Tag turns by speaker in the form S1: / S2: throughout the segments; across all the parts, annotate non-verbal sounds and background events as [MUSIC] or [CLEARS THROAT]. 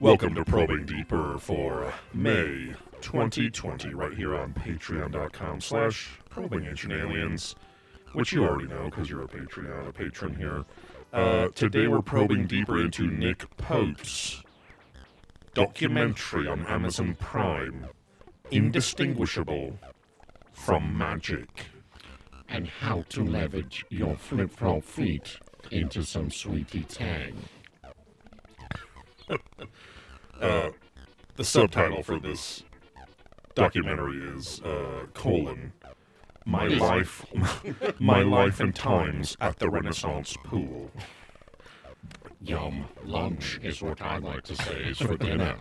S1: Welcome to Probing Deeper for May 2020, right here on patreon.com slash probing ancient aliens, which you already know because you're a Patreon, a patron here. Uh, today we're probing deeper into Nick Pope's documentary on Amazon Prime, Indistinguishable from Magic.
S2: and how to leverage your flip flop feet into some sweetie tang.
S1: the subtitle for this documentary is uh, colon my life my life [LAUGHS] and times at the renaissance pool
S2: Yum, lunch is what I like to say is for
S3: [LAUGHS]
S2: dinner.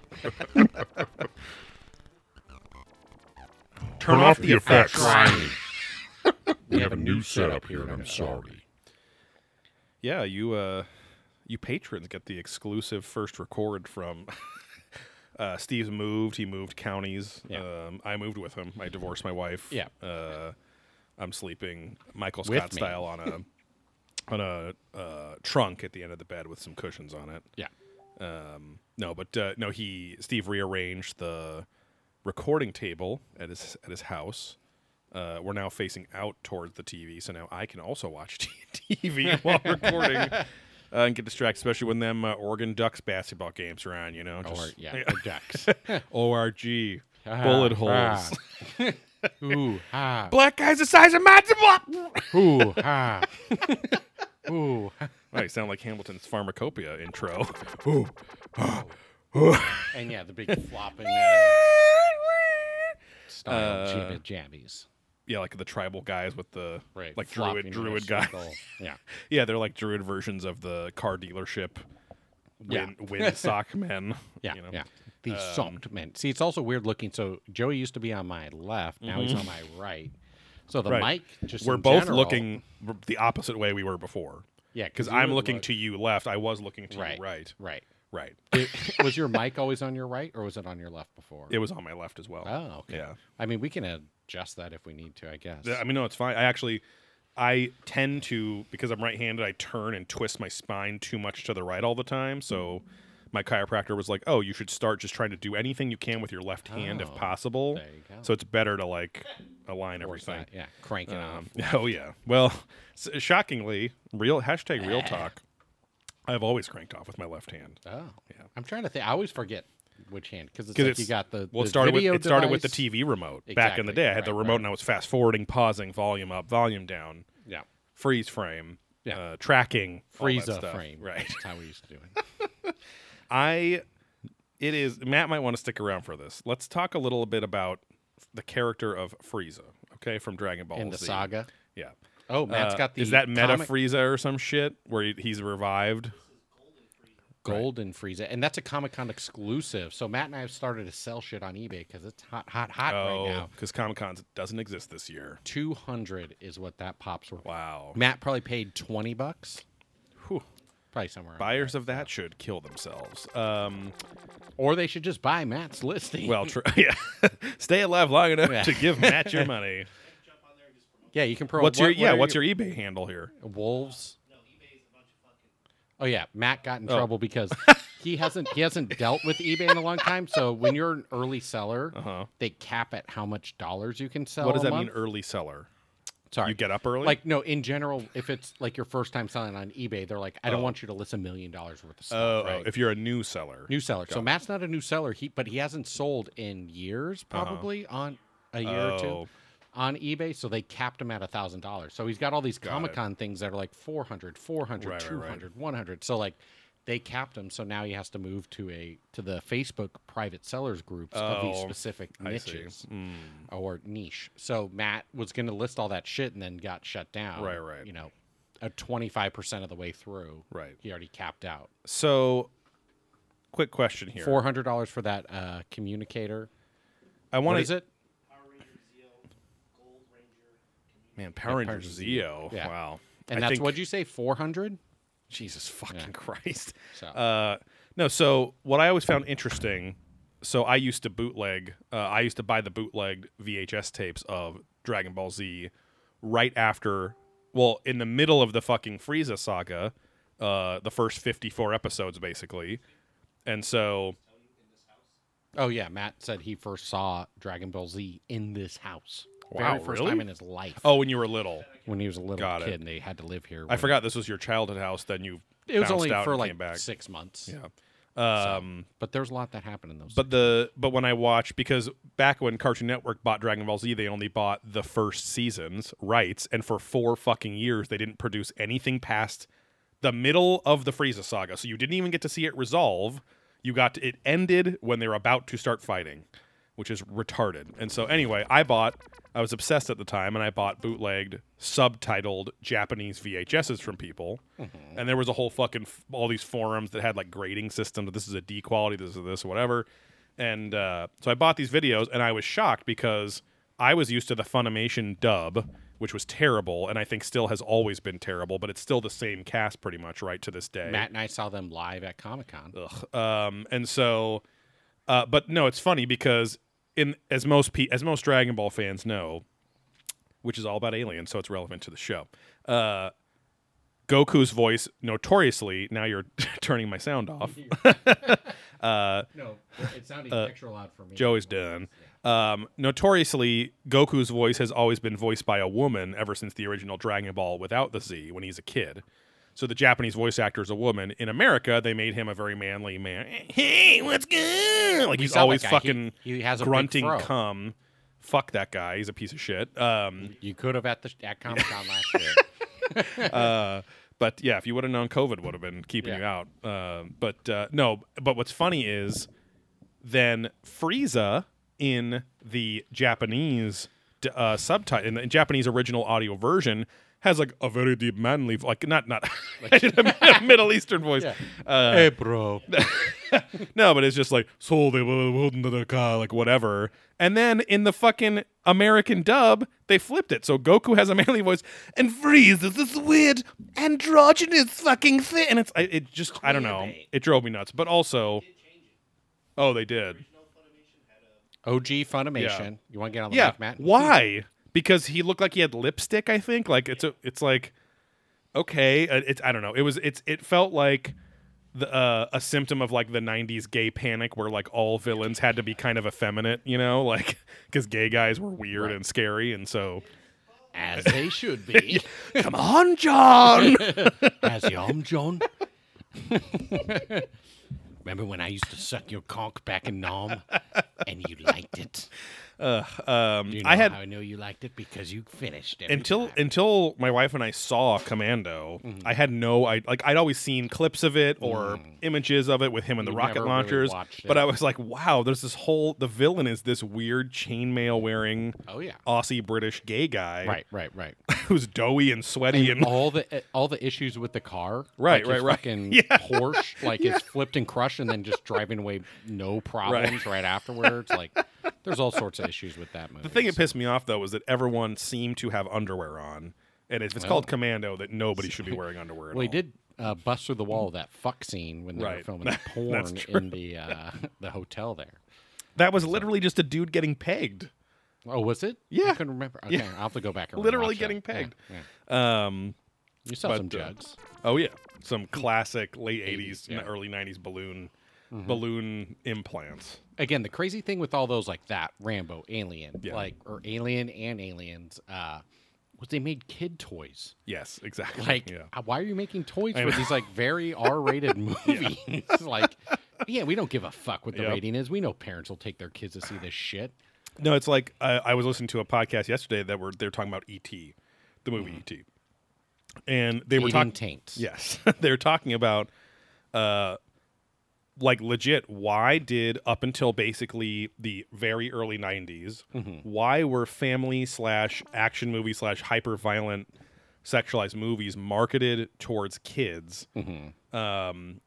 S1: turn off the effects
S2: Try me. We have a new setup here, and I'm sorry.
S3: Yeah, you uh you patrons get the exclusive first record from [LAUGHS] uh Steve's moved, he moved counties. Um I moved with him. I divorced my wife.
S4: Yeah.
S3: Uh I'm sleeping Michael
S4: With
S3: Scott
S4: me.
S3: style on a on a uh, trunk at the end of the bed with some cushions on it.
S4: Yeah.
S3: Um, no, but uh, no, he Steve rearranged the recording table at his at his house. Uh, we're now facing out towards the TV, so now I can also watch [LAUGHS] TV
S4: [LAUGHS]
S3: while recording uh, and get distracted, especially when them uh, Oregon Ducks basketball games are on. You know,
S4: Or
S3: just [LAUGHS]
S4: yeah, or ducks.
S3: ORG
S4: Ah,
S3: bullet
S4: ah. [LAUGHS]
S3: holes.
S4: Ooh ha.
S3: Black guys the size of [LAUGHS] my
S4: Ooh [LAUGHS] ha. Ooh. ha.
S3: Oh, you sound like Hamilton's pharmacopoeia intro. [LAUGHS]
S4: And yeah, the big flopping uh,
S3: Uh,
S4: style jibby jabbies.
S3: yeah, like the tribal guys with the
S4: Right.
S3: like
S4: flopping
S3: druid
S4: in a
S3: druid guys.
S4: circle.
S3: [LAUGHS]
S4: Yeah.
S3: Yeah, they're like druid versions of the car dealership
S4: Yeah.
S3: wind,
S4: [LAUGHS]
S3: wind sock men.
S4: Yeah.
S3: you know? Um,
S4: Yeah. The soft men. See, it's also weird looking. So Joey used to be on my left. Now he's on my right. So the
S3: Mm-hmm. Right.
S4: mic just
S3: We're
S4: in
S3: both
S4: general-
S3: looking r- the opposite way we were before.
S4: Yeah,
S3: Because
S4: you
S3: I'm
S4: would
S3: looking
S4: look-
S3: to you left. I was looking to
S4: Right.
S3: you right.
S4: right.
S3: Right.
S4: It- was your mic always on your right or was it on your left before?
S3: It was on my left as well.
S4: oh, okay.
S3: Yeah.
S4: I mean, we can adjust that if we need to, I guess.
S3: Yeah, I mean, no, it's fine. I actually, I tend to because I'm right-handed. I turn and twist my spine too much to the right all the time. So, my chiropractor was like, "Oh, you should start just trying to do anything you can with your left hand if
S4: Oh,
S3: possible."
S4: there you go.
S3: So it's better to like align
S4: Or is
S3: everything.
S4: that- Uh, yeah, cranking off.
S3: [LAUGHS] Um, oh yeah. Well, s- shockingly, real hashtag real talk. I've always cranked off with my left hand.
S4: Oh,
S3: Yeah.
S4: I'm trying to think. I always forget which hand because it's
S3: 'Cause
S4: like
S3: it's-
S4: you got the.
S3: Well,
S4: the
S3: it started with
S4: video
S3: it started with the
S4: device.
S3: TV remote back in the
S4: Exactly.
S3: day. I had the
S4: Right,
S3: remote
S4: right.
S3: and I was fast forwarding, pausing, volume up, volume down.
S4: Yeah,
S3: freeze frame,
S4: Yeah.
S3: uh, tracking, all that
S4: freeze a
S3: stuff.
S4: frame.
S3: Right.
S4: that's how we used
S3: [LAUGHS]
S4: to do it.
S3: I, it is Matt might want to stick around for this. Let's talk a little bit about the character of Frieza, okay, from Dragon Ball
S4: in the
S3: Z.
S4: saga.
S3: Yeah,
S4: Oh, Matt's
S3: Uh,
S4: got the.
S3: is that Meta
S4: comic
S3: Frieza or some shit where he- he's revived?
S4: Golden Frieza, and that's a Comic Con exclusive. So Matt and I have started to sell shit on eBay because it's hot, hot, hot right
S3: Oh,
S4: now.
S3: because Comic Con doesn't exist this year.
S4: Two hundred is what that pops were.
S3: Wow.
S4: Matt probably paid twenty bucks.
S3: Whew.
S4: Probably somewhere. around
S3: Buyers of that should kill themselves.
S4: [LAUGHS]
S3: Um,
S4: there. Or they should just buy Matt's listing.
S3: well, tr- [LAUGHS] yeah. Stay alive long enough
S4: Yeah.
S3: to give Matt
S4: [LAUGHS]
S3: your money.
S4: yeah, you can pro.
S3: What's your
S4: what- what
S3: yeah?
S4: are
S3: What's your eBay handle here?
S4: wolves. Oh yeah, Matt got in
S3: [LAUGHS]
S4: trouble because he hasn't he hasn't dealt with eBay in a long time. So when you're an early seller,
S3: Uh-huh.
S4: they cap at how much dollars you can sell.
S3: What does
S4: a
S3: that mean?
S4: month.
S3: Early seller.
S4: Sorry,
S3: You get up early.
S4: like no. In general, if it's like your first time selling on eBay, they're like, I don't want you to list a million dollars worth of
S3: oh, oh,
S4: stuff. right?
S3: if you're a new seller.
S4: new seller. So Matt's not a new seller. He but he hasn't sold in years, probably on a year or
S3: Uh-huh. Oh.
S4: two on eBay. So they capped him at a thousand dollars. So he's got all these Comic Con things that are like 400, 400,
S3: Right, right, right.
S4: 200, 100. So like they capped him. So now he has to move to a to the Facebook private sellers groups of these
S3: Oh,
S4: specific
S3: I see. Hmm.
S4: niches or niche. So Matt was going to list all that shit and then got shut down.
S3: Right, right.
S4: You know, a twenty five percent of the way through.
S3: Right.
S4: He already capped out.
S3: So, quick question here.
S4: Four hundred dollars for that uh, communicator.
S3: I want
S4: What is it?
S3: Man, Power
S4: Power
S3: Rangers Zeo.
S4: Yeah.
S3: Wow. I
S4: And that's
S3: think-
S4: what you say, four hundred.
S3: Jesus fucking [LAUGHS] Christ.
S4: So.
S3: Uh, no, so what I always found interesting. So I used to bootleg. Uh, I used to buy the bootlegged VHS tapes of Dragon Ball Z right after. Well, in the middle of the fucking Frieza saga, uh, the first fifty-four episodes, basically, and so
S4: Oh yeah, Matt said he first saw Dragon Ball Z in this house.
S3: Wow,
S4: Very first
S3: really?
S4: time in his life.
S3: Oh, when you were little.
S4: when he was a little
S3: Got it.
S4: kid and they had to live here.
S3: I
S4: when-
S3: forgot this was your childhood house. Then you
S4: It was
S3: bounced
S4: only
S3: out
S4: for
S3: and
S4: like
S3: came back.
S4: six months.
S3: Yeah. Um,
S4: But there's a lot that happened in those.
S3: But the but when I watched because back when Cartoon Network bought Dragon Ball Z, they only bought the first season's rights, and for four fucking years they didn't produce anything past the middle of the Frieza saga. So you didn't even get to see it resolve. You got to, it ended when they were about to start fighting, which is retarded. And so anyway, I bought. I was obsessed at the time, and I bought bootlegged, subtitled Japanese VHSs from people. And there was a whole fucking f- all these forums that had like grading systems. This is a D quality. This is this, whatever. And uh, so I bought these videos, and I was shocked because I was used to the Funimation dub, which was terrible, and I think still has always been terrible. But it's still the same cast, pretty much, right to this day.
S4: Matt and I saw them live at Comic Con.
S3: Ugh. Um, and so, uh, but no, it's funny because in as most pe- as most Dragon Ball fans know, which is all about aliens, so it's relevant to the show. Uh, Goku's voice notoriously. Now you're [LAUGHS] turning my sound off.
S4: No, it sounded
S3: Uh,
S4: extra loud for me.
S3: Joey's done. Um, notoriously, Goku's voice has always been voiced by a woman ever since the original Dragon Ball without the Z when he's a kid. So the Japanese voice actor is a woman. In America, they made him a very manly man. Hey, what's good? Like he's
S4: saw that
S3: always
S4: guy. He-
S3: fucking
S4: he has a big
S3: grunting
S4: fro.
S3: cum. Fuck that guy. He's a piece of shit. Um,
S4: You could have at the
S3: [LAUGHS]
S4: at Comic Con last year.
S3: uh, but yeah, if you would have known COVID would have been keeping
S4: Yeah.
S3: you out. Uh, but uh, no, but what's funny is then Frieza in the Japanese d- uh, subtitle in the Japanese original audio version has like a very deep manly vo- like not not [LAUGHS] a Middle Eastern voice. Uh,
S4: hey, bro.
S3: no, but it's just like so they were holding to the car, like whatever. And then in the fucking American dub, they flipped it. So Goku has a [LAUGHS] manly voice, and Freeze is this weird androgynous fucking thing. And it's I, it just I don't know. It drove me nuts. But also, oh, they did.
S4: OG Funimation. You want to get on the
S3: Yeah.
S4: mic, Matt?
S3: Why? Because he looked like he had lipstick. I think. Like it's a. It's like okay. uh, It's I don't know. It was. It's. It felt like the uh, a symptom of like the '90s gay panic, where like all villains had to be kind of effeminate. You know, [LAUGHS] like because gay guys were weird and scary, and so
S4: As they should be.
S3: [LAUGHS] come on, John.
S4: As yum, John. [LAUGHS] Remember when I used to suck your conk back in Nom and you liked it?
S3: [LAUGHS] um,
S4: Do you know
S3: I had
S4: how I know you liked it because you finished it.
S3: until until my wife and I saw Commando,
S4: Mm-hmm.
S3: I had no I like I'd always seen clips of it or images of it with him and the
S4: Mm. You never
S3: rocket
S4: really
S3: launchers,
S4: watched
S3: but
S4: it.
S3: I was like, wow, there's this whole the villain is this weird chainmail wearing
S4: Oh, yeah.
S3: Aussie British gay guy
S4: Right, right, right.
S3: [LAUGHS] who's doughy and sweaty and,
S4: all the eh, all the issues with the car.
S3: Right,
S4: like his
S3: right, right. [LAUGHS]
S4: Fucking
S3: Yeah.
S4: Porsche, like it's flipped and crushed, and then just driving away, no problems right, afterwards. Like there's all sorts of issues with that
S3: [LAUGHS]
S4: movie.
S3: the thing that pissed me off though was that everyone seemed to have underwear on. And if it's called Commando, that
S4: [LAUGHS]
S3: nobody should be wearing underwear. At
S4: well, he
S3: all.
S4: did uh, bust through the wall that fuck scene when they were
S3: Right.
S4: filming the
S3: [LAUGHS] That's
S4: porn in the uh, [LAUGHS] the hotel there.
S3: That was literally just a dude getting pegged.
S4: Oh, was it?
S3: Yeah.
S4: I couldn't remember. Okay, I'll have to go back. and
S3: Literally
S4: rewatch
S3: getting
S4: that. Yeah,
S3: pegged.
S4: yeah.
S3: Um,
S4: You saw some
S3: But, uh,
S4: jugs.
S3: Oh yeah, some classic late '80s,
S4: yeah. Mm-hmm.
S3: early '90s balloon balloon implants.
S4: again the crazy thing with all those like that rambo alien
S3: Yeah.
S4: like or alien and aliens uh was they made kid toys
S3: Yes, exactly.
S4: like
S3: yeah.
S4: uh, why are you making toys
S3: I
S4: for
S3: know.
S4: these like
S3: [LAUGHS]
S4: very r-rated movies [LAUGHS] like yeah we don't give a fuck what the
S3: Yep.
S4: rating is we know parents will take their kids to see this shit
S3: No, it's like I, I was listening to a podcast yesterday that were they're talking about ET, the movie
S4: Mm-hmm.
S3: ET, and they were talking.
S4: Eating taints
S3: Yes, [LAUGHS] they were talking about, uh, like legit. Why did up until basically the very early '90s, why were family slash action movie slash hyper violent sexualized movies marketed towards kids? Um,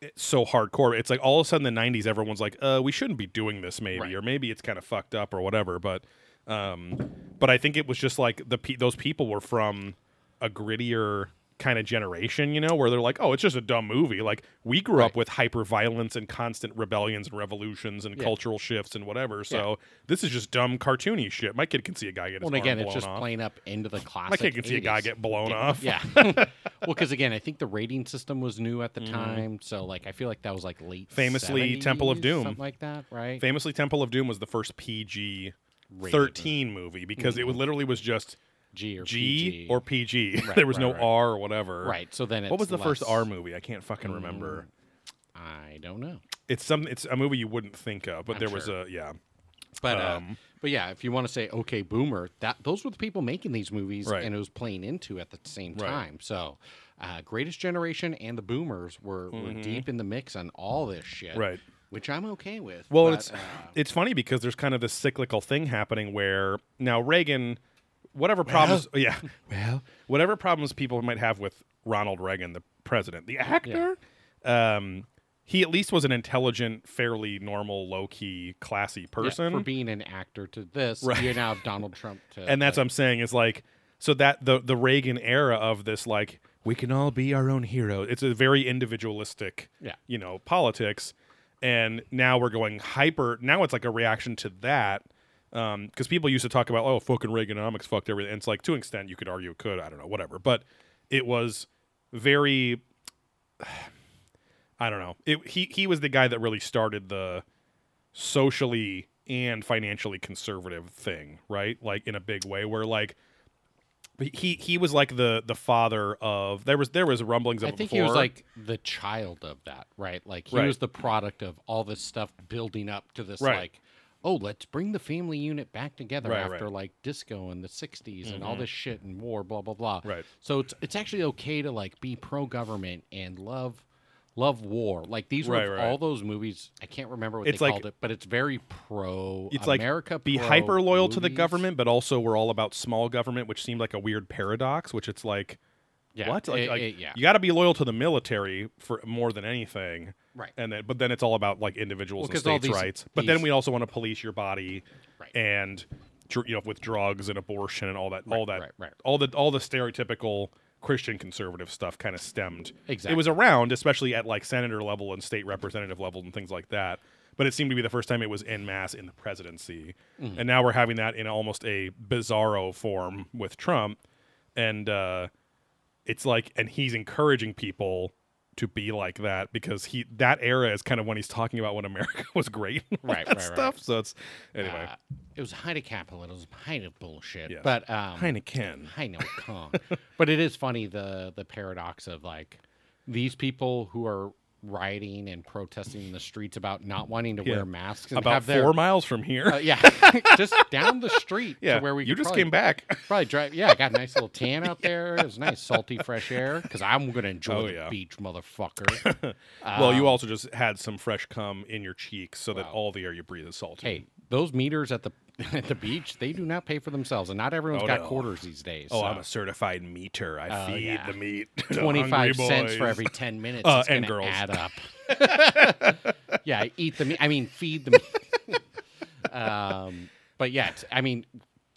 S3: it's so hardcore. It's like all of a sudden the '90s, everyone's like, "Uh, we shouldn't be doing this, maybe,
S4: Right.
S3: or maybe it's kind of fucked up, or whatever." But, um, but I think it was just like the pe- those people were from a grittier kind of generation, you know, where they're like, oh, it's just a dumb movie. Like we grew up
S4: Right.
S3: with hyper violence and constant rebellions and revolutions and
S4: Yeah.
S3: cultural shifts and whatever. So this is just dumb cartoony shit. My kid can see a guy get his
S4: Well, and again,
S3: arm
S4: it's
S3: blown
S4: just
S3: off.
S4: playing up into the classic.
S3: My kid can see a guy
S4: 80s.
S3: get blown off.
S4: Yeah.
S3: [LAUGHS]
S4: well, because again, I think the rating system was new at the time, so like I feel like that was like late.
S3: Mm-hmm. Famously, Temple of
S4: 70s,
S3: Doom.
S4: something like that, right?
S3: Famously, Temple of Doom was the first PG
S4: Rated.
S3: thirteen movie because it was literally was just
S4: G or
S3: G [LAUGHS]
S4: PG.
S3: or PG. there was
S4: right,
S3: no
S4: right.
S3: R or whatever.
S4: right. So then, it's
S3: What was the first
S4: less- Mm.
S3: R movie? I can't fucking remember.
S4: I don't know,
S3: It's some. It's a movie you wouldn't think of, but
S4: I'm
S3: there was
S4: sure.
S3: a yeah.
S4: but uh,
S3: Um,
S4: but yeah, if you want to say okay, boomer, that those were the people making these movies,
S3: Right.
S4: and it was playing into at the same
S3: Right.
S4: time. So, uh, greatest generation and the boomers were, were deep in the mix on all this shit,
S3: Mm-hmm. Right.
S4: Which I'm okay with.
S3: Well,
S4: but,
S3: it's
S4: uh,
S3: it's funny because there's kind of this cyclical thing happening where now Reagan, whatever problems,
S4: [LAUGHS]
S3: yeah, well, whatever problems people might have with Ronald Reagan, the president, the actor, um, he at least was an intelligent, fairly normal, low key, classy
S4: yeah,
S3: person.
S4: for being an actor to this,
S3: Right.
S4: you now have Donald Trump
S3: [LAUGHS]
S4: to,
S3: and that's
S4: like,
S3: what I'm saying is like so that the the Reagan era of this like we can all be our own hero. It's a very individualistic,
S4: Yeah.
S3: you know, politics, and now we're going hyper. Now it's like a reaction to that because people used to talk about oh fucking Reaganomics fucked everything. And it's like to an extent you could argue it could I don't know whatever, but it was very [SIGHS] I don't know. It, he he was the guy that really started the socially and financially conservative thing, right? Like in a big way, where like he he was like the the father of there was there was rumblings of
S4: I
S3: it
S4: think
S3: before.
S4: he was like the child of that, right? Like he
S3: Right.
S4: was the product of all this stuff building up to this,
S3: Right.
S4: like, oh, let's bring the family unit back together
S3: Right,
S4: after
S3: right. Mm-hmm.
S4: like disco in the '60s and all this shit and war, blah blah blah.
S3: Right.
S4: So it's it's actually okay to like be pro government and love love war. Like these
S3: Right,
S4: were
S3: right.
S4: all those movies. I can't remember what
S3: It's
S4: they
S3: like-
S4: called it, but it's very pro.
S3: it's like
S4: America.
S3: be
S4: pro
S3: hyper loyal to the
S4: movies.
S3: government, but also we're all about small government, which seemed like a weird paradox. Which it's like
S4: Yeah.
S3: what like,
S4: it-
S3: like,
S4: it- yeah.
S3: you got to be loyal to the military for more than anything.
S4: Right.
S3: and then but then it's all about like individuals
S4: Well,
S3: and
S4: 'cause all
S3: states'
S4: these-
S3: rights. But then
S4: these-
S3: we also want to police your body,
S4: Right.
S3: and dr- you know with drugs and abortion and all that, all that,
S4: right, right.
S3: all the all the stereotypical Christian conservative stuff kind of stemmed. It was
S4: Exactly.
S3: around, especially at like senator level and state representative level and things like that. But it seemed to be the first time it was en masse in the presidency,
S4: Mm-hmm.
S3: and now we're having that in almost a bizarro form with Trump, and. uh it's like and he's encouraging people to be like that because he that era is kind of when he's talking about when America [LAUGHS] was great, and all
S4: Right,
S3: that
S4: right, right.
S3: stuff. So it's anyway,
S4: Uh, it was high to capitalism, high to bullshit.
S3: Yes.
S4: But um,
S3: Heineken.
S4: I
S3: [LAUGHS]
S4: know Kong. but it is funny the the paradox of like these people who are rioting and protesting in the streets about not wanting to
S3: Yeah.
S4: wear masks and
S3: About
S4: have
S3: four
S4: their
S3: miles from here.
S4: [LAUGHS] uh, yeah, just down the street
S3: [LAUGHS] yeah,
S4: to where we
S3: you
S4: could
S3: just
S4: probably,
S3: came back. [LAUGHS]
S4: Probably drive. Yeah, I got a nice little tan out there. It was nice, salty, fresh air. Because I'm gonna enjoy
S3: Oh,
S4: the
S3: yeah.
S4: beach, motherfucker.
S3: [LAUGHS] well, you also just had some fresh cum in your cheeks, so that
S4: Um, Wow.
S3: all the air you breathe is salty.
S4: hey, those meters at the [LAUGHS] at the beach, they do not pay for themselves, and not everyone's
S3: Oh,
S4: got
S3: no.
S4: quarters these days.
S3: oh,
S4: so.
S3: I'm a certified meater. I
S4: Oh,
S3: feed
S4: yeah.
S3: the meat. [LAUGHS] to hungry
S4: 25 cents for
S3: boys.
S4: every 10 minutes
S3: Uh,
S4: it's
S3: and
S4: gonna
S3: girls.
S4: add up
S3: [LAUGHS]
S4: yeah I eat the meat i mean feed the meat [LAUGHS] um, but yeah it's- i mean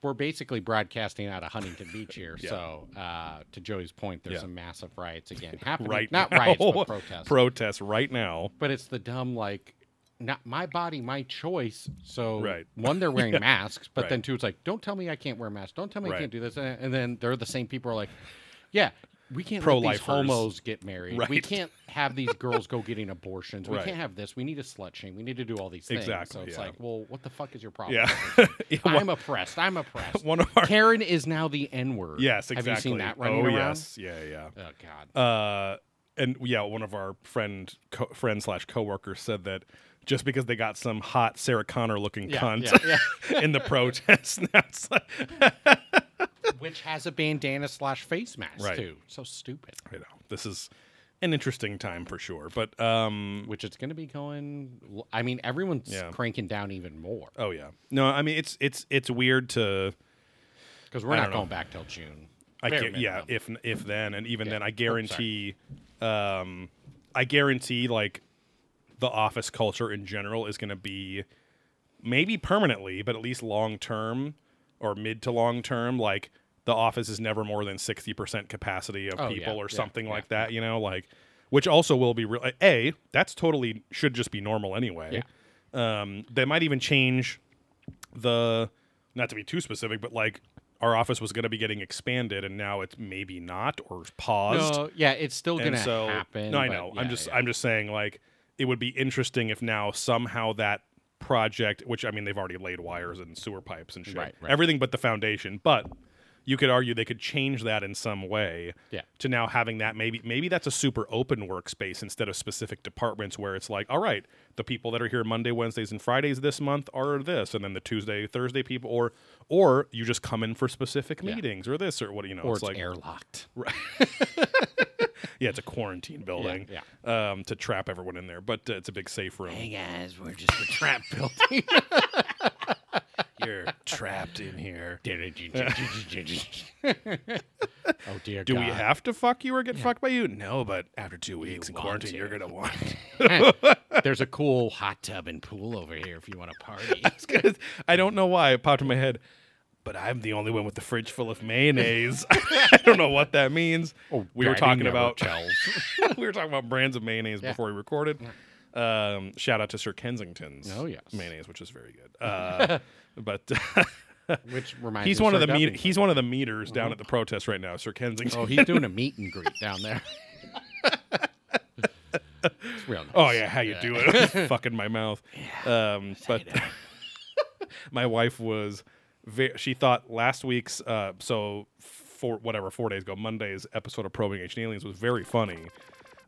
S4: we're basically broadcasting out of huntington beach here
S3: [LAUGHS] Yeah.
S4: so uh, to joey's point there's
S3: Yeah.
S4: some massive riots again happening
S3: [LAUGHS] right
S4: not
S3: now.
S4: riots
S3: [LAUGHS]
S4: but protests
S3: Protests right now.
S4: but it's the dumb like not my body, my choice. So
S3: Right.
S4: one,
S3: [LAUGHS]
S4: they're wearing masks, but
S3: Right.
S4: then two, it's like, don't tell me I can't wear masks. Don't tell me
S3: Right.
S4: I can't do this. And and then they're the same people who are like, yeah, we can't let these
S3: Pro-lifers.
S4: homos get married. We
S3: Right.
S4: can't have these girls go getting abortions. We
S3: Right.
S4: can't have this. We need a slut shame. We need to do all these things.
S3: Exactly,
S4: So it's
S3: yeah.
S4: like, well, what the fuck is your problem?
S3: Yeah, [LAUGHS] Yeah, one-
S4: I'm oppressed. I'm
S3: [LAUGHS]
S4: oppressed.
S3: one of our
S4: Karen is now the N word.
S3: yes, exactly.
S4: Have you seen that
S3: oh
S4: running around?
S3: yes, yeah, yeah.
S4: Oh God.
S3: uh, and yeah, one of our friend co- friend slash coworkers said that just because they got some hot Sarah Connor looking
S4: Yeah,
S3: cunt [LAUGHS]
S4: yeah,
S3: in the protest, now it's like,
S4: Which has a bandana slash face mask
S3: Right.
S4: too. So stupid.
S3: you know, this is an interesting time for sure. But um,
S4: which it's going to be going. l- I mean, everyone's
S3: Yeah.
S4: cranking down even more
S3: oh yeah, no, I mean it's it's it's weird to
S4: because we're
S3: I
S4: not
S3: don't know.
S4: going back till June.
S3: I
S4: Bare
S3: get, yeah,
S4: minimum.
S3: if if then and even
S4: Yeah.
S3: then, I
S4: Oops, sorry.
S3: guarantee, um, I guarantee like the office culture in general is going to be maybe permanently, but at least long term or mid to long term, like the office is never more than 60% capacity of
S4: Oh,
S3: people
S4: yeah,
S3: or
S4: yeah,
S3: something
S4: yeah,
S3: like that, you know, like which also will be real a that's totally should just be normal anyway. Um they might even change the not to be too specific, but like our office was going to be getting expanded and now it's maybe not or paused
S4: No, yeah, it's still
S3: and
S4: gonna
S3: so
S4: happen.
S3: no, I
S4: but
S3: know.
S4: yeah,
S3: I'm just
S4: yeah.
S3: I'm just saying like it would be interesting if now somehow that project, which I mean they've already laid wires and sewer pipes and shit,
S4: Right, right.
S3: everything but the foundation, but you could argue they could change that in some way
S4: Yeah.
S3: to now having that maybe maybe that's a super open workspace instead of specific departments where it's like all right the people that are here Monday Wednesdays and Fridays this month are this and then the Tuesday Thursday people or or you just come in for specific meetings or this or what you know
S4: or
S3: it's
S4: it's
S3: like
S4: airlocked.
S3: yeah, it's a quarantine building.
S4: Yeah,
S3: Um, to trap everyone in there, but uh, it's a big safe room.
S4: guys, we're just a
S3: [LAUGHS]
S4: trap building. Oh,
S3: You're trapped in here.
S4: oh dear
S3: Do
S4: God.
S3: we have to fuck you or get fucked by you? No, but after two weeks in
S4: want
S3: quarantine,
S4: to.
S3: you're gonna want. [LAUGHS]
S4: There's a cool hot tub and pool over here if you want to party.
S3: to. I don't know why it popped in my head, but I'm the only one with the fridge full of mayonnaise. [LAUGHS] I don't know what that means.
S4: Oh,
S3: Oh, we were talking
S4: Dining network
S3: about [LAUGHS]
S4: tells.
S3: we were talking about brands of mayonnaise before we recorded. Um, shout out to Sir Kensington's
S4: Oh, yes.
S3: mayonnaise, which is very good. Uh,
S4: [LAUGHS]
S3: but [LAUGHS]
S4: which reminds
S3: He's
S4: me
S3: one of
S4: Sir
S3: the Mm-hmm. meat,
S4: Duffy.
S3: he's one of the meters down at the protest right now, Sir Kensington.
S4: Oh, he's doing a meet and greet
S3: [LAUGHS]
S4: down there. it's real nice.
S3: Oh yeah, how you doing? [LAUGHS] Fucking my mouth. Um, but my wife was, ve she thought last week's uh, so four whatever four days ago Monday's episode of Probing Ancient Aliens was very funny.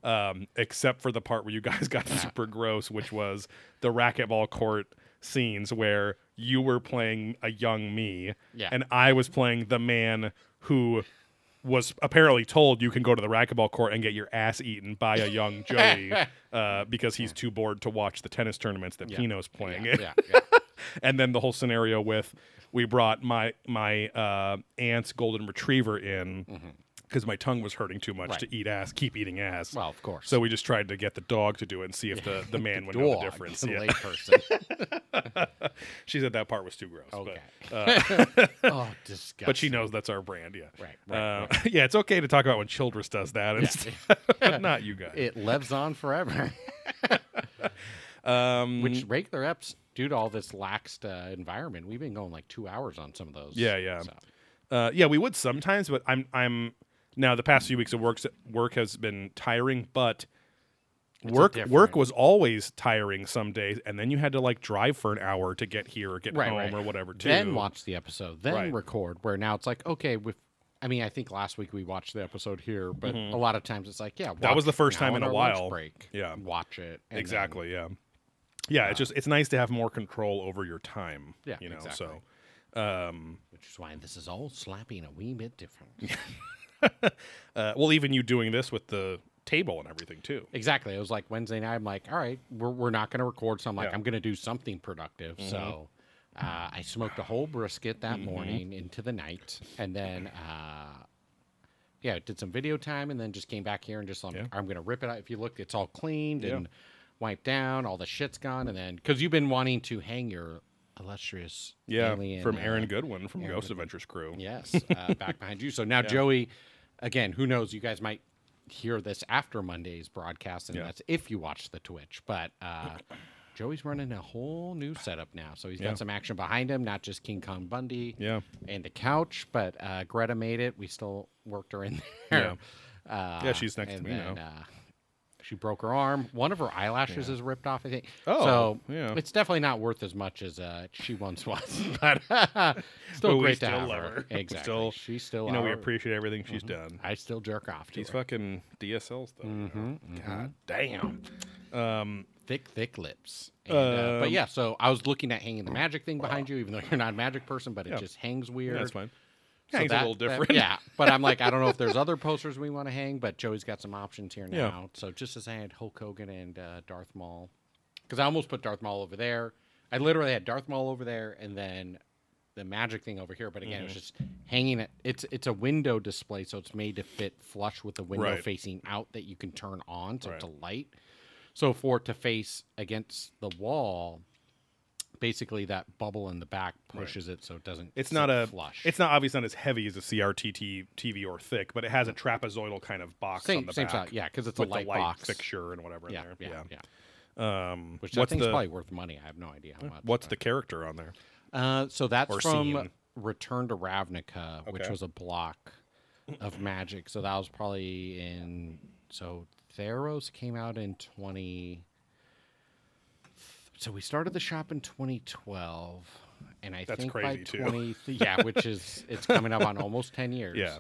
S3: Um, except for the part where you guys [LAUGHS] got super gross, which was the racquetball court scenes where you were playing a young me,
S4: Yeah.
S3: and I was playing the man who was apparently told you can go to the racquetball court and get your ass eaten by a young
S4: [LAUGHS]
S3: Joey uh, because he's too bored to watch the tennis tournaments that Pino's playing.
S4: Yeah, yeah, yeah.
S3: and then the whole scenario with we brought my my uh, aunt's golden retriever in because my tongue was hurting too much
S4: Mm-hmm. Right.
S3: to eat ass, keep eating ass.
S4: Well, of course.
S3: So we just tried to get the dog to do it and see if
S4: [LAUGHS]
S3: the, the man would know
S4: Dog,
S3: the
S4: [LAUGHS]
S3: difference.
S4: the
S3: Yeah. [LAUGHS]
S4: layperson.
S3: She said that part was too gross.
S4: Okay.
S3: But,
S4: oh, disgusting.
S3: but she knows that's our brand, yeah.
S4: Right, right,
S3: Uh, [LAUGHS] Yeah, it's okay to talk about when Childress does that, instead, [LAUGHS] but not you guys.
S4: it lives on forever. [LAUGHS]
S3: um,
S4: Which regular eps, due to all this laxed uh, environment, we've been going like two hours on some of those.
S3: Yeah, yeah.
S4: So,
S3: Uh, yeah, we would sometimes, but I'm I'm now the past few weeks of work work has been tiring, but
S4: a
S3: work
S4: different-
S3: work was always tiring some days, and then you had to like drive for an hour to get here or get
S4: Right,
S3: home
S4: right.
S3: or whatever. Too.
S4: then watch the episode, then
S3: Right.
S4: record. Where now it's like, okay, with. I mean, I think last week we watched the episode here, but a lot of times it's like, yeah,
S3: Mm-hmm. That was
S4: watch
S3: the first
S4: now
S3: time
S4: on
S3: in a
S4: our lunch
S3: while.
S4: Break,
S3: Yeah.
S4: watch it and then-
S3: exactly. Yeah, yeah. it's just it's nice to have more control over your time.
S4: Yeah,
S3: you know.
S4: exactly.
S3: So, um,
S4: which is why this is all slapping a wee bit different.
S3: uh, well, even you doing this with the table and everything too.
S4: Exactly. It was like Wednesday night. I'm like, all right, we're, we're not going to record. So I'm like,
S3: Yeah. Mm-hmm.
S4: I'm going to do something productive. So uh, I smoked a whole brisket that morning into the night. And then, uh, yeah, did some video time and then just came back here and just, like, I'm going to rip it out. If you look, it's all cleaned and wiped down. All the shit's gone. And then, because you've been wanting to hang your illustrious
S3: Yeah,
S4: alien,
S3: from
S4: uh,
S3: Aaron Goodwin from Ghost Adventures Crew.
S4: Yes, uh, back behind you. So now Joey, again, who knows? You guys might hear this after Monday's broadcast, and
S3: Yeah.
S4: that's if you watch the Twitch. But uh, Joey's running a whole new setup now, so he's
S3: Yeah.
S4: got some action behind him, not just King Kong Bundy,
S3: Yeah.
S4: and the couch. But uh, Greta made it. We still worked her in there. Yeah, uh,
S3: Yeah, she's next to
S4: and
S3: me now.
S4: Uh, she broke her arm. One of her eyelashes is ripped off. I think.
S3: Oh,
S4: so
S3: yeah.
S4: it's definitely not worth as much as uh, she once [LAUGHS] was. But still
S3: But we
S4: great to
S3: still
S4: have
S3: love
S4: her.
S3: her. [LAUGHS] We
S4: Exactly.
S3: still-
S4: she's still.
S3: You know, we
S4: our-
S3: appreciate everything she's done.
S4: I still jerk off to
S3: These
S4: her.
S3: fucking DSLs, though. you know?
S4: Oh,
S3: God damn.
S4: thick, thick lips. And, uh,
S3: Um,
S4: but yeah, so I was looking at hanging the magic thing behind you, even though you're not a magic person, but it just hangs weird.
S3: That's fine.
S4: So
S3: Hangs
S4: that-
S3: a little
S4: that-
S3: different. [LAUGHS]
S4: yeah, but I'm like, I don't know if there's other posters we want to hang, but Joey's got some options here
S3: Yeah.
S4: now. So just as I had Hulk Hogan and uh, Darth Maul, because I almost put Darth Maul over there. I literally had Darth Maul over there, and then the magic thing over here. But again,
S3: Mm-hmm.
S4: it's just hanging it. It's it's a window display, so it's made to fit flush with the window
S3: Right.
S4: facing out that you can turn on, so it's a
S3: Right.
S4: light. So for it to face against the wall, basically that bubble in the back pushes it so it doesn't.
S3: It's
S4: sit
S3: not a
S4: flush.
S3: It's not obviously not as heavy as a CRT T- TV or thick, but it has a trapezoidal kind of box
S4: Mm. same
S3: on the
S4: same
S3: back.
S4: side, yeah, because it's a
S3: with
S4: light,
S3: the light
S4: box.
S3: fixture and whatever
S4: Yeah,
S3: in there.
S4: yeah, yeah,
S3: Um,
S4: Which I
S3: what's
S4: think is
S3: the Hmm.
S4: probably worth money. I have no idea how much.
S3: what's
S4: but-
S3: the character on there?
S4: Uh, so that's
S3: or
S4: from
S3: scene?
S4: Return to Ravnica, which
S3: Okay.
S4: was a block of Magic. So that was probably in. So Theros came out in twenty. So we started the shop in 2012, and I
S3: That's
S4: think
S3: crazy,
S4: by
S3: too.
S4: 20, yeah, which is it's coming up on almost 10 years.
S3: [LAUGHS] Yeah.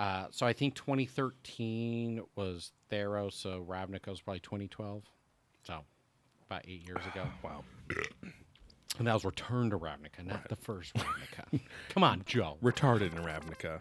S4: Uh, so I think 2013 was Theros, so Ravnica was probably 2012, so about eight years ago.
S3: [SIGHS] Wow.
S4: [CLEARS THROAT] And that was Return to Ravnica, not the first Ravnica. [LAUGHS] Come on, Joe.
S3: Retarded in Ravnica.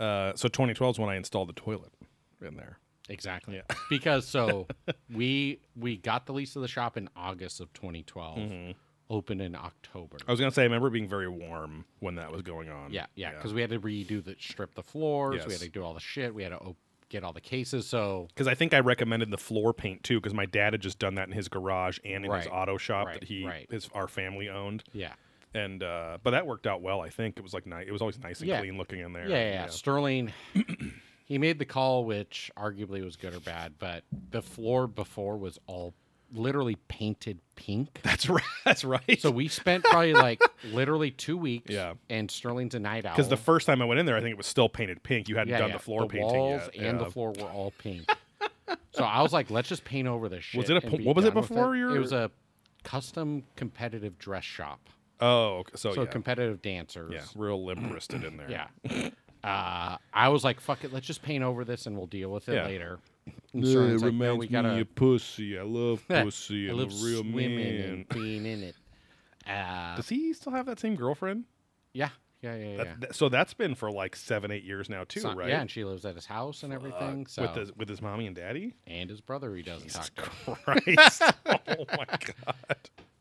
S3: Uh, so 2012 is when I installed the toilet in there.
S4: Exactly. [LAUGHS]
S3: [LAUGHS]
S4: Because so we we got the lease of the shop in August of 2012,
S3: Mm-hmm.
S4: opened in October.
S3: I was gonna say I remember it being very warm when that was going on.
S4: Yeah, yeah, because we had to redo the strip the floors, we
S3: Yes.
S4: had to do all the shit, we had to op- get all the cases. So
S3: Because I think I recommended the floor paint too, because my dad had just done that in his garage and in his
S4: Right,
S3: auto shop
S4: right,
S3: that he
S4: right.
S3: his our family owned,
S4: yeah,
S3: and uh, but that worked out well. I think it was like nice. It was always nice and
S4: Yeah.
S3: clean looking in there.
S4: yeah, yeah, yeah.
S3: [CLEARS THROAT]
S4: Sterling. He made the call, which arguably was good or bad, but the floor before was all literally painted pink.
S3: [LAUGHS] That's right. That's right.
S4: So we spent probably
S3: [LAUGHS]
S4: like literally two weeks.
S3: Yeah.
S4: And Sterling's a night owl.
S3: because the first time I went in there, I think it was still painted pink. You hadn't
S4: oh. Yeah,
S3: done
S4: yeah.
S3: the floor painting
S4: walls
S3: yet.
S4: and
S3: Yeah.
S4: the floor were all
S3: [LAUGHS]
S4: pink. so I was like, let's just paint over this shit.
S3: Was it a
S4: and
S3: po-
S4: be
S3: what was it
S4: done with
S3: before
S4: It.
S3: your-
S4: It was a custom competitive dress shop.
S3: Oh, okay, so,
S4: So
S3: yeah.
S4: competitive dancers.
S3: yeah, real limp wristed in there.
S4: Yeah. Uh, I was like, fuck it, let's just paint over this and we'll deal with it
S3: Yeah.
S4: later. And Sterling's like, no, we gotta,
S1: pussy. I love
S4: [LAUGHS] I love swimming
S3: [LAUGHS]
S4: and being in it. Uh,
S3: Does he still have that same girlfriend?
S4: yeah, yeah, yeah, yeah.
S3: That, that- so that's been for like seven, eight years now too,
S4: So-
S3: right?
S4: Yeah, and she lives at his house and everything. so
S3: Uh, With his with his mommy and
S4: [LAUGHS]
S3: daddy.
S4: and his brother he doesn't talk to.
S3: Christ! oh my god!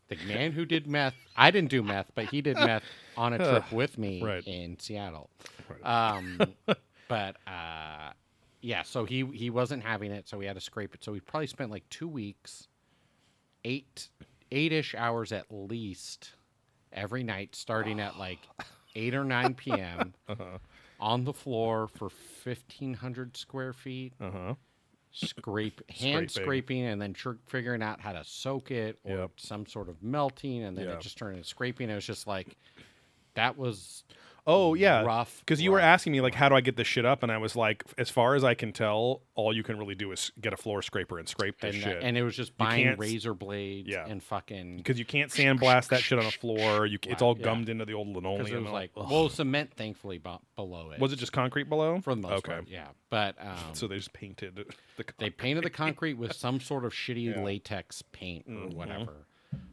S4: The man who did meth, I didn't do meth, but he did meth
S3: [LAUGHS]
S4: on a trip with me
S3: Right.
S4: in Seattle. Um,
S3: [LAUGHS]
S4: but uh, yeah, so he he wasn't having it, so we had to scrape it. So we probably spent like two weeks, eight eight ish hours at least every night, starting at
S3: [SIGHS]
S4: like eight or nine p.m.
S3: Uh-huh.
S4: on the floor for fifteen hundred square feet
S3: Uh huh.
S4: scrape
S3: [LAUGHS] Scraping.
S4: hand scraping and then tr- figuring out how to soak it or
S3: Yep.
S4: some sort of melting and then
S3: Yeah.
S4: it just turned into scraping. It was just like that was
S3: Oh yeah,
S4: Rough,
S3: Because you were
S4: rough,
S3: asking me like, how do I get this shit up? And I was like, as far as I can tell, all you can really do is get a floor scraper and scrape this
S4: and, that-
S3: shit.
S4: and it was just buying
S3: can't s-
S4: razor blades
S3: Yeah.
S4: and fucking
S3: because you can't sandblast that shit on a floor. You, c it's
S4: Right,
S3: all
S4: yeah.
S3: gummed into the old linoleum.
S4: because it was
S3: and all- [LAUGHS]
S4: like
S3: Ugh.
S4: well cement thankfully b- below it
S3: was it just concrete below?
S4: for the most
S3: okay.
S4: part yeah but um,
S3: So they just painted [LAUGHS] the. Con-
S4: they
S3: [LAUGHS]
S4: painted the concrete with some sort of shitty latex paint or
S3: Mm-hmm.
S4: whatever.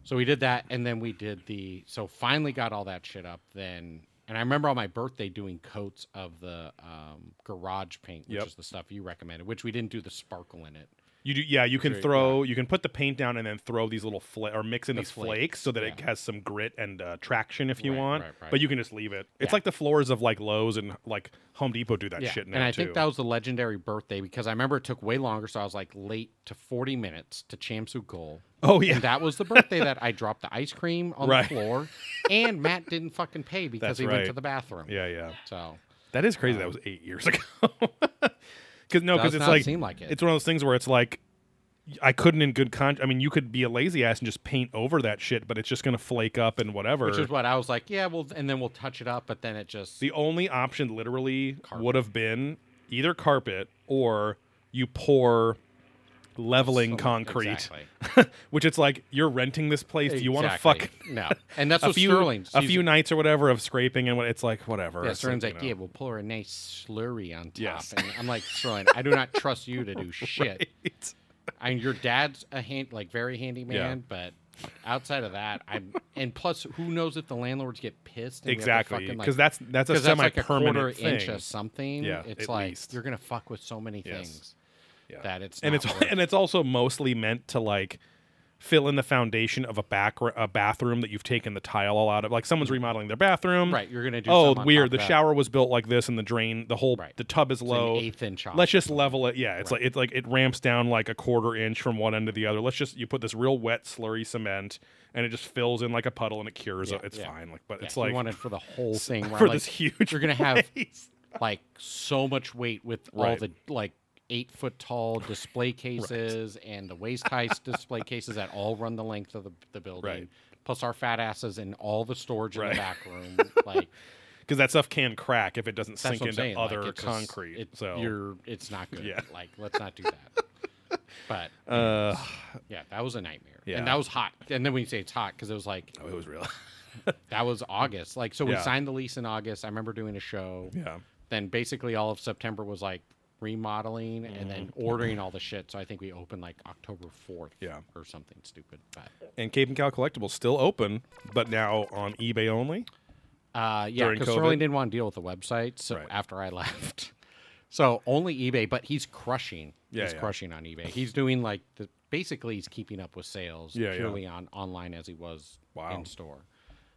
S4: So we did that, and then we did the. So finally got all that shit up. Then, and I remember on my birthday doing coats of the um, garage paint, which
S3: Yep.
S4: is the stuff you recommended, which we didn't do the sparkle in it.
S3: you do, yeah. You can
S4: Great,
S3: throw, you can put the paint down and then throw these little fla- or mix in
S4: The
S3: these
S4: flakes,
S3: flakes, so that it
S4: yeah.
S3: has some grit and uh, traction if you
S4: Right,
S3: want.
S4: right, right.
S3: But you can just leave it. It's
S4: Yeah.
S3: like the floors of like Lowe's and like Home Depot do that shit now
S4: and I
S3: too.
S4: think that was the legendary birthday because I remember it took way longer, so I was like late to forty minutes to Chamsu goal.
S3: oh yeah,
S4: And that was the birthday that I dropped the ice cream on
S3: Right.
S4: the floor, and Matt didn't fucking pay because
S3: That's
S4: he went to
S3: right.
S4: the bathroom.
S3: yeah, yeah.
S4: So
S3: That is crazy. that was eight years [LAUGHS] ago. Because no,
S4: Um, does
S3: because it's
S4: not
S3: like
S4: seem like it.
S3: it's one of those things where it's like I couldn't in good con. I mean, you could be a lazy ass and just paint over that shit, but it's just gonna flake up and whatever.
S4: Which is what I was like, yeah, well, and then we'll touch it up, but then it just
S3: the only option literally would have been either carpet or you pour leveling
S4: Some-
S3: concrete,
S4: Oh, Exactly.
S3: [LAUGHS] which it's like you're renting this place. Do you want to
S4: Exactly.
S3: fuck
S4: No, and
S3: [LAUGHS]
S4: that's
S3: a
S4: what
S3: few
S4: Sterling's.
S3: a
S4: he's-
S3: few nights or whatever of scraping and what? It's like whatever.
S4: Yeah,
S3: It's like,
S4: Sterling's like,
S3: you
S4: yeah,
S3: know.
S4: we'll pour a nice slurry on top.
S3: Yes.
S4: And I'm like, Sterling, I do not trust you to do shit.
S3: [LAUGHS] It's-
S4: I mean, your dad's a hand, like very handy man, but outside of that, I'm. And plus, who knows if the landlords get pissed? and we have to
S3: exactly
S4: fucking, like-
S3: because that's that's a
S4: 'cause that's like a
S3: semi-permanent
S4: quarter
S3: thing.
S4: inch of something.
S3: Yeah,
S4: it's
S3: at
S4: like
S3: least.
S4: you're gonna fuck with so many
S3: Yes.
S4: things
S3: Yeah.
S4: that it's
S3: [LAUGHS] and
S4: not
S3: it's
S4: worth
S3: and it's also mostly meant to like fill in the foundation of a back a bathroom that you've taken the tile all out of. Like someone's remodeling their bathroom.
S4: Right, you're gonna do
S3: Oh,
S4: some on top
S3: weird. The
S4: of that.
S3: shower was built like this, and the drain, the whole,
S4: Right.
S3: the tub is
S4: It's an
S3: low.
S4: eighth inch off.
S3: Let's just level it. Yeah, it's like it's like it ramps down like a quarter inch from one end to the other. Let's just you put this real wet slurry cement, and it just fills in like a puddle, and it cures.
S4: Yeah,
S3: it. It's
S4: yeah.
S3: fine. Like, but
S4: Yeah,
S3: it's like
S4: you want it for the whole
S3: [LAUGHS]
S4: thing. Where
S3: for
S4: I'm like,
S3: this huge. [LAUGHS]
S4: You're gonna have
S3: place.
S4: like so much weight with all
S3: Right.
S4: the like eight foot tall
S3: [LAUGHS]
S4: display cases and the waist high display cases that all run the length of the, the building.
S3: Right.
S4: Plus our fat asses in all the storage in
S3: Right.
S4: the back
S3: [LAUGHS]
S4: room. Like
S3: because that stuff can crack if it doesn't
S4: that's
S3: sink
S4: what I'm
S3: into
S4: saying. like,
S3: other
S4: it just-
S3: concrete.
S4: it-
S3: so
S4: you're it's not good.
S3: Yeah.
S4: Like let's not do that.
S3: [LAUGHS]
S4: But
S3: uh,
S4: yeah, that was a nightmare.
S3: Yeah.
S4: And that was hot. And then when you say it's hot, because it was like
S3: oh, it was
S4: [LAUGHS]
S3: real.
S4: that was August. Like so we
S3: Yeah.
S4: signed the lease in August. I remember doing a show.
S3: yeah,
S4: then basically all of September was like remodeling and then ordering all the shit. So I think we opened like October 4th
S3: Mm-hmm. Yeah.
S4: or something stupid. But
S3: and Cape and Cow Collectibles still open, but now on eBay only.
S4: uh, yeah,
S3: During
S4: because
S3: COVID?
S4: Sterling didn't want to deal with the website. So
S3: Right.
S4: after I [LAUGHS] left, so only eBay, but he's crushing.
S3: Yeah,
S4: he's
S3: yeah.
S4: crushing on eBay. He's doing like the basically he's keeping up with sales
S3: Yeah, yeah.
S4: purely on online as he was
S3: Wow.
S4: in store.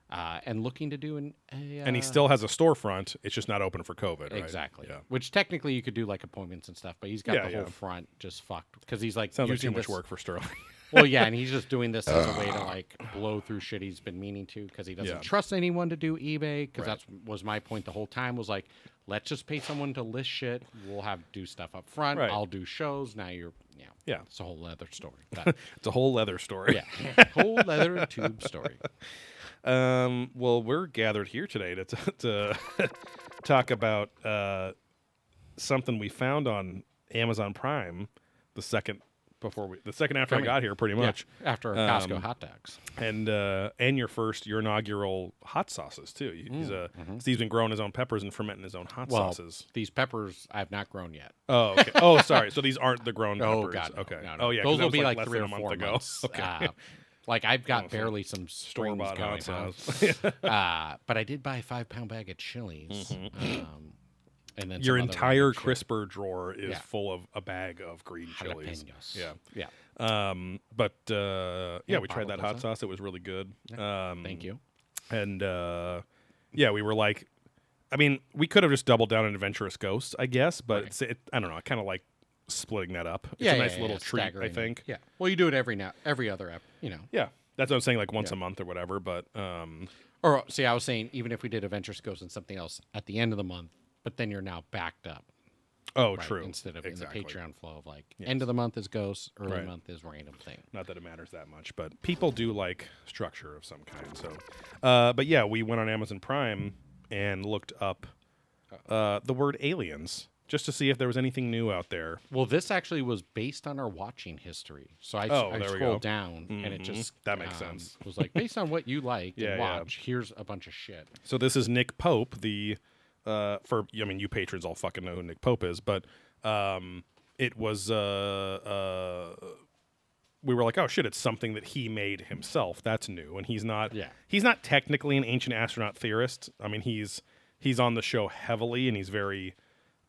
S4: Uh, and looking to do an a, uh,
S3: and he still has a storefront. It's just not open for COVID. right?
S4: Exactly.
S3: Yeah.
S4: Which technically you could do like appointments and stuff, but he's got
S3: Yeah,
S4: the whole
S3: yeah.
S4: front just fucked because he's like
S3: Sounds like
S4: using
S3: too much
S4: this-
S3: work for Sterling. [LAUGHS]
S4: Well, yeah, and he's just doing this as a way to like blow through shit he's been meaning to because he doesn't
S3: Uh. Yeah.
S4: trust anyone to do eBay. Because
S3: Right.
S4: that's that was my point the whole time was like, let's just pay someone to list shit. We'll have do stuff up front.
S3: Right.
S4: I'll do shows. Now you're, yeah,
S3: Yeah.
S4: it's a whole other story.
S3: [LAUGHS]
S4: But
S3: it's a whole leather story.
S4: yeah, whole leather tube story.
S3: Um, well, we're gathered here today to, t- to [LAUGHS] talk about uh, something we found on Amazon Prime the second before we the second after
S4: Coming.
S3: I got here, pretty
S4: Yeah,
S3: much,
S4: after our Costco
S3: Um,
S4: hot dogs.
S3: and uh, and your first your inaugural hot sauces too. He- He's uh, Steve's been growing his own peppers and fermenting his own hot
S4: Mm, mm-hmm. Well,
S3: sauces.
S4: these peppers I have not grown yet.
S3: Oh, okay. oh, sorry. So these aren't the grown peppers.
S4: [LAUGHS] Oh god, no,
S3: okay.
S4: no, no.
S3: Oh yeah, 'cause
S4: those
S3: that
S4: will
S3: was
S4: be like,
S3: less
S4: three
S3: than
S4: or
S3: a month
S4: four
S3: ago. [LAUGHS]
S4: months.
S3: Okay.
S4: Uh, like I've got
S3: it's like
S4: barely some store
S3: store-bought hot
S4: going on.
S3: sauce.
S4: [LAUGHS]
S3: [LAUGHS]
S4: uh, but I did buy a five pound bag of chilies. Um, and then
S3: Mm-hmm. Your
S4: some other
S3: entire
S4: random shit.
S3: crisper drawer is
S4: Yeah.
S3: full of a bag of green chilies.
S4: Jalapenos.
S3: Yeah.
S4: yeah.
S3: Um, but uh, yeah,
S4: Yeah,
S3: we tried that
S4: Papa
S3: hot
S4: does
S3: sauce. It was really good. Um,
S4: Thank you.
S3: And uh, yeah, we were like, I mean, we could have just doubled down on Adventurous Ghosts, I guess, but it's, it, I don't know. I kind of like splitting that up. It's a nice little treat, I
S4: staggering.
S3: think.
S4: Yeah. Well, you do it every now, every other, ep- you know.
S3: Yeah. That's what I'm saying, like once a month or whatever. But um,
S4: Or see, I was saying even if we did Adventures Goes and something else at the end of the month, but then you're now backed up.
S3: oh,
S4: right?
S3: true.
S4: Instead of
S3: exactly.
S4: in the Patreon flow of like end of the month is ghosts, early
S3: Right.
S4: month is random thing.
S3: Not that it matters that much, but people do like structure of some kind. So, uh, but yeah, we went on Amazon Prime and looked up uh, the word aliens just to see if there was anything new out there.
S4: Well, this actually was based on our watching history. So I,
S3: Oh, there we go.
S4: I
S3: Mm-hmm.
S4: scrolled down and it just um,
S3: That makes sense.
S4: Was like based on what you like
S3: Yeah,
S4: and
S3: yeah.
S4: watch. Here's a bunch of shit.
S3: So this is Nick Pope, the uh, for I mean, you patrons all fucking know who Nick Pope is, but um, it was uh, uh, we were like, oh shit, it's something that he made himself. That's new, and he's not
S4: Yeah.
S3: he's not technically an ancient astronaut theorist. I mean, he's he's on the show heavily, and he's very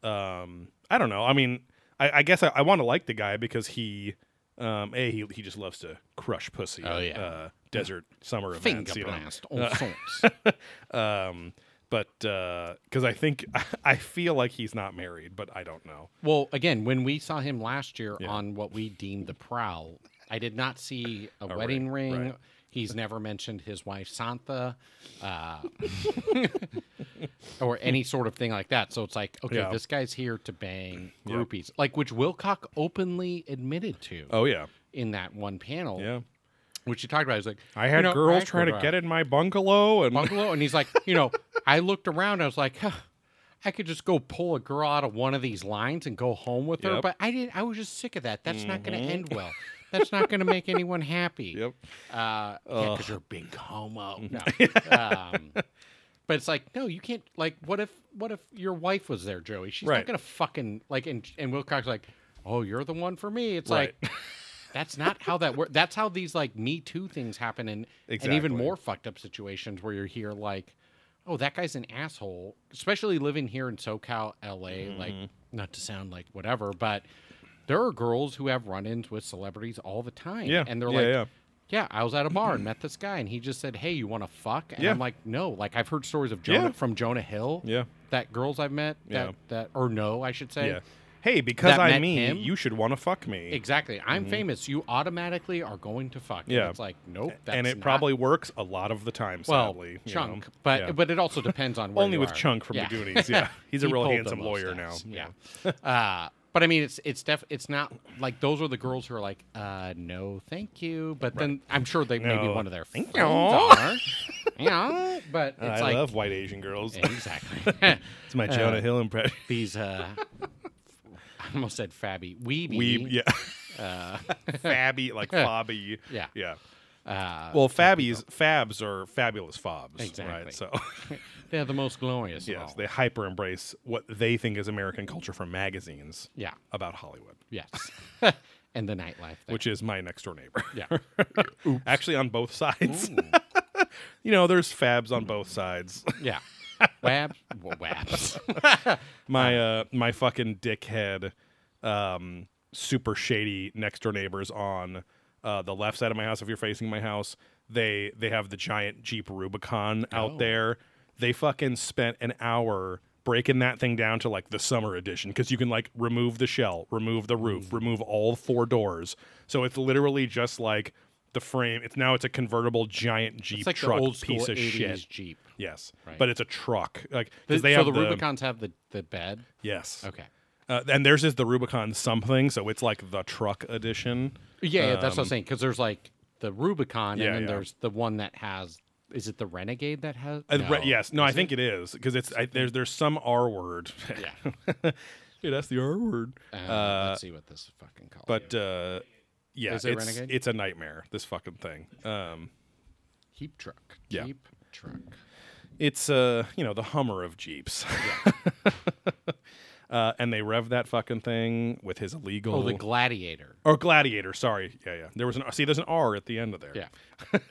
S3: um, I don't know. I mean, I, I guess I, I want to like the guy because he. Um, a he, he just loves to crush pussy.
S4: Oh, yeah.
S3: uh, desert summer
S4: Finger
S3: events. you know?
S4: blast,
S3: [LAUGHS]
S4: all sorts.
S3: um but because i think [LAUGHS] i feel like he's not married but i don't know
S4: Well, again, when we saw him last year on what we deemed the prowl, I did not see a, wedding
S3: ring,
S4: ring.
S3: Oh, right.
S4: He's never mentioned his wife Santa,
S3: [LAUGHS]
S4: uh, or any sort of thing like that. So it's like, okay,
S3: Yeah.
S4: this guy's here to bang groupies, like which Wilcock openly admitted to.
S3: oh yeah
S4: in that one panel.
S3: yeah
S4: Which he talked about. He's like,
S3: i had
S4: you know,
S3: girls
S4: I
S3: trying to
S4: could,
S3: get
S4: uh,
S3: in my bungalow and
S4: Bungalow. And he's like, you know, I looked around. I was like, huh, I could just go pull a girl out of one of these lines and go home with her.
S3: Yep. Mm-hmm.
S4: But I didn't, I was just sick of that. That's not going to end well. That's not going to make anyone happy.
S3: [LAUGHS] [LAUGHS] Yep.
S4: Uh, because you're a
S3: [LAUGHS]
S4: big homo. No. um, but it's like, no, you can't. Like, what if, what if your wife was there, Joey? She's
S3: Right.
S4: not going to fucking, like, and, and Wilcox's like, oh, you're the one for me. It's
S3: Right. [LAUGHS]
S4: like, that's not how that works. That's how these like Me Too things happen, and and
S3: Exactly.
S4: even more fucked up situations where you're here like, oh, that guy's an asshole. Especially living here in SoCal, LA. Like,
S3: Mm-hmm.
S4: not to sound like whatever, but there are girls who have run-ins with celebrities all the time,
S3: Yeah.
S4: and they're
S3: Yeah,
S4: like,
S3: yeah.
S4: Yeah, I was at a bar and met this guy, and he just said, "Hey, you want to fuck?" And
S3: Mm-hmm. Yeah.
S4: I'm like, "No." Like I've heard stories of Jonah
S3: Yeah.
S4: from Jonah Hill.
S3: Yeah.
S4: That girls I've met that
S3: Yeah.
S4: that or no, I should say.
S3: Yeah. Hey, because
S4: That
S3: I
S4: met
S3: mean,
S4: him?
S3: you should want to fuck me.
S4: Exactly. I'm famous. You automatically are going to fuck. And
S3: Mm-hmm. Yeah.
S4: It's like nope. That's
S3: and it
S4: not-
S3: probably works a lot of the time,
S4: well
S3: sadly. you know?
S4: chunk, but
S3: Yeah.
S4: but it also depends on where
S3: only
S4: you
S3: with
S4: are.
S3: Chunk from
S4: Yeah.
S3: the Goonies.
S4: [LAUGHS]
S3: Yeah, he's a
S4: He
S3: real
S4: pulled the
S3: handsome
S4: most
S3: lawyer
S4: ass.
S3: now.
S4: Yeah.
S3: [LAUGHS]
S4: uh, but I mean, it's it's def it's not like those are the girls who are like, uh, no, thank you. But then I'm sure they maybe
S3: No,
S4: one of their friends
S3: thank you. [LAUGHS]
S4: are. yeah, but it's
S3: Uh, I
S4: like Uh,
S3: love white Asian
S4: [LAUGHS]
S3: girls.
S4: exactly
S3: It's my Jonah Hill impression.
S4: these. Uh, [LAUGHS] I almost said Fabby Weeby.
S3: Weeb, yeah. [LAUGHS] Fabby,
S4: [LAUGHS]
S3: like Fobby.
S4: Uh, Yeah.
S3: Yeah.
S4: Uh,
S3: Well, Fabbies, Fabs are fabulous fobs.
S4: Exactly.
S3: Right? So,
S4: they're the most glorious.
S3: [LAUGHS]
S4: of
S3: yes,
S4: all.
S3: they hyper embrace what they think is American culture from magazines
S4: Yeah.
S3: about Hollywood,
S4: Yes.
S3: [LAUGHS]
S4: [LAUGHS] and the nightlife. There.
S3: which is my next door neighbor.
S4: yeah.
S3: [LAUGHS] Actually, on both sides. [LAUGHS] you know, there's Fabs on both sides.
S4: Yeah. Wab, w- [LAUGHS] wabs.
S3: my uh my fucking dickhead um super shady next door neighbors on uh the left side of my house if you're facing my house they they have the giant jeep rubicon out
S4: Oh.
S3: there they fucking spent an hour breaking that thing down to like the summer edition because you can like remove the shell remove the
S4: Mm.
S3: roof remove all four doors so it's literally just like the frame it's now it's a convertible giant jeep
S4: It's like
S3: truck
S4: the old school
S3: piece of
S4: 80s
S3: shit
S4: Jeep.
S3: yes
S4: Right.
S3: but it's a truck like
S4: The-
S3: because they
S4: so
S3: have
S4: the, Rubicons have the, the bed.
S3: yes
S4: Okay.
S3: uh, and theirs is the Rubicon something, so it's like the truck edition.
S4: Yeah, yeah, that's what I'm saying. Because there's like the Rubicon,
S3: yeah,
S4: and then
S3: yeah.
S4: there's the one that has. Is it the Renegade that has?
S3: Uh, re- yes, no, I think it is because it's I, there's there's some R word.
S4: Yeah.
S3: [LAUGHS] Dude, that's the R word.
S4: Uh, let's see what this is fucking called.
S3: But uh, yeah,
S4: Is it
S3: it's
S4: Renegade?
S3: it's a nightmare. This fucking thing. Um,
S4: heap truck.
S3: Yeah.
S4: Heap truck.
S3: it's uh, you know, the Hummer of Jeeps. [LAUGHS] uh, and they rev that fucking thing with his illegal
S4: Oh, the Gladiator.
S3: or gladiator. Sorry, yeah, yeah. There was an see, there's an R at the end of there.
S4: [LAUGHS] Yeah.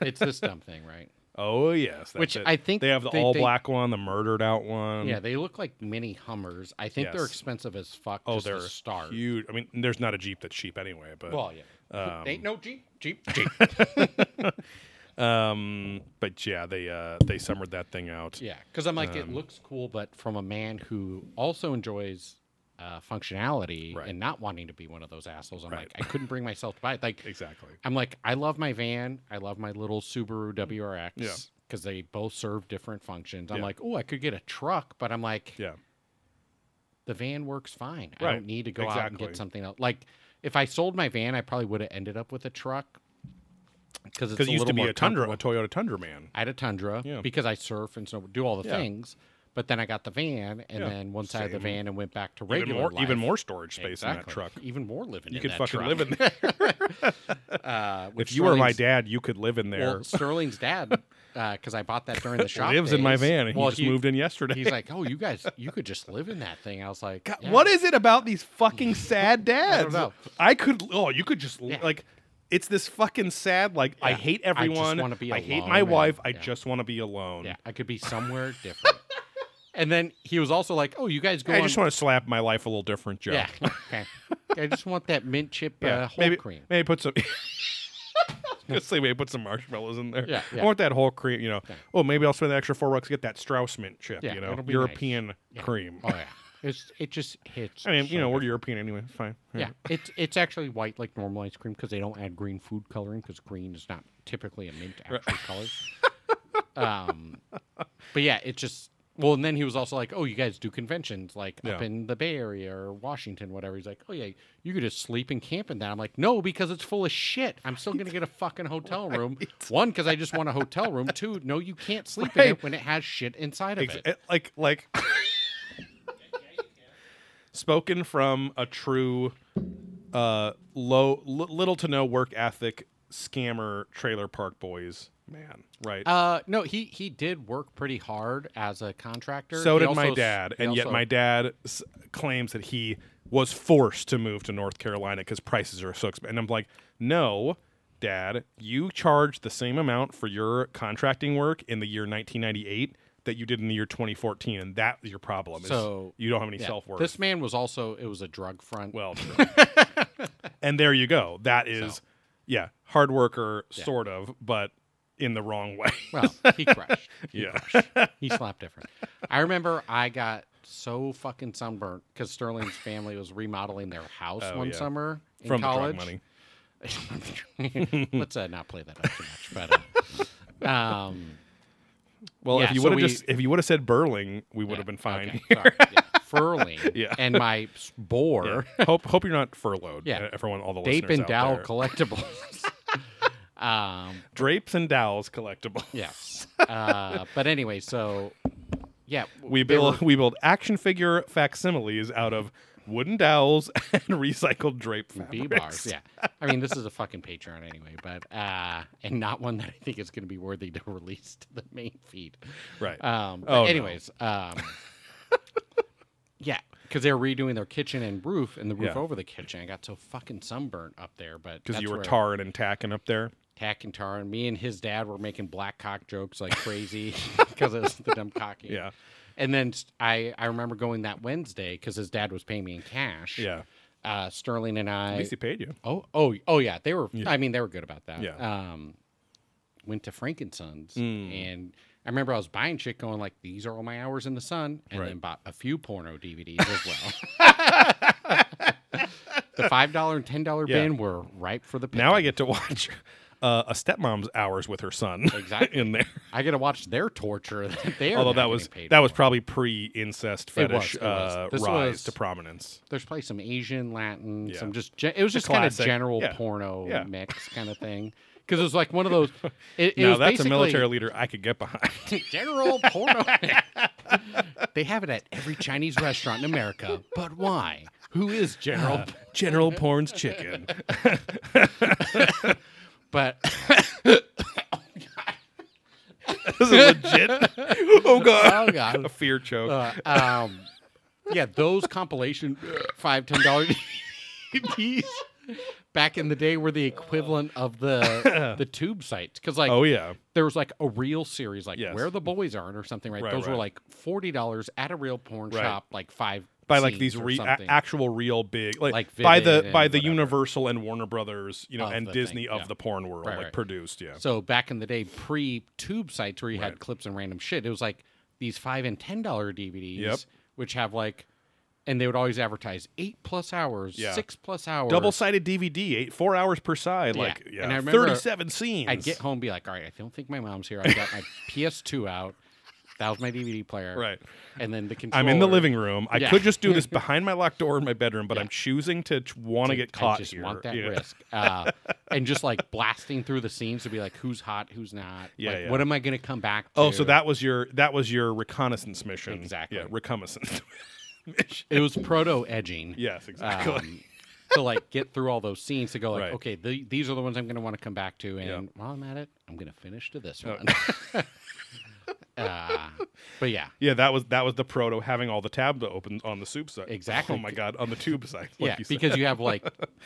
S4: it's this dumb thing, right?
S3: Oh yes, that's
S4: Which
S3: it.
S4: I think
S3: they have the
S4: they-
S3: all
S4: they-
S3: black one, the murdered out one.
S4: Yeah, they look like mini Hummers. I think they're
S3: Yes.
S4: expensive as fuck.
S3: Oh,
S4: just
S3: they're
S4: to start.
S3: huge. I mean, there's not a Jeep that's cheap anyway, but
S4: Well, yeah. Ain't no Jeep. Jeep. Jeep.
S3: um, but yeah, they uh, they summered that thing out.
S4: Yeah, because I'm like,
S3: Um,
S4: it looks cool, but from a man who also enjoys uh, functionality
S3: Right.
S4: and not wanting to be one of those assholes, I'm like, I couldn't bring myself to buy it. Like,
S3: Exactly. Mm-hmm.
S4: I'm like, I love my van. I love my little Subaru WRX
S3: Yeah.
S4: because they both serve different functions. I'm
S3: Yeah.
S4: like, oh, I could get a truck, but I'm like,
S3: Yeah,
S4: the van works fine. I
S3: Right.
S4: don't need to go out and
S3: Exactly.
S4: get something else. Like, if I sold my van, I probably would have ended up with a truck because
S3: because it used to be a Tundra, a Toyota Tundra man.
S4: I had a Tundra
S3: Yeah.
S4: because I surf and snow, do all the
S3: Yeah.
S4: things. But then I got the van, and
S3: Yeah,
S4: then once I had the
S3: same.
S4: van and went back to
S3: Even
S4: regular
S3: more,
S4: life,
S3: even more storage space in that
S4: Exactly.
S3: truck.
S4: even more living.
S3: You
S4: in
S3: could
S4: that
S3: fucking
S4: truck.
S3: live in there.
S4: Uh, which
S3: if you were my
S4: Sterling's-
S3: dad, you could live in there.
S4: well,
S3: [LAUGHS]
S4: Sterling's dad, because I bought that during the shop.
S3: Lives in my
S4: days.
S3: van, and
S4: Well,
S3: he just moved in yesterday.
S4: He's like, "Oh, you guys, you could just live in that thing." I was like,
S3: God,
S4: yeah.
S3: What is it about these fucking
S4: [LAUGHS]
S3: sad dads?
S4: know.
S3: I could. Oh, you could just
S4: Yeah.
S3: like. It's this fucking sad. Like I
S4: Yeah.
S3: hate
S4: I just
S3: everyone.
S4: wanna be
S3: hate
S4: alone
S3: my
S4: and-
S3: wife. I
S4: yeah.
S3: just want to be alone.
S4: Yeah, I could be somewhere
S3: [LAUGHS]
S4: different." And then he was also like, "Oh, you guys go
S3: I
S4: on."
S3: just want to slap my life a little different, Joe.
S4: yeah, okay. I just want that mint chip
S3: [LAUGHS]
S4: uh, whole
S3: maybe,
S4: cream.
S3: Maybe put some. [LAUGHS] Just say maybe put some marshmallows in there.
S4: Yeah, yeah.
S3: I want that whole cream. You know. Oh, maybe I'll spend the extra four bucks to get that Strauss mint chip.
S4: Yeah,
S3: you know,
S4: it'll be nice.
S3: European cream.
S4: Oh yeah, it's it just hits.
S3: I mean,
S4: so
S3: you know, we're European anyway. It's fine.
S4: Yeah, it's it's actually white like normal ice cream because they don't add green food coloring because green is not typically a mint actual
S3: [LAUGHS]
S4: color. Um, but yeah, it just well, and then he was also like, "Oh, you guys do conventions like up
S3: Yeah.
S4: in the Bay Area or Washington, whatever." He's like, "Oh yeah, you could just sleep and camp in that." I'm like, "No, because it's full of shit. I'm
S3: [LAUGHS]
S4: still gonna get a fucking hotel room. One, because I just want a hotel room. Two, no, you can't sleep in it
S3: Right.
S4: when it has shit inside of
S3: Ex-
S4: it."
S3: eh, like like [LAUGHS] spoken from a true uh low li- little to no work ethic scammer trailer park boys man right
S4: Uh, no, he he did work pretty hard as a contractor.
S3: so
S4: He
S3: did my
S4: also s-
S3: dad
S4: he
S3: and yet
S4: also-
S3: my dad s- claims that he was forced to move to north carolina because prices are so expensive and i'm like no dad you charged the same amount for your contracting work in the year 1998 that you did in the year 2014 and that is your problem is
S4: So,
S3: you don't have any
S4: Yeah.
S3: self-worth
S4: This man was [LAUGHS] also it was a drug front.
S3: Well, true. and there you go. That is, yeah. hard worker, sort of, but in the wrong way.
S4: Well, he
S3: [LAUGHS]
S4: crushed. He
S3: Yeah.
S4: crushed. He slapped different. I remember I got so fucking sunburnt because Sterling's family was remodeling their house
S3: Oh,
S4: one
S3: yeah.
S4: summer
S3: [LAUGHS]
S4: in
S3: From
S4: college.
S3: the drug money.
S4: [LAUGHS] Let's uh, not play that up too much,
S3: [LAUGHS]
S4: but uh, um,
S3: Well,
S4: Yeah,
S3: if you
S4: so
S3: would have
S4: we-
S3: just if you would have said Burling, we would
S4: yeah,
S3: have been fine. [LAUGHS]
S4: okay, sorry, yeah. Furling
S3: Yeah.
S4: and my s- boar, [LAUGHS]
S3: hope hope you're not furloughed.
S4: Yeah.
S3: uh, everyone, all the
S4: Dape
S3: listeners
S4: and
S3: out
S4: Dow
S3: there. [LAUGHS]
S4: collectibles. um,
S3: drapes and dowels collectible.
S4: yes, uh, but anyway, so yeah, w-
S3: [LAUGHS] we
S4: they
S3: build
S4: were-
S3: we build action figure facsimiles out of wooden dowels [LAUGHS] and recycled drape
S4: B
S3: fabrics.
S4: bars. Yeah. I mean, this is a fucking Patreon anyway, but uh and not one that I think is going to be worthy to [LAUGHS] release to the main feed.
S3: [LAUGHS] Right.
S4: Um but
S3: Oh, no.
S4: anyways,
S3: [LAUGHS]
S4: um Yeah, cuz they're redoing their kitchen and roof and the roof
S3: Yeah.
S4: over the kitchen. I got so fucking sunburnt up there, but
S3: Because you
S4: that's
S3: were
S4: where
S3: tarring and tacking up there.
S4: tack and tar and me and his dad were making black cock jokes like
S3: [LAUGHS]
S4: crazy [LAUGHS] cuz it was the dumb cocky.
S3: Yeah.
S4: And then st- I I remember going that Wednesday cuz his dad was paying me in cash.
S3: Yeah.
S4: Uh, Sterling and I
S3: At least he paid you.
S4: Oh, oh, oh, yeah. They were. I mean, they were good about that.
S3: Yeah. Mm.
S4: Um, went to Frankensons, and I remember I was buying shit, going like, "These are all my hours in the sun," and
S3: Right.
S4: then bought a few porno DVDs as well. the five dollar and ten dollar
S3: Yeah.
S4: bin were ripe for the. Picking.
S3: Now I get to watch uh, a stepmom's hours with her son [LAUGHS]
S4: Exactly. [LAUGHS]
S3: in there.
S4: I get to watch their torture. That they are
S3: Although
S4: now
S3: that
S4: getting
S3: was
S4: paid
S3: that
S4: for.
S3: was probably pre incest
S4: It was,
S3: fetish
S4: it was.
S3: Uh,
S4: This
S3: rise
S4: was-
S3: to prominence.
S4: There's probably some Asian, Latin,
S3: Yeah.
S4: some just. Gen- it was
S3: The
S4: just kind of
S3: classic,
S4: general
S3: yeah.
S4: porno
S3: Yeah.
S4: mix kind of thing. Because it was like one of those. It, it
S3: now
S4: was
S3: that's a
S4: basically-
S3: military leader I could get behind. [LAUGHS]
S4: General porno. they have it at every Chinese restaurant in America, but why? Who is General?
S3: Uh.
S4: P- [LAUGHS]
S3: General Porn's chicken.
S4: But
S3: This is legit.
S4: [LAUGHS]
S3: Oh god.
S4: oh god,
S3: A fear choke.
S4: Uh, um, yeah, those compilation uh, five ten dollar DVDs back in the day were the equivalent of the
S3: [COUGHS]
S4: the tube sites because like
S3: oh yeah.
S4: there was like a real series like
S3: Yes.
S4: where the boys aren't or something right.
S3: Right,
S4: those were
S3: right.
S4: like forty dollars at a real porn
S3: Right.
S4: shop like five
S3: by like
S4: scenes
S3: these
S4: or
S3: re- a-
S4: something.
S3: actual real big like,
S4: Like
S3: by the
S4: Vivid
S3: by
S4: and
S3: the
S4: whatever.
S3: Universal and Warner Brothers, you know,
S4: Of
S3: and
S4: the
S3: Disney
S4: thing,
S3: of
S4: yeah.
S3: the porn world,
S4: Right,
S3: like
S4: right.
S3: produced, yeah.
S4: So back in the day, pre tube sites where you had clips and random shit, it was like these five and ten dollar DVDs,
S3: Yep.
S4: which have like, and they would always advertise eight plus hours,
S3: Yeah.
S4: six plus hours,
S3: Double sided DVD, eight four hours per side,
S4: Yeah.
S3: like yeah,
S4: And I remember
S3: thirty seven scenes.
S4: I'd get home, and be like, all right, I don't think my mom's here. I
S3: [LAUGHS]
S4: got my PS2 out. That was my DVD player,
S3: Right.
S4: And then the controller.
S3: I'm in the living room. I
S4: Yeah.
S3: could just do
S4: [LAUGHS]
S3: this behind my locked door in my bedroom, but
S4: Yeah.
S3: I'm choosing to want to get caught
S4: I just
S3: here.
S4: want that
S3: Yeah.
S4: risk, uh, and just like blasting through the scenes to be like, who's hot, who's not.
S3: Yeah,
S4: like,
S3: yeah.
S4: What am I going to come back? to?
S3: Oh, so that was your that was your reconnaissance mission.
S4: Exactly.
S3: Yeah, reconnaissance [LAUGHS] mission.
S4: it was proto edging.
S3: Yes, [LAUGHS] exactly.
S4: um, to like get through all those scenes to go like,
S3: Right.
S4: okay, the, these are the ones I'm going to want to come back to, and
S3: Yeah.
S4: while I'm at it, I'm going to finish to this
S3: Oh.
S4: one. [LAUGHS] uh, but yeah,
S3: yeah, that was that was the proto having all the tabs open on the soup side.
S4: Exactly.
S3: Oh my god, on the tube side. Like
S4: yeah,
S3: you said.
S4: because you have like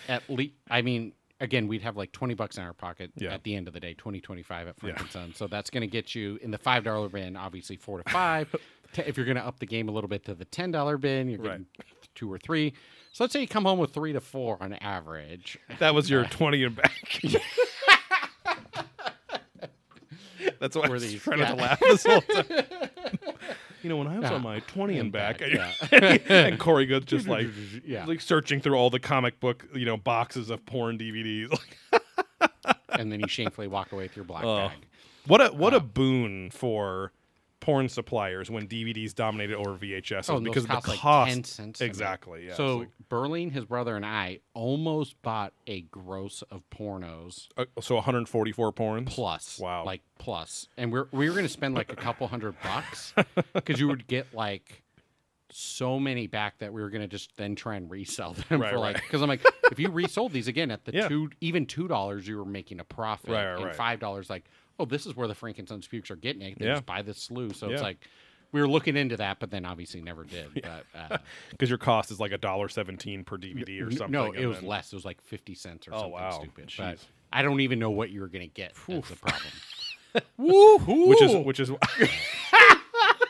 S4: at least, I mean, again, we'd have like twenty bucks in our pocket
S3: Yeah.
S4: at the end of the day, twenty twenty five at
S3: Yeah.
S4: Frank and Son, so that's going to get you in the five dollar bin, obviously four to
S3: [LAUGHS]
S4: five. Te- if you're going to up the game a little bit to the ten dollar bin, you're
S3: Right.
S4: getting two or three. So let's say you come home with three to four on average.
S3: That was [LAUGHS] your 20 and
S4: [LAUGHS]
S3: back. That's why I
S4: Were
S3: was
S4: these-
S3: trying
S4: yeah.
S3: not to laugh this whole
S4: [LAUGHS]
S3: time. You know, when I was
S4: Yeah.
S3: on my 20 and back,
S4: back,
S3: [LAUGHS] and Corey goes just like,
S4: [LAUGHS] Yeah.
S3: like searching through all the comic book, you know, boxes of porn DVDs. [LAUGHS] Like,
S4: and then you shamefully walk away with your black
S3: Oh.
S4: bag.
S3: what a what
S4: Ah.
S3: a boon for porn suppliers when DVDs dominated over VHS
S4: Oh, and those
S3: because of
S4: cost,
S3: the
S4: like,
S3: cost.
S4: 10 cents. I mean,
S3: exactly. Yeah.
S4: so Berlin, his brother, and I almost bought a gross of pornos
S3: so, uh, so 144 porns.
S4: plus.
S3: Wow.
S4: Like plus. And we're we were gonna spend like a couple hundred
S3: [LAUGHS]
S4: bucks because you would get like so many back that we were gonna just then try and resell them
S3: Right,
S4: for
S3: right.
S4: like because I'm
S3: [LAUGHS]
S4: like if you resold these again at the
S3: Yeah.
S4: two even two dollars you were making a profit
S3: Right, right,
S4: and
S3: right.
S4: five dollars like oh this is where the Frankenstein's pukes are getting it they
S3: Yeah.
S4: just buy the slew so
S3: Yeah.
S4: it's like we were looking into that but then obviously never
S3: [LAUGHS]
S4: did but uh,
S3: because your cost is like a dollar 17 per DVD or
S4: N-
S3: something.
S4: No,
S3: and
S4: it was
S3: then-
S4: less. It was like fifty cents or
S3: Oh,
S4: something
S3: wow.
S4: stupid. But
S3: Jeez.
S4: I don't even know what you were gonna get. That's the problem.
S3: [LAUGHS]
S4: Woohoo!
S3: which is which is [LAUGHS]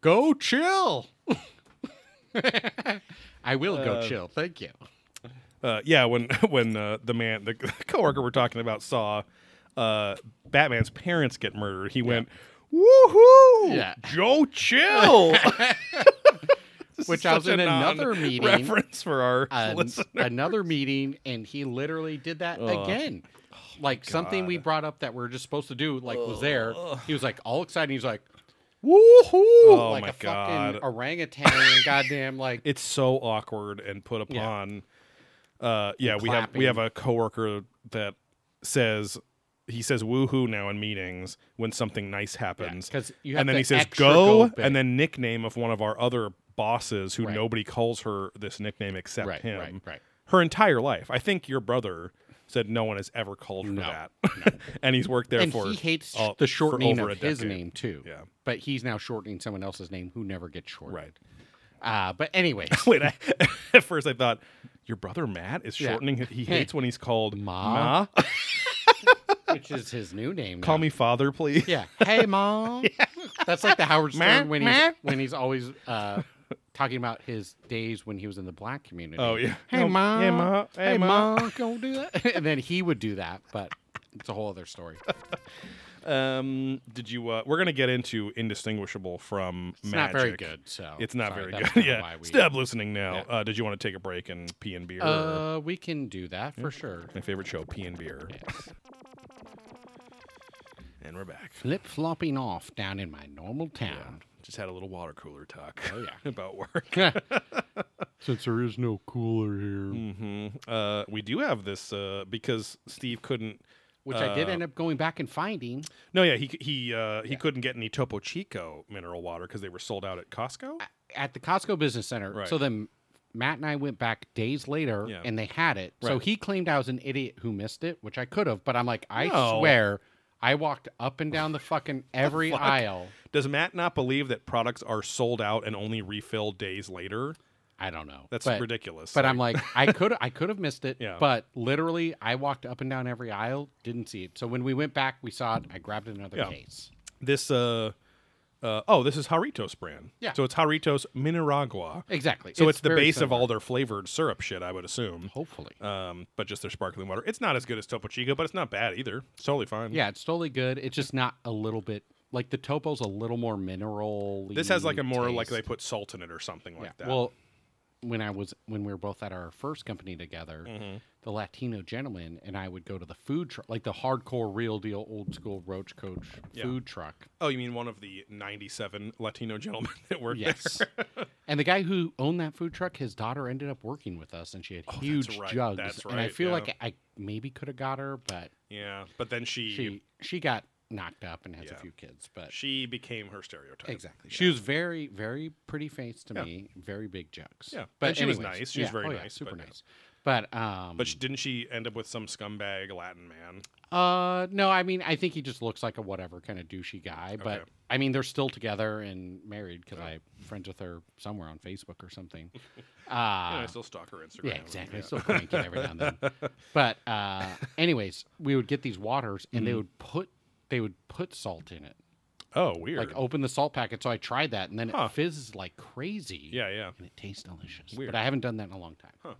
S4: go [LAUGHS] chill. I will go chill. Thank you.
S3: Uh, yeah, when [LAUGHS] when uh, the man, the [LAUGHS] coworker we're talking about, saw uh, Batman's parents get murdered, he went, "Woohoo!
S4: Yeah.
S3: Joe,
S4: [LAUGHS]
S3: chill." [LAUGHS] This
S4: Which
S3: is
S4: I was
S3: such
S4: in
S3: a [LAUGHS]
S4: another meeting.
S3: Reference for our
S4: an, [LAUGHS]
S3: listeners.
S4: another meeting and he literally did that again.
S3: Oh
S4: Like something we brought up that we are just supposed to do, like was there. He was like all excited. He's like,
S3: Woohoo! Oh
S4: like
S3: my
S4: a
S3: god!
S4: fucking orangutan,
S3: [LAUGHS]
S4: goddamn, like
S3: it's so awkward and put
S4: Yeah.
S3: upon. Yeah, uh, yeah we have
S4: clapping.
S3: we have a coworker that says he says woohoo now in meetings when something nice happens,
S4: because you have
S3: and then
S4: to
S3: he says
S4: extra
S3: go,
S4: big.
S3: and then nickname of one of our other bosses who
S4: Right.
S3: nobody calls her this nickname except
S4: right,
S3: him
S4: right, right.
S3: her entire life. I think your brother said no one has ever called her
S4: No,
S3: that, [LAUGHS] and he's worked there
S4: And
S3: for
S4: he hates
S3: uh, for
S4: the shortening
S3: over
S4: of
S3: a
S4: his
S3: decade.
S4: name too.
S3: Yeah.
S4: But he's now shortening someone else's name who never gets shortened.
S3: right.
S4: Uh, but
S3: [LAUGHS]
S4: anyways,
S3: Wait, I, at first I thought your brother Matt is
S4: Yeah.
S3: shortening. He hates when he's called
S4: Ma?
S3: Ma.
S4: [LAUGHS] which is his new name.
S3: Call
S4: now.
S3: me father, please.
S4: Yeah.
S3: [LAUGHS]
S4: Hey, mom. That's like the Howard Stern when he's when he's always uh, talking about his days when he was in the black community.
S3: Oh yeah.
S4: Hey,
S3: No,
S4: mom.
S3: Hey Ma.
S4: Hey,
S3: Hey Ma.
S4: mom. Go do that. [LAUGHS] and then he would do that, but it's a whole other story.
S3: Um, did you? Uh, we're gonna get into indistinguishable from
S4: It's
S3: magic.
S4: not very good. So
S3: It's not
S4: sorry,
S3: very
S4: that's
S3: good. [LAUGHS]
S4: kinda
S3: yeah.
S4: why we-
S3: Stop listening now.
S4: Yeah.
S3: Uh, did you want to take a break and pee and beer? or-
S4: Uh, we can do that for sure.
S3: my favorite show, pee and beer. and we're back.
S4: Flip flopping off down in my normal town.
S3: Just had a little water cooler talk
S4: Oh yeah.
S3: [LAUGHS] about work.
S2: Since there is no cooler here.
S3: hmm Uh, we do have this uh, because Steve couldn't.
S4: [LAUGHS] Which I
S3: [LAUGHS]
S4: did
S3: Uh,
S4: end up going back and finding.
S3: No, yeah, he c- he uh, he couldn't get any Topo Chico mineral water because they were sold out at Costco.
S4: at the Costco Business Center.
S3: Right.
S4: So then Matt and I went back days later
S3: Yeah.
S4: and they had it. So
S3: Right.
S4: he claimed I was an idiot who missed it, which I could have, but I'm like, I
S3: No.
S4: swear I walked up
S3: [LAUGHS]
S4: and down the fucking every
S3: fuck?
S4: aisle.
S3: Does Matt not believe that products are sold out and only refilled days later?
S4: I don't know.
S3: That's
S4: but,
S3: ridiculous.
S4: But I'm like, I could I could have missed it.
S3: [LAUGHS] Yeah.
S4: But literally I walked up and down every aisle, didn't see it. So when we went back, we saw it, I grabbed another
S3: Yeah.
S4: case.
S3: this. Uh, uh, oh, this is Haritos brand.
S4: Yeah.
S3: So it's Haritos Mineragua.
S4: Exactly.
S3: So it's, the
S4: very
S3: base
S4: similar.
S3: of all their flavored syrup shit, I would assume.
S4: hopefully.
S3: Um, but just their sparkling water. It's not as good as Topo Chico, but it's not bad either. It's totally fine.
S4: Yeah, it's totally good. It's just not a little bit like the topo's a little more mineral.
S3: This has like a more like they put salt in it or something like that.
S4: Well, when I was when we were both at our first company together,
S3: Mm-hmm.
S4: the Latino gentleman and I would go to the food truck, like the hardcore, real deal, old school Roach Coach
S3: Yeah.
S4: food
S3: [LAUGHS]
S4: truck.
S3: oh, you mean one of the 97 Latino gentlemen [LAUGHS] that worked
S4: Yes.
S3: there?
S4: and the guy who owned that food truck, his daughter ended up working with us, and she had huge
S3: Oh, right.
S4: jugs.
S3: That's
S4: and I
S3: right,
S4: feel
S3: yeah.
S4: like I maybe could have got her, but
S3: Yeah, but then she she,
S4: she she got knocked up and has a
S3: Yeah.
S4: few kids. But
S3: became her stereotype.
S4: Exactly. She was very, very pretty face to me, very big jokes.
S3: Yeah.
S4: But
S3: And she was
S4: anyways, Oh,
S3: nice. She was very nice,
S4: super
S3: but yeah.
S4: nice. But um
S3: But she, didn't she end up with some scumbag Latin man?
S4: uh no, I mean I think he just looks like a whatever kind of douchey guy. But
S3: Okay.
S4: I mean they're still together and married because I friends with her somewhere on Facebook
S3: [LAUGHS]
S4: or something.
S3: Yeah,
S4: Uh
S3: I still stalk her Instagram.
S4: yeah, exactly. I Still crank it every now and then.
S3: [LAUGHS]
S4: But uh anyways, we would get these waters and
S3: Mm-hmm.
S4: they would put they would put salt in it.
S3: Oh, weird.
S4: Like open the salt packet. So I tried that and then
S3: Huh.
S4: it fizzes like crazy.
S3: yeah, yeah.
S4: and it tastes delicious.
S3: Weird.
S4: But I haven't done that in a long time.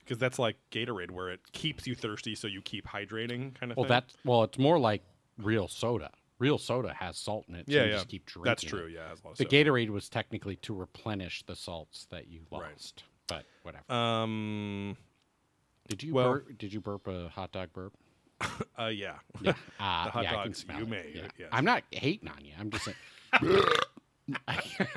S3: Because that's like Gatorade, where it keeps you thirsty, so you keep hydrating, kind of
S4: Well,
S3: thing.
S4: that's well, it's more like real soda. Real soda has salt in it. So
S3: yeah,
S4: you
S3: yeah.
S4: Just keep drinking.
S3: that's
S4: it.
S3: true. Yeah, it has a lot of
S4: The
S3: soda.
S4: Gatorade was technically to replenish the salts that you
S3: Right.
S4: lost. But whatever.
S3: Um.
S4: Did you
S3: well-
S4: burp, did you burp a hot dog burp?
S3: Uh. Yeah.
S4: Yeah. Uh,
S3: The hot
S4: yeah, I can
S3: dogs
S4: smell
S3: you
S4: it.
S3: made,
S4: Yeah.
S3: yes.
S4: I'm not hating on you. I'm just
S3: [LAUGHS]
S4: saying.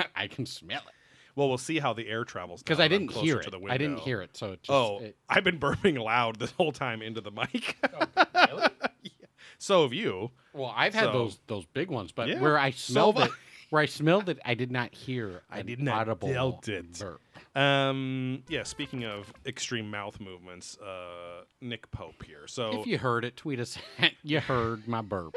S4: [LAUGHS] I can smell it
S3: [LAUGHS] Well, we'll see how the air travels.
S4: because
S3: now
S4: I
S3: that Oh, I'm
S4: didn't
S3: closer
S4: hear
S3: to
S4: it.
S3: the
S4: I didn't
S3: window.
S4: hear it, so it just
S3: Oh,
S4: it-
S3: I've been [LAUGHS] burping loud this whole time into the mic. Oh, [LAUGHS] Yeah. So have you.
S4: Well, I've had
S3: So-
S4: those those big ones, but
S3: Yeah,
S4: where I smelled
S3: have
S4: it, where I smelled it, I did not hear.
S3: I
S4: an
S3: did not
S4: audible
S3: felt it.
S4: burp.
S3: Um. Yeah. Speaking of extreme mouth movements, uh, Nick Pope here. So
S4: If you heard it, tweet us. [LAUGHS] at you heard my burp.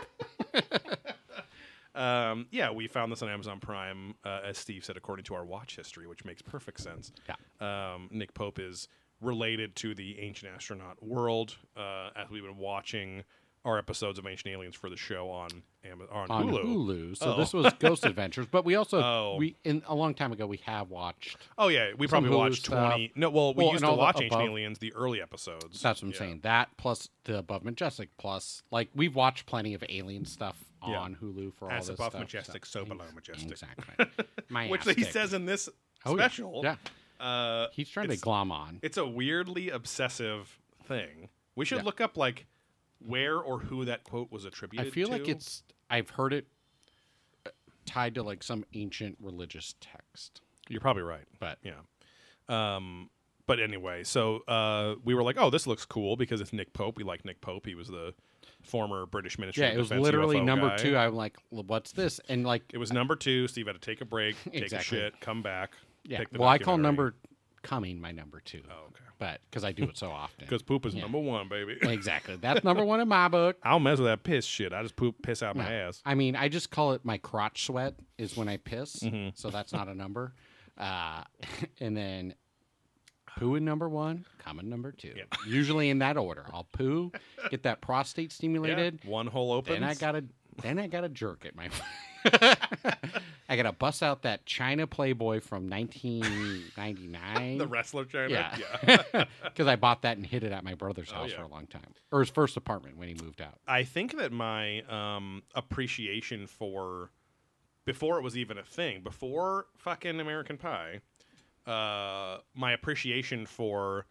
S3: Um, yeah, we found this on Amazon Prime, uh, as Steve said, according to our watch history, which makes perfect sense. Um, Nick Pope is related to the ancient astronaut world, uh, as we've been watching our episodes of Ancient Aliens for the show on Ama- on,
S4: on
S3: Hulu.
S4: Hulu. So
S3: Oh.
S4: this was Ghost
S3: [LAUGHS]
S4: Adventures, but we also
S3: Oh.
S4: we in a long time ago we have watched.
S3: Oh yeah, we
S4: Some
S3: probably
S4: Hulu
S3: watched
S4: stuff.
S3: twenty. No, well, we
S4: Well,
S3: used
S4: and
S3: to
S4: all the
S3: watch Ancient
S4: above-
S3: Aliens, the early episodes.
S4: That's what I'm
S3: Yeah.
S4: saying. That plus the Above Majestic plus like we've watched plenty of alien stuff
S3: Yeah.
S4: on Hulu for all
S3: As
S4: this
S3: above
S4: stuff,
S3: majestic, so below majestic.
S4: Exactly.
S3: [LAUGHS]
S4: My
S3: Which he says in this
S4: Oh, yeah.
S3: special.
S4: Yeah.
S3: Uh,
S4: He's trying
S3: It's-
S4: to glom on.
S3: it's a weirdly obsessive thing. We should
S4: Yeah.
S3: look up like where or who that quote was attributed.
S4: I feel
S3: to.
S4: like it's I've heard it uh, tied to like some ancient religious text.
S3: You're probably right.
S4: But
S3: Yeah. Um, but anyway, so uh, we were like, oh, this looks cool because it's Nick Pope. We like Nick Pope. He was the former British Ministry.
S4: yeah,
S3: of
S4: it was
S3: Defense
S4: literally
S3: UFO
S4: number
S3: guy.
S4: two. I'm like, "Well, what's this? And like,
S3: It was number two. Steve had to take a
S4: [LAUGHS]
S3: break, take a
S4: Exactly.
S3: shit, come back.
S4: yeah.
S3: pick the
S4: Well, I call
S3: documentary.
S4: number coming my number two,
S3: Oh, okay.
S4: but because I do it so
S3: [LAUGHS]
S4: often.
S3: Because poop is
S4: Yeah.
S3: number one, baby. [LAUGHS]
S4: exactly, that's number one in my book.
S3: I don't mess with that piss shit. I just poop piss out my
S4: No.
S3: ass.
S4: I mean, I just call it my crotch sweat is when I piss,
S3: Mm-hmm.
S4: so that's not a number. Uh, [LAUGHS] and then poo in number one, coming number two. Usually in that order. I'll poo, get that prostate stimulated,
S3: [LAUGHS] Yeah, one hole open.
S4: then I gotta then I gotta jerk it. My I gotta bust out that China Playboy from
S3: [LAUGHS] [LAUGHS]
S4: 1999.
S3: the wrestler china.
S4: yeah, because I bought that and hid it at my brother's house
S3: Oh, yeah.
S4: for a long time, or his first apartment when he moved out.
S3: I think that my um, appreciation for before it was even a thing, before fucking American Pie, uh, my appreciation for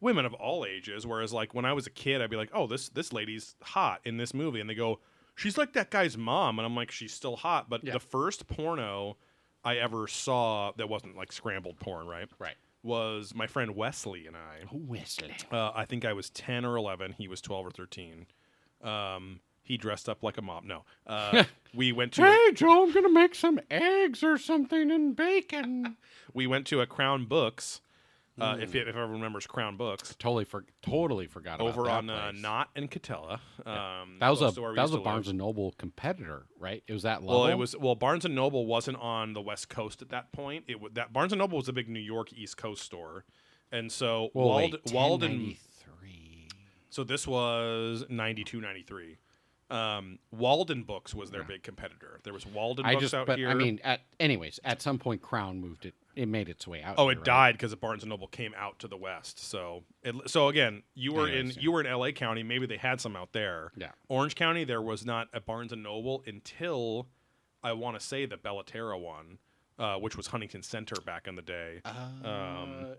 S3: women of all ages. Whereas, like when I was a kid, I'd be like, "Oh, this this lady's hot in this movie," and they go, "She's like that guy's mom," and I'm like, "She's still hot." But
S4: Yeah.
S3: the first porno I ever saw that wasn't like scrambled porn, right?
S4: Right.
S3: Was my friend Wesley and I.
S4: Wesley.
S3: Uh, I think I was 10 or 11. He was 12 or 13. Um, he dressed up like a mom. No.
S4: [LAUGHS]
S3: Uh, we went to a,
S4: Hey, Joe, I'm gonna make some eggs or something
S3: [LAUGHS]
S4: and bacon.
S3: we went to a Crown Books. Uh, if, if everyone remembers Crown Books
S4: totally for totally forgot Hmm. about
S3: over
S4: that
S3: on uh,
S4: place.
S3: Knott and Catella. Um,
S4: that was a
S3: close to where we
S4: that was
S3: used
S4: a
S3: to live.
S4: Barnes and Noble competitor, right? It was that level.
S3: Well, it was well Barnes and Noble wasn't on the West Coast at that point. It wa- that Barnes and Noble was a big New York East Coast store, and so
S4: Well,
S3: Wald,
S4: wait,
S3: Walden
S4: 1093.
S3: So this was 92, 93. Um, Walden Books was their big competitor. There was Walden
S4: I
S3: Books
S4: just,
S3: out
S4: but
S3: here.
S4: I mean, at anyways, at some point, Crown moved it. It made its way out.
S3: oh,
S4: here,
S3: it
S4: right?
S3: died because the Barnes and Noble came out to the west. So, it, so again, you were
S4: Yeah,
S3: in
S4: yeah.
S3: you were in L.A. County. Maybe they had some out there.
S4: Yeah.
S3: Orange County, there was not a Barnes and Noble until I want to say the Bellatera one, uh, which was Huntington Center back in the day.
S4: Uh-huh.
S3: um,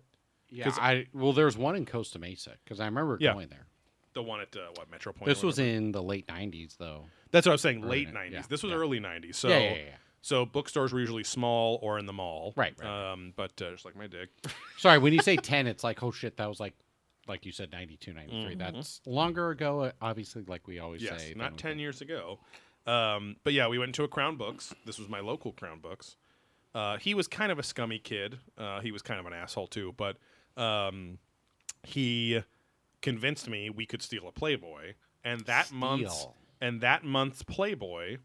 S4: Yeah,
S3: 'cause-
S4: I well, there's one in Costa Mesa because I remember
S3: Yeah.
S4: going there.
S3: the one at uh, what Metro Point. or
S4: This was
S3: whatever.
S4: in the late '90s, though.
S3: that's what I was saying.
S4: early
S3: Late
S4: ni-
S3: '90s.
S4: yeah,
S3: This was
S4: yeah.
S3: early '90s. So.
S4: yeah, yeah, yeah, yeah.
S3: So bookstores were usually small or in the mall,
S4: Right, right.
S3: Um, but uh, just like my
S4: [LAUGHS]
S3: dick,
S4: Sorry, when you say 10, it's like, oh shit, that was like, like you said, 92, 93.
S3: Mhm.
S4: That's longer ago, uh, obviously, like we always
S3: yes,
S4: say. than
S3: not
S4: we
S3: ten
S4: think.
S3: years ago. Um, but yeah, we went to a Crown Books. This was my local Crown Books. Uh, he was kind of a scummy kid. Uh, he was kind of an asshole too, but um, he convinced me we could steal a Playboy, and that month's
S4: Steal.
S3: and that month's Playboy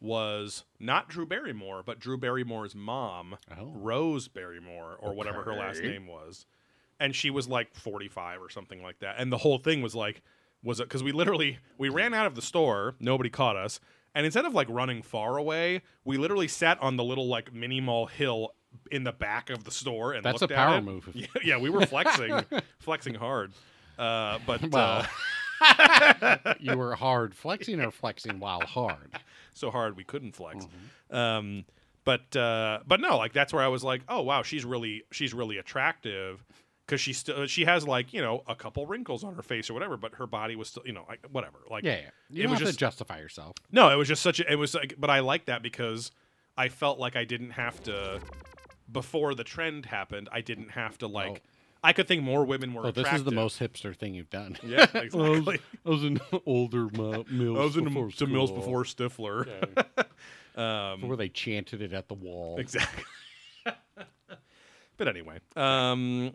S3: was not Drew Barrymore, but Drew Barrymore's mom,
S4: Oh.
S3: Rose Barrymore, or whatever her last
S4: Okay.
S3: name was. And she was like 45 or something like that. And the whole thing was like, was it because we literally we ran out of the store, nobody caught us, and instead of like running far away, we literally sat on the little like mini mall hill in the back of the store and
S4: That's
S3: looked
S4: a
S3: at
S4: power
S3: it.
S4: move.
S3: [LAUGHS] Yeah, yeah, we were
S4: [LAUGHS]
S3: flexing, flexing hard. Uh, but uh,
S4: Well, you were hard flexing or flexing
S3: [LAUGHS]
S4: while hard.
S3: so hard we couldn't flex.
S4: Mm-hmm.
S3: Um, but uh, but no, like that's where I was like, oh wow, she's really she's really attractive because she still she has like you know a couple wrinkles on her face or whatever, but her body was still you know like, whatever. Like
S4: Yeah, yeah. You
S3: It
S4: don't
S3: was
S4: have
S3: just-
S4: to justify yourself.
S3: no, it was just such a it was like, but I like that because I felt like I didn't have to before the trend happened. I didn't have to like. I could think more women were.
S4: Oh, this is the
S3: attractive.
S4: most hipster thing you've done.
S3: [LAUGHS] Yeah, exactly.
S4: [LAUGHS] I was an older mills.
S3: I was in some Mills before Stifler.
S4: Before they chanted it at the wall.
S3: Exactly. but anyway, um,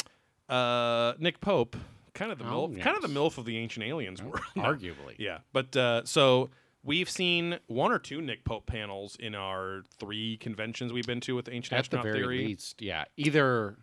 S3: uh, Nick Pope, kind of the
S4: Oh,
S3: milf, kind of the
S4: yes.
S3: milf of the ancient aliens world. [LAUGHS] [LAUGHS] No.
S4: Arguably.
S3: Yeah, but uh, so we've seen one or two Nick Pope panels in our three conventions we've been to with ancient
S4: At the
S3: astronaut
S4: very
S3: theory.
S4: least, yeah. Either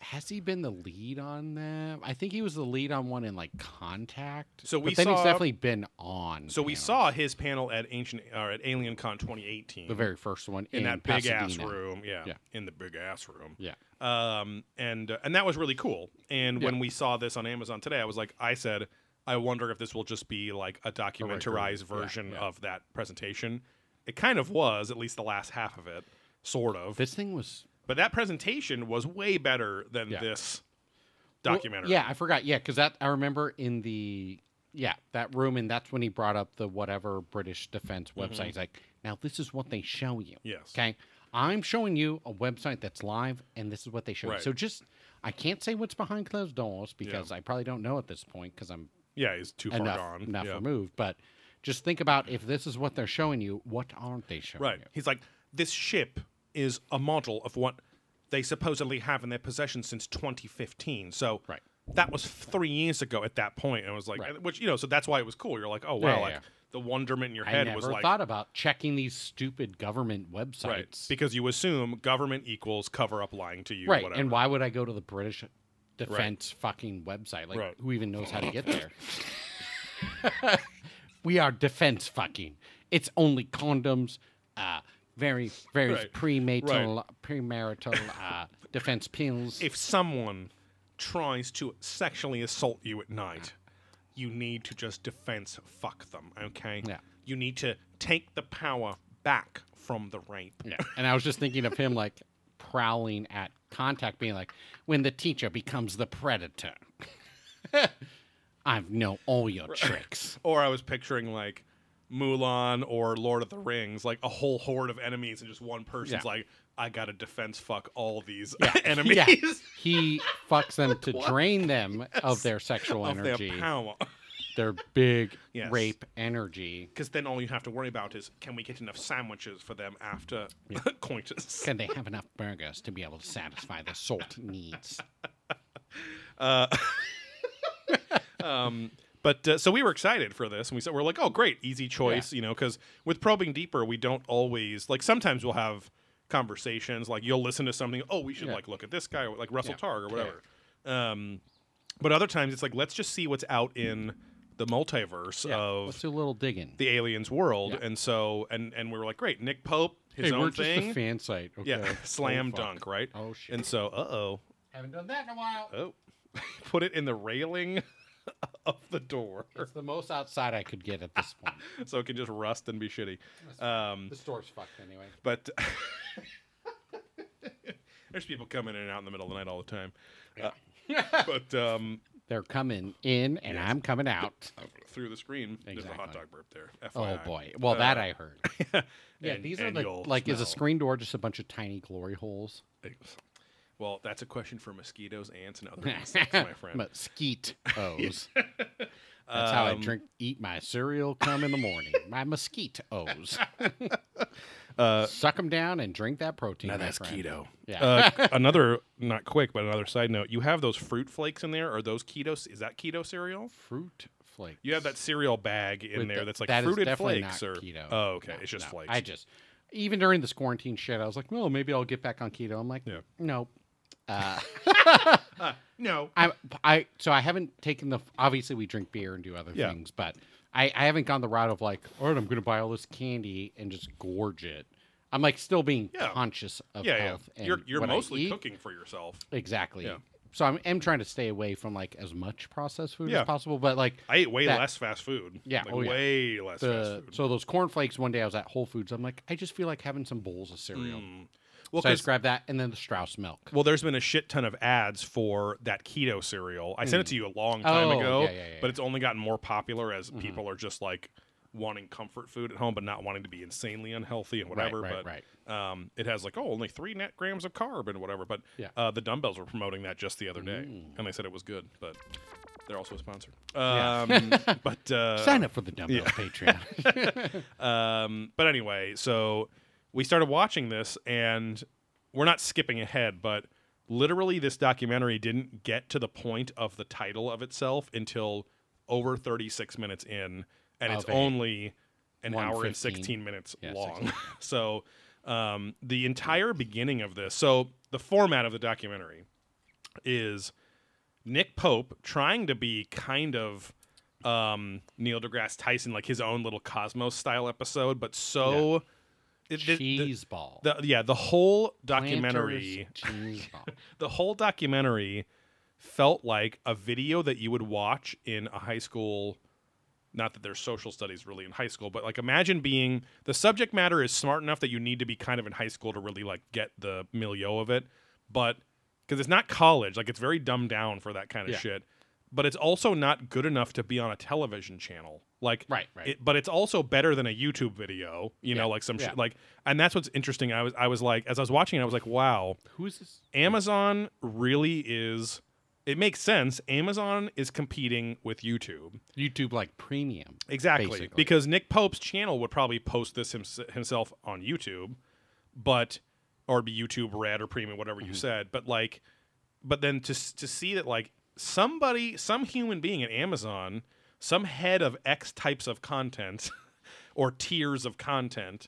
S4: has he been the lead on them? I think he was the lead on one in like Contact.
S3: So we
S4: but then he's
S3: saw-
S4: definitely been on.
S3: So we
S4: panels.
S3: saw his panel at Ancient or at AlienCon 2018.
S4: the very first one
S3: in, that big ass
S4: Pasadena.
S3: room, yeah,
S4: Yeah.
S3: in the big ass room,
S4: Yeah.
S3: um, and uh, and that was really cool. And when
S4: Yeah.
S3: we saw this on Amazon today, I was like, I said, I wonder if this will just be like a documentarized version
S4: yeah.
S3: of that presentation. It kind of was, at least the last half of it, sort of.
S4: This thing was
S3: but that presentation was way better than
S4: Yeah.
S3: this
S4: Well,
S3: documentary.
S4: yeah, I forgot. Yeah, because that I remember in the yeah that room, and that's when he brought up the whatever British defense website. He's like, now this is what they show you.
S3: Mm-hmm. Yes.
S4: Okay, I'm showing you a website that's live, and this is what they show.
S3: Right.
S4: you. So just I can't say what's behind closed doors because I probably don't know at this point because I'm
S3: yeah, he's too far
S4: enough
S3: gone.
S4: enough
S3: yeah.
S4: removed. But just think about if this is what they're showing you, what aren't they showing
S3: Right.
S4: you?
S3: He's like, this ship is a model of what they supposedly have in their possession since 2015. So
S4: Right.
S3: that was three years ago at that point. And it was like,
S4: Right.
S3: which, you know, so that's why it was cool. You're like, oh,
S4: Yeah,
S3: wow.
S4: yeah,
S3: like
S4: yeah.
S3: the wonderment in your
S4: I
S3: head
S4: never
S3: was like,
S4: thought about checking these stupid government websites.
S3: right. Because you assume government equals cover up lying to you.
S4: right
S3: Whatever.
S4: and why would i go to the british defense fucking website like
S3: Right.
S4: who even knows how to get there
S3: [LAUGHS]
S4: [LAUGHS] we are defense fucking it's only condoms uh very very
S3: Right.
S4: premarital premarital
S3: [LAUGHS]
S4: uh defense pills
S3: if someone tries to sexually assault you at night, you need to just defense fuck them, okay?
S4: Yeah.
S3: You need to take the power back from the rape.
S4: yeah. and i was just thinking of him like prowling at contact being like when the teacher becomes the predator [LAUGHS] i've known all your tricks
S3: Or I was picturing like Mulan or Lord of the Rings, like a whole horde of enemies, and just one person's
S4: Yeah.
S3: like, I gotta defense fuck all these [LAUGHS] enemies
S4: [LAUGHS] Yeah. he fucks them
S3: [LAUGHS]
S4: to drain them of their sexual
S3: of
S4: energy
S3: their power. [LAUGHS]
S4: their big
S3: Yes.
S4: rape energy.
S3: Because then all you have to worry about is can we get enough sandwiches for them after [LAUGHS]
S4: [LAUGHS]
S3: coitus?
S4: Can they have enough burgers to be able to satisfy their salt needs?
S3: But uh, so we were excited for this, and we said we're like, oh, great, easy choice, you know, because with probing deeper, we don't always like. Sometimes we'll have conversations like you'll listen to something. Oh, we should like look at this guy, or, like Russell Targ or whatever. Um, but other times it's like let's just see what's out in the multiverse
S4: Let's
S3: of
S4: do a little digging.
S3: the aliens world, and so and and we were like, great, Nick Pope, his
S4: hey,
S3: own
S4: we're
S3: thing,
S4: just a fan site. Okay.
S3: [LAUGHS] yeah, slam
S4: Oh, fuck.
S3: dunk, right?
S4: Oh, shit.
S3: And so, uh oh,
S4: Haven't done that in a while.
S3: oh, [LAUGHS] put it in the railing [LAUGHS] of the door.
S4: It's the most outside I could get at this
S3: [LAUGHS]
S4: point.
S3: so it can just rust and be shitty. Um,
S4: the store's fucked anyway.
S3: but [LAUGHS] there's people coming in and out in the middle of the night all the time. Uh,
S4: [LAUGHS]
S3: but um,
S4: They're coming in and I'm
S3: [LAUGHS]
S4: coming out.
S3: through the screen, there's a hot
S4: Exactly.
S3: dog burp there.
S4: Oh
S3: FYI.
S4: boy. Well, that I
S3: [LAUGHS]
S4: heard. Yeah,
S3: uh, And-
S4: these are
S3: and
S4: the
S3: you'll
S4: like is a
S3: smell.
S4: screen door just a bunch of tiny glory holes?
S3: Well, that's a question for mosquitoes, ants, and
S4: [LAUGHS]
S3: other insects, my friend. [LAUGHS]
S4: Mosquitoes. That's how I
S3: Um,
S4: drink, eat my cereal, come in the morning. My
S3: [LAUGHS]
S4: mosquitoes. uh, Suck them down and drink that protein. my friend. Yeah. [LAUGHS]
S3: uh, another not quick, but another side note. You have those fruit flakes in there. Are those keto? Is that keto cereal?
S4: Fruit flakes.
S3: You have that cereal bag in
S4: With
S3: there
S4: the-
S3: that's like
S4: that is
S3: fruited
S4: definitely
S3: flakes
S4: not
S3: or
S4: keto.
S3: oh okay,
S4: No,
S3: it's just
S4: no.
S3: flakes.
S4: I just even during this quarantine shit, I was like, well, maybe I'll get back on keto. I'm like,
S3: Yeah.
S4: no. Uh,
S3: no,
S4: I, I, so I haven't taken the. Obviously, we drink beer and do other
S3: Yeah.
S4: things, but I, I haven't gone the route of like, all right, I'm going to buy all this candy and just gorge it. I'm like still being
S3: Yeah.
S4: conscious of
S3: yeah, yeah.
S4: health. And
S3: you're you're
S4: what I
S3: mostly
S4: eat.
S3: cooking for yourself.
S4: Exactly.
S3: Yeah.
S4: So I'm, am trying to stay away from like as much processed food
S3: Yeah.
S4: as possible, but like
S3: I ate way
S4: that-
S3: less fast food.
S4: Yeah,
S3: Like,
S4: oh, yeah.
S3: way less
S4: the
S3: fast food.
S4: so those cornflakes. One day I was at Whole Foods. I'm like, I just feel like having some bowls of cereal.
S3: Mm. Well,
S4: so I
S3: 'cause-
S4: just grabbed that and then the Strauss milk.
S3: well, there's been a shit ton of ads for that keto cereal. I sent it to you a long time
S4: Hmm. Oh,
S3: ago,
S4: yeah, yeah, yeah, Mm-hmm.
S3: but it's only gotten more popular as people are just like wanting comfort food at home, but not wanting to be insanely unhealthy and whatever.
S4: right,
S3: but Um, it has like oh, only three net grams of carb and whatever. But
S4: Yeah. Mm.
S3: uh, the dumbbells were promoting that just the other day, and they said it was good, but. They're also a sponsor,
S4: Yeah.
S3: um,
S4: [LAUGHS]
S3: but uh,
S4: Sign up for the dumbbell
S3: [LAUGHS]
S4: Patreon.
S3: Um, but anyway, so we started watching this, and we're not skipping ahead, but literally, this documentary didn't get to the point of the title of itself until over 36 minutes in, and it's
S4: Of a
S3: only an hour and
S4: 115.
S3: 16 minutes
S4: Yeah,
S3: long. [LAUGHS] so, um, the entire beginning of this, so the format of the documentary is Nick Pope trying to be kind of um, Neil deGrasse Tyson, like his own little Cosmos style episode, but so. it- the- the-
S4: cheese ball.
S3: the, yeah, the whole documentary,
S4: Planters cheese ball.
S3: [LAUGHS] the whole documentary felt like a video that you would watch in a high school not that there's social studies really in high school, but like imagine being the subject matter is smart enough that you need to be kind of in high school to really like get the milieu of it, but because it's not college, like it's very dumbed down for that kind of
S4: Yeah.
S3: shit. But it's also not good enough to be on a television channel, like
S4: Right, right.
S3: It, but it's also better than a YouTube video, you know,
S4: Yeah,
S3: like some
S4: yeah.
S3: shit, like. And that's what's interesting. I was, I was like, as I was watching, it, I was like, wow,
S4: Who's this?
S3: Amazon really is. It makes sense. Amazon is competing with YouTube.
S4: YouTube like premium.
S3: Exactly.
S4: basically.
S3: Because Nick Pope's channel would probably post this hims- himself on YouTube, but or be YouTube Red or Premium, whatever you said. But like, but then to s- to see that like somebody, some human being at Amazon, some head of X types of content [LAUGHS] or tiers of content.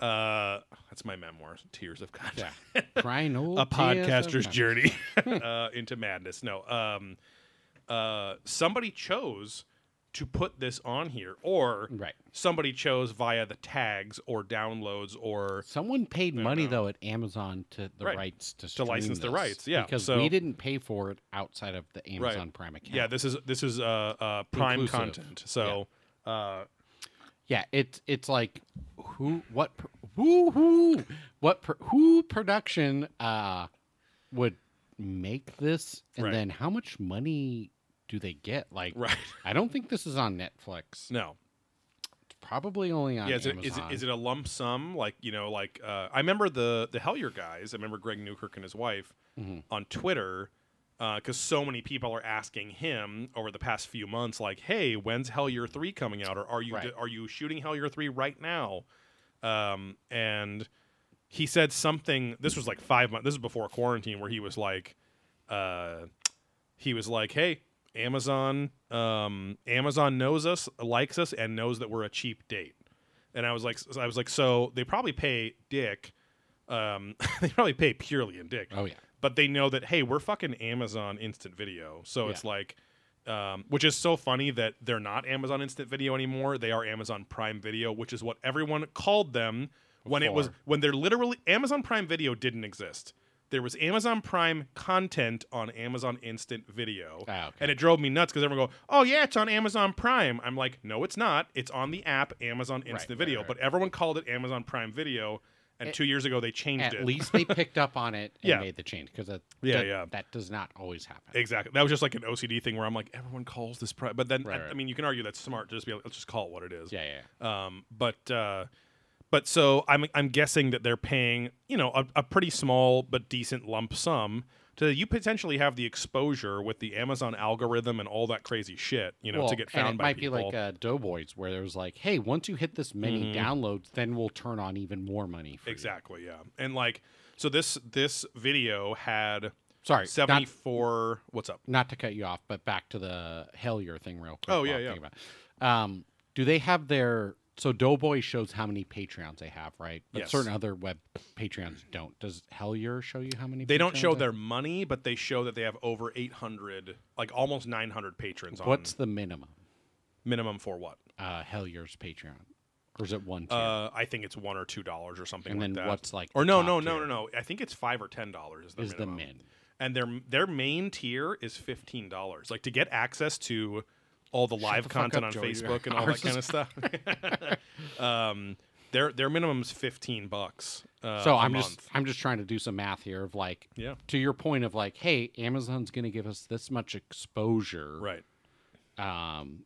S3: Uh, that's my memoir, tiers of content
S4: Crying
S3: [LAUGHS]
S4: old
S3: a
S4: tears of
S3: podcaster's
S4: my-
S3: journey
S4: [LAUGHS]
S3: [LAUGHS] uh, into madness. No, um, uh, somebody chose to put this on here, or
S4: Right.
S3: somebody chose via the tags or downloads or
S4: Someone paid money though at Amazon to the
S3: Right.
S4: rights to,
S3: To license
S4: stream
S3: the
S4: this,
S3: rights, yeah,
S4: because
S3: so-
S4: we didn't pay for it outside of the Amazon Prime account.
S3: yeah. This is this is uh, uh, prime
S4: Inclusive.
S3: content. So uh, [LAUGHS]
S4: Yeah, it's it's like who what pr- who who what pr- who production uh would make this and
S3: Right.
S4: then how much money do they get like
S3: right,
S4: I don't think this is on Netflix.
S3: no,
S4: It's probably only on
S3: yeah. Is it,
S4: Amazon.
S3: is it is it a lump sum? Like you know, like uh, I remember the the Hellier guys. I remember Greg Newkirk and his wife.
S4: Mhm.
S3: on Twitter because so many people are asking him over the past few months, like, "Hey, when's Hellier three coming out? Or are you
S4: Right.
S3: are you shooting Hellier three right now?" Um, and he said something. This was like five months. This is before quarantine, where he was like, uh, he was like, "Hey, Amazon, um, Amazon knows us, likes us, and knows that we're a cheap date." And I was like, I was like, so they probably pay Dick. Um, [LAUGHS] they probably pay purely in Dick
S4: Oh yeah.
S3: but they know that hey, we're fucking Amazon Instant Video, so it's like, um, which is so funny that they're not Amazon Instant Video anymore. They are Amazon Prime Video, which is what everyone called them when it was
S4: Before.
S3: when they're literally Amazon Prime Video didn't exist. There was Amazon Prime content on Amazon Instant Video,
S4: Ah, okay.
S3: and it drove me nuts because everyone go, "Oh yeah, it's on Amazon Prime." I'm like, "No, it's not. It's on the app Amazon Instant
S4: right,
S3: Video."
S4: right.
S3: But everyone called it Amazon Prime Video, and
S4: At-
S3: two years ago they changed
S4: At
S3: it.
S4: least they picked up on it and
S3: Yeah.
S4: made the change because that,
S3: Yeah,
S4: that,
S3: yeah.
S4: that does not always happen.
S3: Exactly. That was just like an OCD thing where I'm like, everyone calls this pri But then,
S4: Right,
S3: I, I
S4: right.
S3: mean, you can argue that's smart. to Just be like, let's just call it what it is.
S4: yeah, yeah. yeah.
S3: Um. But, uh, but so I'm I'm guessing that they're paying you know a, a pretty small but decent lump sum to you potentially have the exposure with the Amazon algorithm and all that crazy shit you know
S4: Well,
S3: to get found
S4: and it
S3: by
S4: might
S3: people. Mm-hmm.
S4: be like uh, Doughboys, where there was like, "Hey, once you hit this many downloads, then we'll turn on even more money." For you."
S3: exactly. Yeah. And like so this this video had
S4: Sorry,
S3: seventy
S4: not,
S3: four. What's up?
S4: not to cut you off, but back to the Hellier thing real quick.
S3: Oh,
S4: while
S3: yeah,
S4: I'm
S3: yeah.
S4: thinking About. it. Um, do they have their so Doughboy shows how many Patreons they have, right? But
S3: Yes.
S4: certain other web Patreons don't. Does Hellier show you how many?
S3: They don't
S4: Patreons
S3: show
S4: have?
S3: their money, but they show that they have over 800, like almost 900 patrons on
S4: What's the minimum?
S3: minimum for what?
S4: Uh, Hellier's Patreon, or is it one tier?
S3: Uh, I think it's one or two dollars or something
S4: and
S3: like
S4: then
S3: that.
S4: what's like?
S3: or
S4: the
S3: no,
S4: top
S3: no, no,
S4: tier?
S3: no, no. I think it's five or ten dollars is the
S4: Is the
S3: minimum.
S4: min?
S3: And their their main tier is fifteen dollars. Like to get access to all the live
S4: the fuck
S3: content
S4: up,
S3: on
S4: Joey.
S3: Facebook
S4: [LAUGHS]
S3: and all that
S4: Ours
S3: kind of stuff. [LAUGHS] um, their their minimum is fifteen bucks. Uh,
S4: so
S3: a
S4: I'm just
S3: month.
S4: I'm just trying to do some math here of like
S3: Yeah.
S4: to your point of like hey Amazon's going to give us this much exposure
S3: right.
S4: um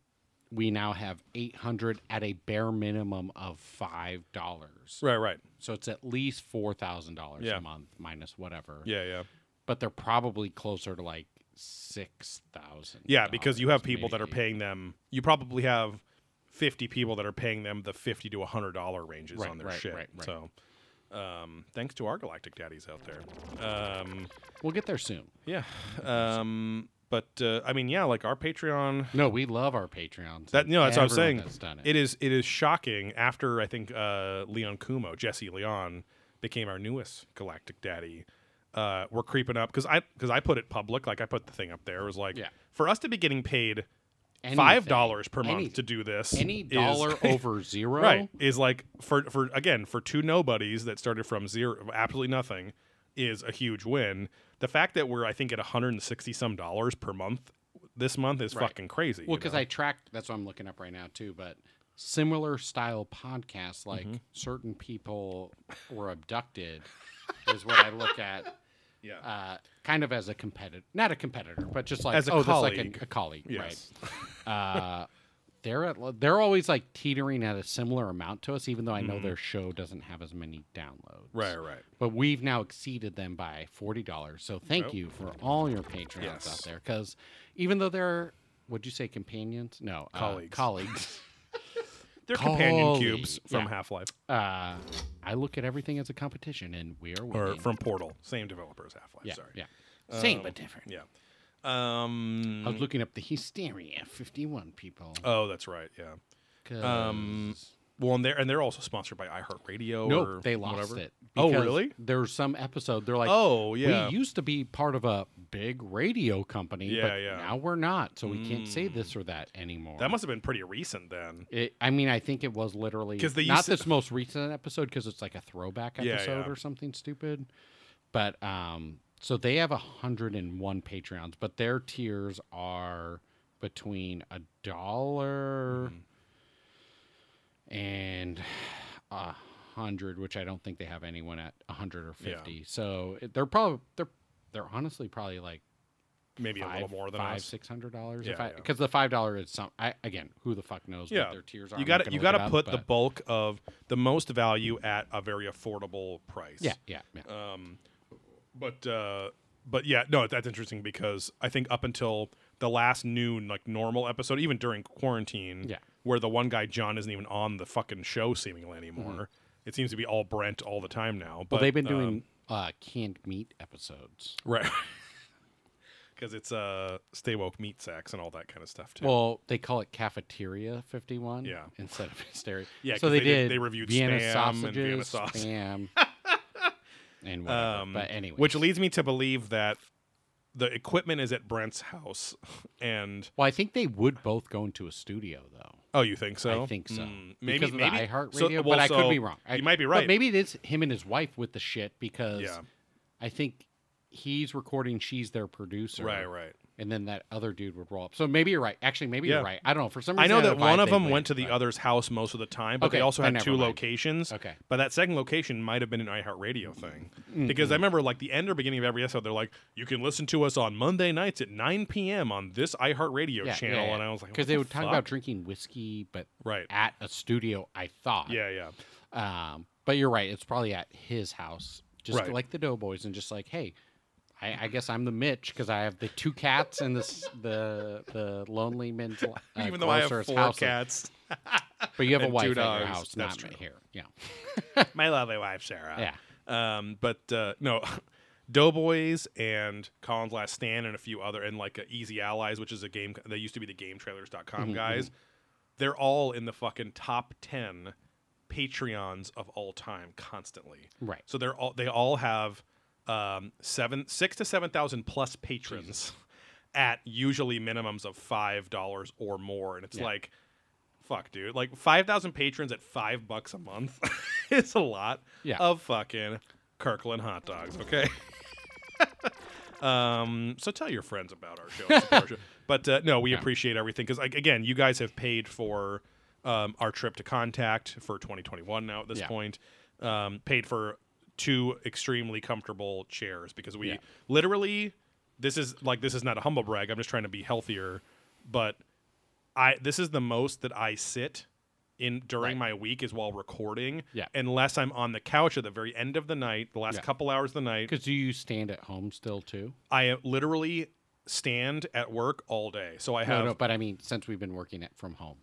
S4: we now have 800 at a bare minimum of five dollars
S3: Right. Right.
S4: so it's at least four thousand dollars
S3: Yeah.
S4: a month minus whatever
S3: Yeah. Yeah.
S4: but they're probably closer to like six thousand
S3: Yeah, because you have people that are paying them. You probably have fifty people that are paying them the fifty to hundred dollar ranges
S4: Right,
S3: on their
S4: right,
S3: shit.
S4: right, right.
S3: So, um, thanks to our galactic daddies out there. Um,
S4: we'll get there soon
S3: yeah. Um, but uh, I mean, yeah, like our Patreon.
S4: no we love our patreons
S3: That
S4: and
S3: no, that's what I'm
S4: everyone
S3: saying.
S4: that's done it.
S3: It is it is shocking. After I think uh, Leon Kumo, Jesse Leon became our newest galactic daddy. uh, we're creeping up because I because I put it public, like I put the thing up there. It was like
S4: Yeah.
S3: for us to be getting paid
S4: Anything.
S3: five dollars per month
S4: Anything.
S3: to do this.
S4: Any
S3: is-
S4: dollar
S3: [LAUGHS]
S4: over zero,
S3: right is like for for again for two nobodies that started from zero absolutely nothing is a huge win. The fact that we're I think at 160 some dollars per month this month is
S4: Right.
S3: fucking crazy.
S4: Well,
S3: you
S4: because
S3: know?
S4: I tracked. That's what I'm looking up right now too. But similar style podcasts, like
S3: Mm-hmm.
S4: certain people were abducted, is what I look at.
S3: Yeah.
S4: Uh, kind of as a competitor, not a competitor, but just like
S3: As a
S4: oh, that's like an,
S3: colleague.
S4: a colleague,
S3: yes.
S4: right? Uh, they're at, they're always like teetering at a similar amount to us, even though I know their show doesn't have as many downloads.
S3: Mm-hmm. Right, right.
S4: but we've now exceeded them by forty dollars. So thank
S3: Oh.
S4: you for all your Patreons
S3: Yes.
S4: out there, because even though they're would you say companions? No, uh,
S3: Colleagues. [LAUGHS]
S4: colleagues.
S3: They're companion
S4: Colleague.
S3: cubes from
S4: Yeah.
S3: Half Life
S4: uh, I look at everything as a competition, and we are
S3: or
S4: winning.
S3: from Portal, same developer as Half Life.
S4: yeah,
S3: sorry.
S4: yeah, same but different.
S3: Yeah. Um.
S4: I was looking up the hysteria fifty-one people.
S3: oh, that's right. Yeah.
S4: 'cause-
S3: um, Well, and they're and they're also sponsored by iHeartRadio. or
S4: nope, they lost
S3: whatever.
S4: it.
S3: Oh,
S4: because
S3: really?
S4: There's some episode. They're like,
S3: Oh, yeah.
S4: We used to be part of a big radio company,
S3: Yeah,
S4: but
S3: yeah. Hmm.
S4: now we're not, so we can't say this or that anymore.
S3: that must have been pretty recent then.
S4: It, I mean, I think it was literally
S3: 'Cause they
S4: not
S3: used to-
S4: this most recent episode because it's like a throwback
S3: Yeah,
S4: episode
S3: yeah.
S4: or something stupid. But um, so they have hundred and one Patreons, but their tiers are between a dollar
S3: Mm-hmm.
S4: and a hundred, which I don't think they have anyone at a hundred or
S3: Yeah.
S4: fifty. So it, they're probably they're they're honestly probably like
S3: Maybe a little
S4: five,
S3: more than
S4: five,
S3: us.
S4: six hundred dollars.
S3: Yeah, yeah.
S4: Because the five dollar is some. I again, who the fuck knows
S3: Yeah.
S4: what their tiers are.
S3: You
S4: I'm
S3: got
S4: not
S3: to
S4: gonna
S3: you
S4: look
S3: got
S4: it
S3: to
S4: up,
S3: put the
S4: but-
S3: bulk of the most value at a very affordable price.
S4: Yeah, yeah, yeah.
S3: uh, But uh, but yeah, no, that's interesting because I think up until the last noon, like normal episode, even during quarantine,
S4: Yeah.
S3: where the one guy John isn't even on the fucking show seemingly anymore. It seems to be all Brent all the time now. But
S4: Mm-hmm. well, they've been
S3: uh,
S4: doing uh, canned meat episodes.
S3: [LAUGHS] right because it's uh stay woke meat sacks and all that kind of stuff too.
S4: Well, they call it cafeteria fifty one.
S3: Yeah.
S4: Instead of hysteria.
S3: [LAUGHS] Yeah,
S4: So
S3: 'cause
S4: they,
S3: they
S4: did,
S3: did- they reviewed
S4: Vienna
S3: Spam and
S4: sausages,
S3: Vienna sausage. [LAUGHS]
S4: spam, and whatever.
S3: Um,
S4: but anyway,
S3: which leads me to believe that the equipment is at Brent's house, and
S4: well, I think they would both go into a studio though.
S3: oh, you think so?
S4: I think so.
S3: maybe
S4: because of
S3: Hmm. maybe
S4: the iHeart
S3: so-
S4: Radio,
S3: well,
S4: but I
S3: so
S4: could be wrong. I-
S3: you might be
S4: but
S3: right.
S4: maybe it is him and his wife with the shit because
S3: Yeah.
S4: I think he's recording. She's their producer,
S3: right, right.
S4: And then that other dude would roll up. So maybe you're right. Actually, maybe
S3: Yeah.
S4: you're right. I don't know. For some
S3: I
S4: reason,
S3: know
S4: had
S3: that
S4: a
S3: one
S4: vibe
S3: of
S4: they
S3: them
S4: went,
S3: went to the
S4: but-
S3: other's house most of the time, but
S4: Okay,
S3: they also
S4: then
S3: had
S4: never
S3: two
S4: mind.
S3: locations.
S4: Okay. Mm-hmm.
S3: but that second location might have been an iHeartRadio thing because I remember like the end or beginning of every episode, they're like, "You can listen to us on Monday nights at 9 p.m. on this iHeartRadio channel," and I was like,
S4: because
S3: "What
S4: they
S3: the
S4: would talk
S3: fuck?"
S4: about drinking whiskey, but
S3: Right.
S4: at a studio. I thought,
S3: yeah, yeah,
S4: Um, but you're right. It's probably at his house, just
S3: Right.
S4: like the Doughboys, and just like, hey, I, I guess I'm the Mitch because I have the two cats and this the the lonely men's. Uh,
S3: [LAUGHS] even though I have
S4: grocer's
S3: four
S4: house.
S3: cats.
S4: but you have a
S3: and
S4: wife
S3: two
S4: at your
S3: dogs.
S4: house,
S3: That's
S4: not
S3: true.
S4: here. Yeah,
S3: [LAUGHS] my lovely wife Sarah.
S4: Yeah.
S3: Um, but uh, no, [LAUGHS] Doughboys and Colin's Last Stand and a few other and like uh, Easy Allies, which is a game that used to be the GameTrailers.com
S4: Mm-hmm,
S3: guys. They're all in the fucking top ten Patreons of all time constantly.
S4: Right.
S3: So they're all they all have um, seven six to seven thousand plus patrons. [LAUGHS] At usually minimums of five dollars or more, and it's like fuck, dude. Like five thousand patrons at five bucks a month [LAUGHS] is a lot
S4: Yeah.
S3: of fucking Kirkland hot dogs. Okay. um. So tell your friends about our show. Support
S4: [LAUGHS]
S3: our show. But uh, no, we appreciate everything because, like, again, you guys have paid for um, our trip to Contact for 2021 now at this
S4: Yeah.
S3: point. Um, paid for two extremely comfortable chairs because we literally this is like this is not a humble brag. I'm just trying to be healthier, but I this is the most that I sit in during my week is while recording.
S4: Yeah.
S3: Unless I'm on the couch at the very end of the night, the last
S4: Yeah.
S3: couple hours of the night,
S4: because do you stand at home still too?
S3: I literally stand at work all day. So I
S4: No,
S3: have
S4: no. But I mean, since we've been working at from home,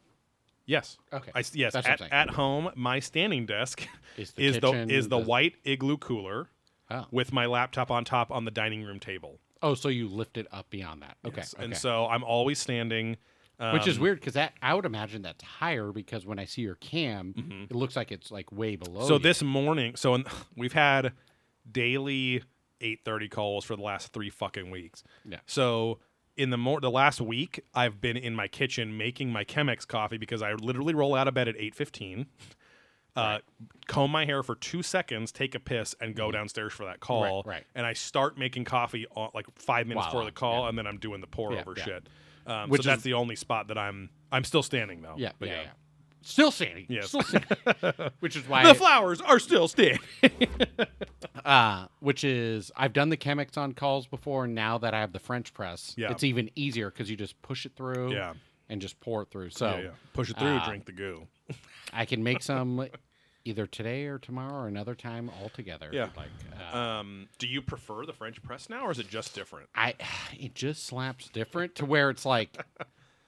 S3: yes.
S4: Okay.
S3: I s- yes.
S4: That's what
S3: at,
S4: I'm saying.
S3: at home, my standing desk [LAUGHS]
S4: Is the
S3: is
S4: kitchen,
S3: the is the
S4: the-
S3: white igloo cooler
S4: Oh.
S3: with my laptop on top on the dining room table.
S4: oh, so you lift it up beyond that? Okay,
S3: Yes. And
S4: okay.
S3: so um, I'm always standing. uh,
S4: which is weird because that I would imagine that's higher because when I see your cam, Oh, it looks like it's like way below.
S3: Mm-hmm. So [SIGHS]
S4: you.
S3: this morning, so in, we've had daily 8:30 calls for the last 3 fucking weeks.
S4: Yeah.
S3: So in the mor- the last week, I've been in my kitchen making my Chemex coffee because I literally roll out of bed at 8:15. Uh, comb my hair for two seconds, take a piss, and go downstairs for that call.
S4: Mm-hmm. right.
S3: And I start making coffee on, like five minutes
S4: Wow,
S3: before the
S4: yeah.
S3: call, and then I'm doing the pour
S4: Yeah,
S3: over
S4: yeah.
S3: shit. Um,
S4: Which
S3: so that's
S4: is-
S3: the only spot that I'm I'm still standing though.
S4: Yeah,
S3: But
S4: yeah, yeah. Still standing.
S3: Yes. [LAUGHS]
S4: Still standing. which is why
S3: The flowers are still standing.
S4: uh, which is I've done the Chemex on calls before. and Now that I have the French press,
S3: Yeah.
S4: it's even easier because you just push it through
S3: Yeah.
S4: and just pour it through. So
S3: Yeah, yeah. Push it through,
S4: uh,
S3: drink the goo.
S4: I can make some [LAUGHS] either today or tomorrow or another time altogether. if
S3: Yeah.
S4: you'd Like uh,
S3: Um, do you prefer the French press now, or is it just different?
S4: I, [SIGHS] it just slaps different to where
S3: [LAUGHS]
S4: it's like.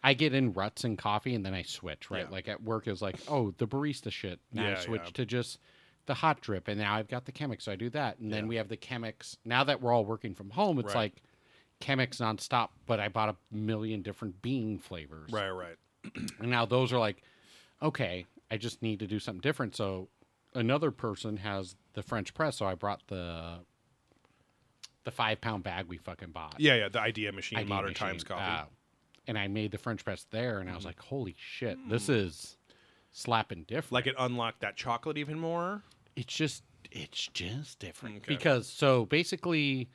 S4: I get in ruts in coffee and then I switch, right?
S3: Yeah.
S4: Like at work, it was like, oh, the barista shit. Now
S3: Yeah,
S4: I switch
S3: yeah.
S4: to just the hot drip, and now I've got the Chemex, so I do that. And then
S3: Yeah.
S4: we have the Chemex. Now that we're all working from home, it's
S3: Right.
S4: like Chemex nonstop, but I bought a million different bean flavors.
S3: Right, right.
S4: And now those are like, okay, I just need to do something different. So another person has the French press, so I brought the the five pound bag we fucking bought.
S3: Yeah, yeah. The idea machine,
S4: ID
S3: modern
S4: machine,
S3: times coffee. Mm-hmm.
S4: uh, and I made the French press there, and I was like, holy shit, this is slapping different.
S3: Mm. like it unlocked that chocolate even more.
S4: it's just it's just different
S3: Okay.
S4: because so basically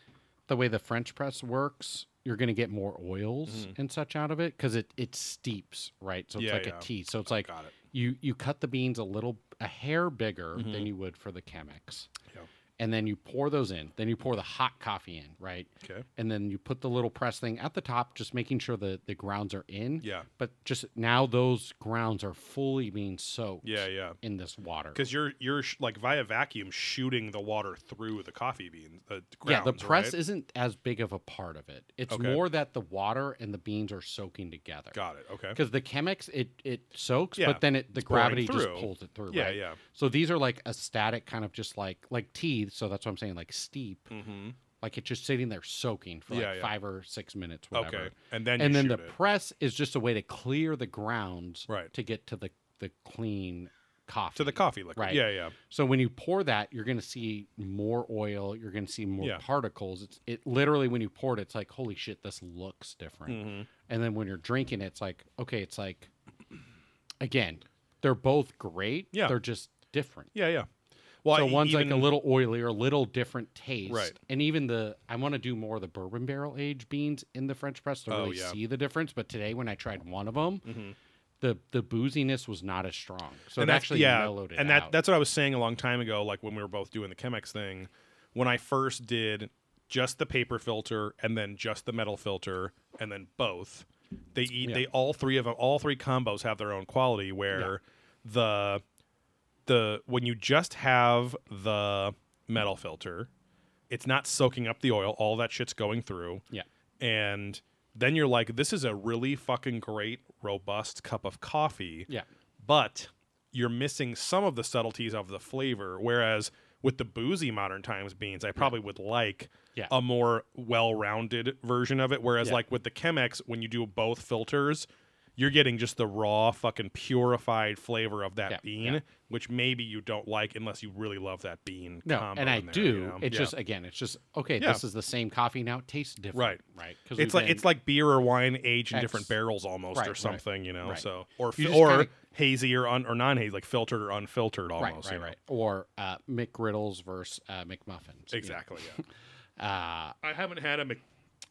S4: the way the french press works you're going to get more oils and such out of it because it it steeps right so
S3: Mm-hmm.
S4: it's
S3: Yeah,
S4: like
S3: yeah. Oh,
S4: a tea so it's like
S3: got it. Mm-hmm.
S4: you you cut the beans a little a hair bigger than you would for the chemex
S3: Yeah.
S4: and then you pour those in then you pour the hot coffee in right
S3: Okay.
S4: and then you put the little press thing at the top just making sure the the grounds are in
S3: Yeah.
S4: but just now those grounds are fully being soaked
S3: Yeah, yeah.
S4: in this water
S3: Because you're you're sh- like via vacuum shooting the water through the coffee beans. Uh,
S4: yeah, the
S3: grounds,
S4: press
S3: right?
S4: isn't as big of a part of it. It's
S3: Okay.
S4: more that the water and the beans are soaking together.
S3: Got it. Okay.
S4: Because the Chemex, it it soaks,
S3: Yeah,
S4: but then it the
S3: pouring
S4: gravity just
S3: through.
S4: pulls it through.
S3: Yeah,
S4: right?
S3: yeah.
S4: So these are like a static kind of just like like teeth. So that's what I'm saying, like steep.
S3: Mhm.
S4: Like it's just sitting there soaking for
S3: Yeah,
S4: like
S3: yeah.
S4: five or six minutes, whatever.
S3: Okay. And then you
S4: and then
S3: shoot
S4: the
S3: it.
S4: press is just a way to clear the grounds
S3: Right.
S4: to get to the the clean coffee.
S3: to the coffee liquid.
S4: Right.
S3: Yeah, yeah.
S4: So when you pour that, you're going to see more oil. You're going to see more
S3: Yeah.
S4: particles. It's it literally when you pour it, it's like holy shit, this looks different.
S3: Mm-hmm.
S4: And then when you're drinking, it, it's like okay, it's like again, they're both great.
S3: Yeah.
S4: they're just different.
S3: Yeah, yeah. Well,
S4: So
S3: e-
S4: one's like
S3: even-
S4: a little oilier, a little different taste,
S3: Right.
S4: and even the I want to do more of the bourbon barrel aged beans in the French press to
S3: Oh,
S4: really
S3: yeah. Mm-hmm.
S4: see the difference. But today, when I tried one of them, the the booziness was not as strong, so it
S3: that's-
S4: actually mellowed it
S3: and that
S4: out.
S3: that's what I was saying a long time ago, like when we were both doing the Chemex thing. When I first did just the paper filter and then just the metal filter and then both, they eat. They all three of them, all three combos have their own quality. Where the the when you just have the metal filter, it's not soaking up the oil. All that shit's going through
S4: yeah.
S3: and then you're like, this is a really fucking great, robust cup of coffee.
S4: Yeah.
S3: But you're missing some of the subtleties of the flavor. Whereas with the boozy modern times beans, I probably would like
S4: Yeah.
S3: a more well rounded version of it. Whereas,
S4: Yeah.
S3: like with the Chemex, when you do both filters, you're getting just the raw, fucking purified flavor of that
S4: Yeah,
S3: bean,
S4: yeah.
S3: which maybe you don't like unless you really love that bean.
S4: No,
S3: combo
S4: and I
S3: in um, there,
S4: do.
S3: you know?
S4: It's
S3: Yeah.
S4: just again, it's just okay.
S3: Yeah.
S4: This is the same coffee now. It tastes different,
S3: Right.
S4: Right? Because
S3: It's like it's like beer or wine aged in different
S4: Ex-
S3: barrels almost
S4: Right,
S3: or
S4: right,
S3: something, you know.
S4: right.
S3: So or
S4: You
S3: fi-
S4: just
S3: or
S4: kinda-
S3: hazy or un, or non hazy, like filtered or unfiltered
S4: right,
S3: almost. you
S4: right,
S3: know?
S4: right. Or uh, McGriddles versus uh, McMuffins. you know.
S3: Exactly. Yeah.
S4: [LAUGHS] Uh,
S3: I haven't had a Mc,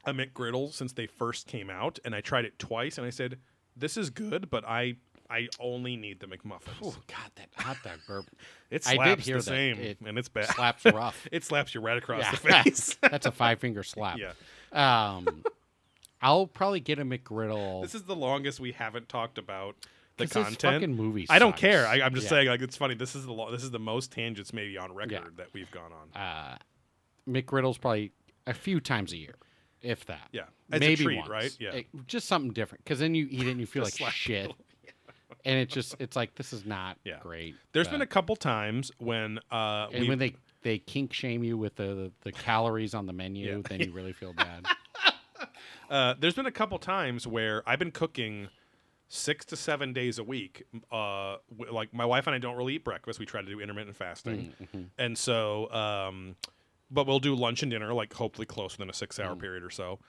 S3: a McGriddle since they first came out, and I tried it twice, and I said, "This is good," but I I only need the McMuffins.
S4: oh God, that hot dog burp
S3: [LAUGHS] it
S4: I did
S3: slaps
S4: hear
S3: the
S4: that.
S3: same,
S4: It
S3: and it's bad.
S4: slaps rough.
S3: [LAUGHS] it slaps you right across the
S4: [LAUGHS] Yeah.
S3: face. [LAUGHS]
S4: That's a five finger slap.
S3: yeah. [LAUGHS]
S4: Um, I'll probably get a McGriddle.
S3: This is the longest we haven't talked about the
S4: 'Cause this
S3: content.
S4: fucking movie
S3: I don't
S4: sucks.
S3: care. I, I'm just
S4: Yeah.
S3: saying, like it's funny. This is the lo- this is the most tangents maybe on record that we've gone on.
S4: uh, McGriddles probably a few times a year, if that.
S3: Yeah. As a
S4: maybe
S3: treat,
S4: once.
S3: right? Yeah.
S4: It- just something different, because then you eat it and you feel
S3: [LAUGHS]
S4: like
S3: Just slap it
S4: shit, and it just it's like this is not
S3: Yeah.
S4: great.
S3: There's
S4: but-
S3: been a couple times when uh,
S4: uh, and
S3: we
S4: when they they kink shame you with the the calories on the menu,
S3: Yeah.
S4: then you
S3: [LAUGHS]
S4: really feel bad.
S3: uh, there's been a couple times where I've been cooking six to seven days a week. Uh, w-
S4: Mm-hmm.
S3: like my wife and I don't really eat breakfast. We try to do intermittent fasting, and so um, but we'll do lunch and dinner like hopefully close within a six
S4: Mm-hmm.
S3: hour period or so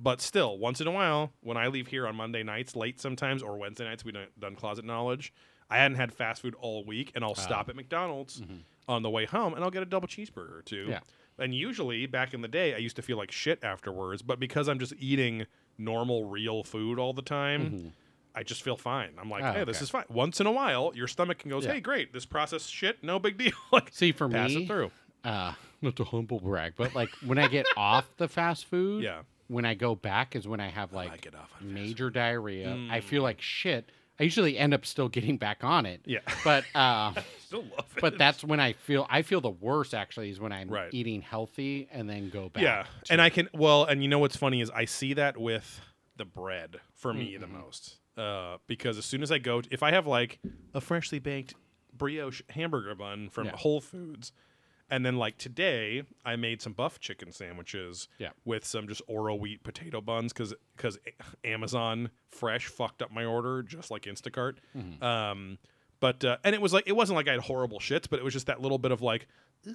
S3: but still once in a while when i leave here on monday nights late sometimes or wednesday nights we don't done closet knowledge i hadn't had fast food all week
S4: Ah.
S3: and i'll stop at mcdonald's on the way home and i'll get a double cheeseburger or two
S4: Mm-hmm. Yeah.
S3: and usually back in the day i used to feel like shit afterwards but because i'm just eating normal real food all the time I just feel fine. I'm like,
S4: Mm-hmm. Ah,
S3: hey, this
S4: okay.
S3: is fine. Once in a while, your stomach can goes,
S4: Yeah.
S3: hey, great, this processed shit, no big deal. [LAUGHS] like,
S4: See, for
S3: pass
S4: me,
S3: it through.
S4: uh, not to humble brag, but like when I get off the fast food,
S3: Yeah.
S4: when I go back is when I have like
S3: get off on fast Mm.
S4: major diarrhea. I feel like shit. I usually end up still getting back on it.
S3: Yeah.
S4: But uh,
S3: Still love it. [LAUGHS]
S4: but that's when I feel I feel the worst actually is when I'm
S3: Right.
S4: eating healthy and then go back.
S3: yeah, and I can well, and you know what's funny is I see that with the bread for me the most uh, because as soon as I go, if I have like a freshly baked brioche hamburger bun from
S4: Yeah.
S3: Whole Foods. And then, like today, I made some buff chicken sandwiches
S4: Yeah.
S3: with some just Oro wheat potato buns because because Amazon Fresh fucked up my order just like Instacart. Um, but uh, and it was like it wasn't like I had horrible shits, but it was just that little bit of like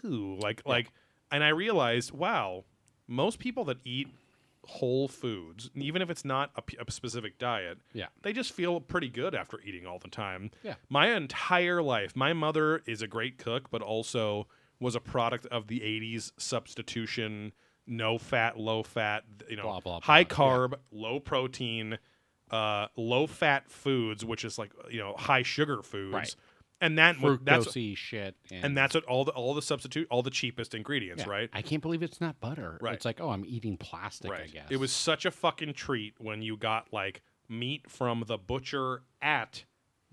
S3: ooh, like like, and I realized wow, most people that eat whole foods, even if it's not a, p- a specific diet,
S4: Yeah.
S3: they just feel pretty good after eating all the time.
S4: Yeah.
S3: My entire life, my mother is a great cook, but also was a product of the 80s substitution, no fat, low fat, you know,
S4: Blah, blah,
S3: high
S4: blah. Yeah.
S3: carb, low protein, uh, low fat foods, which is like, you know, high sugar foods.
S4: Right.
S3: And that wa- that's
S4: Fructosey shit. And,
S3: and that's what all the all the substitute all the cheapest ingredients,
S4: yeah.
S3: right?
S4: I can't believe it's not butter.
S3: Right.
S4: It's like, oh, I'm eating plastic, I guess.
S3: It was such a fucking treat when you got like meat from the butcher at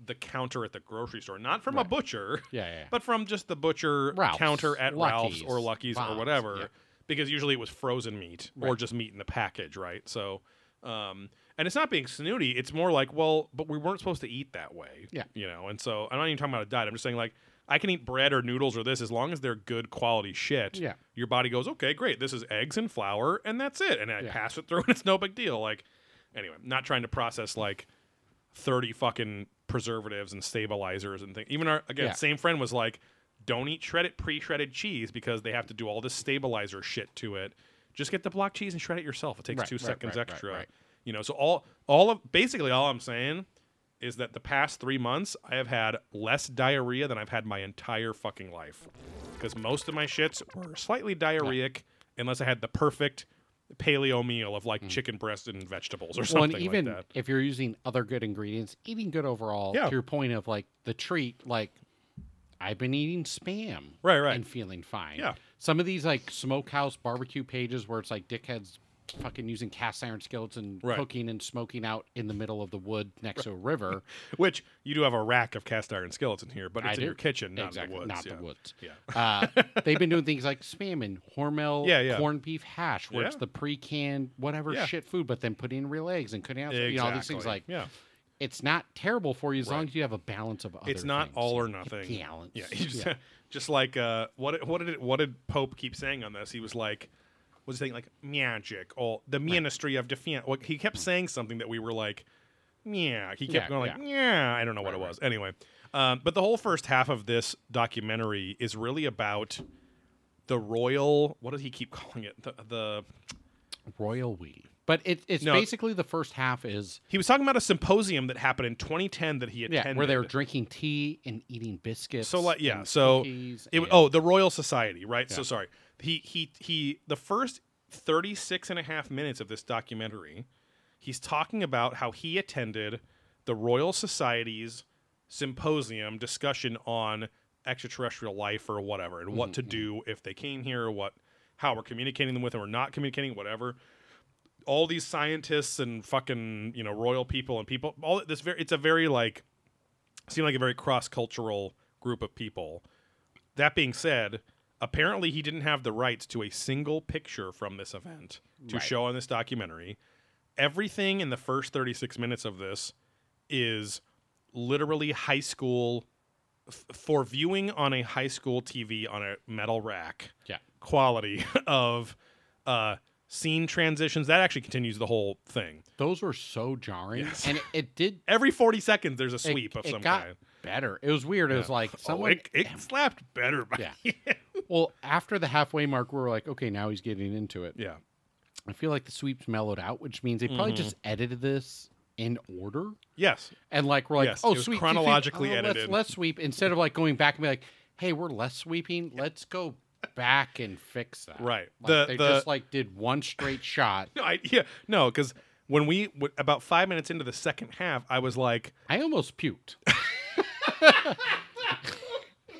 S3: the counter at the grocery store, not from a butcher,
S4: Yeah,
S3: [LAUGHS]
S4: yeah, yeah.
S3: but from just the butcher
S4: Ralph's,
S3: counter at Ralph's
S4: Lucky's,
S3: or Lucky's or
S4: Bob's,
S3: whatever,
S4: yeah.
S3: because usually it was frozen meat or
S4: Right.
S3: just meat in the package, right? So, um, and it's not being snooty; it's more like, well, but we weren't supposed to eat that way,
S4: Yeah.
S3: you know. And so, I'm not even talking about a diet. I'm just saying like. I can eat bread or noodles or this as long as they're good quality shit
S4: Yeah.
S3: your body goes, okay, great. This is eggs and flour, and that's it. And I
S4: Yeah.
S3: pass it through, [LAUGHS] and it's no big deal. Like, anyway, not trying to process like thirty fucking preservatives and stabilizers and things. Even our again,
S4: Yeah.
S3: same friend was like, don't eat shredded pre-shredded cheese because they have to do all this stabilizer shit to it. Just get the block cheese and shred it yourself. It takes
S4: Right,
S3: two
S4: right,
S3: seconds
S4: right, right,
S3: extra.
S4: right.
S3: You know, so all all of basically all I'm saying is that the past three months I have had less diarrhea than I've had my entire fucking life. Because most of my shits were slightly diarrheic unless I had the perfect paleo meal of like chicken breast and vegetables or
S4: Mm. Well,
S3: something
S4: and even
S3: like that.
S4: if you're using other good ingredients, eating good overall,
S3: Yeah.
S4: to your point of like the treat, like I've been eating spam.
S3: Right, right.
S4: And feeling fine.
S3: Yeah.
S4: Some of these like smokehouse barbecue pages where it's like dickheads fucking using cast iron skillets and
S3: Right.
S4: cooking and smoking out in the middle of the wood next to
S3: [LAUGHS]
S4: a river.
S3: Which you do have a rack of cast iron skillets in here, but it's
S4: I
S3: in
S4: do.
S3: your kitchen, not
S4: exactly,
S3: in the woods.
S4: Not
S3: yeah.
S4: the woods.
S3: Yeah.
S4: Uh, they've
S3: [LAUGHS]
S4: been doing things like spam and Hormel
S3: Yeah, yeah.
S4: corned beef hash, where it's
S3: Yeah.
S4: the pre-canned whatever
S3: Yeah,
S4: shit food, but then putting in real eggs and cutting out, you know, all these things
S3: Exactly.
S4: like
S3: yeah,
S4: it's not terrible for you as long
S3: Right.
S4: as you have a balance of other
S3: it's not
S4: things.
S3: all or
S4: A
S3: nothing.
S4: Balance.
S3: Yeah, you just, [LAUGHS] just like uh, what what did it, what did Pope keep saying on this? He was like, was saying like magic or the Ministry of Defense. Like, he kept saying something that we were like, yeah. He kept
S4: Hmm. Yeah,
S3: going like, yeah. I don't know what it was. Anyway, um, but the whole first half of this documentary is really about the royal. What does he keep calling it? The, the
S4: Royal we. But it, it's
S3: No.
S4: basically the first half is
S3: he was talking about a symposium that happened in 2010 that he
S4: yeah,
S3: attended.
S4: where they were drinking tea and eating biscuits.
S3: So like yeah,
S4: and
S3: so
S4: cookies
S3: it,
S4: and-
S3: oh, the Royal Society, right? So sorry. He he he the first 36 and a half minutes of this documentary, he's talking about how he attended the Royal Society's symposium discussion on extraterrestrial life or whatever and what to
S4: Mm-hmm,
S3: do if they came here or what how we're communicating them with them or not communicating whatever all these scientists and fucking you know royal people and people all this very it's a very like seemed like a very cross-cultural group of people that being said apparently he didn't have the rights to a single picture from this event to
S4: Right.
S3: show on this documentary everything in the first 36 minutes of this is literally high school f- for viewing on a high school tv on a metal rack
S4: yeah.
S3: quality [LAUGHS] of uh, scene transitions. That actually continues the whole thing.
S4: Those were so jarring. And it, it did
S3: Every 40 seconds, there's a [LAUGHS]
S4: it-
S3: sweep of
S4: it
S3: some
S4: got
S3: kind.
S4: better. It was weird. It was like
S3: Oh,
S4: someone
S3: it, it slapped better. by
S4: Yeah.
S3: the end.
S4: Well, after the halfway mark, we were like, okay, now he's getting into it.
S3: Yeah.
S4: I feel like the sweeps mellowed out, which means they probably just
S3: Mm-hmm.
S4: edited this in order.
S3: Yes.
S4: And like we're like,
S3: Yes,
S4: oh,
S3: it was
S4: sweep
S3: chronologically
S4: sweep, sweep. let's-
S3: edited.
S4: Let's, sweep instead of like going back and be like, hey, we're less sweeping. Let's go back and fix that.
S3: Right.
S4: Like,
S3: The-
S4: they
S3: the-
S4: just like did one straight shot.
S3: No, I, yeah, no, because when we w- about five minutes into the second half, I was like,
S4: I
S3: [LAUGHS]
S4: almost puked. [LAUGHS]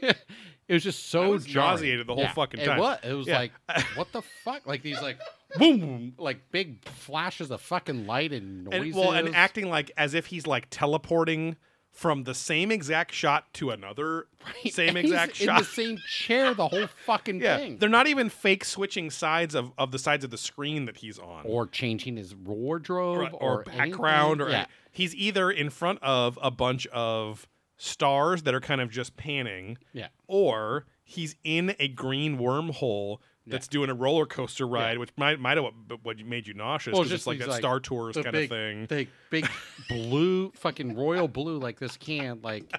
S4: it was just so
S3: I was
S4: jarring.
S3: nauseated the whole fucking time.
S4: It was. It was
S3: Yeah. [LAUGHS]
S4: like, what the fuck? Like these like boom, boom, like big flashes of fucking light and
S3: and,
S4: noises.
S3: well, and acting like as if he's like teleporting from the same exact shot to another same
S4: [LAUGHS] And
S3: exact
S4: he's
S3: shot.
S4: in the same chair the whole
S3: [LAUGHS]
S4: fucking
S3: yeah,
S4: thing.
S3: they're not even fake switching sides of, of the sides of the screen that he's on,
S4: or changing his wardrobe
S3: or,
S4: or,
S3: or background,
S4: anything.
S3: or
S4: yeah.
S3: he's either in front of a bunch of stars that are kind of just panning,
S4: Yeah.
S3: or he's in a green wormhole that's doing a roller coaster ride, which might might have what, what made you nauseous.
S4: Well,
S3: 'cause it's
S4: just
S3: like
S4: these,
S3: that
S4: like,
S3: Star Tours
S4: the
S3: kind
S4: big,
S3: of thing.
S4: The
S3: [LAUGHS]
S4: big blue, fucking royal blue, like this can, like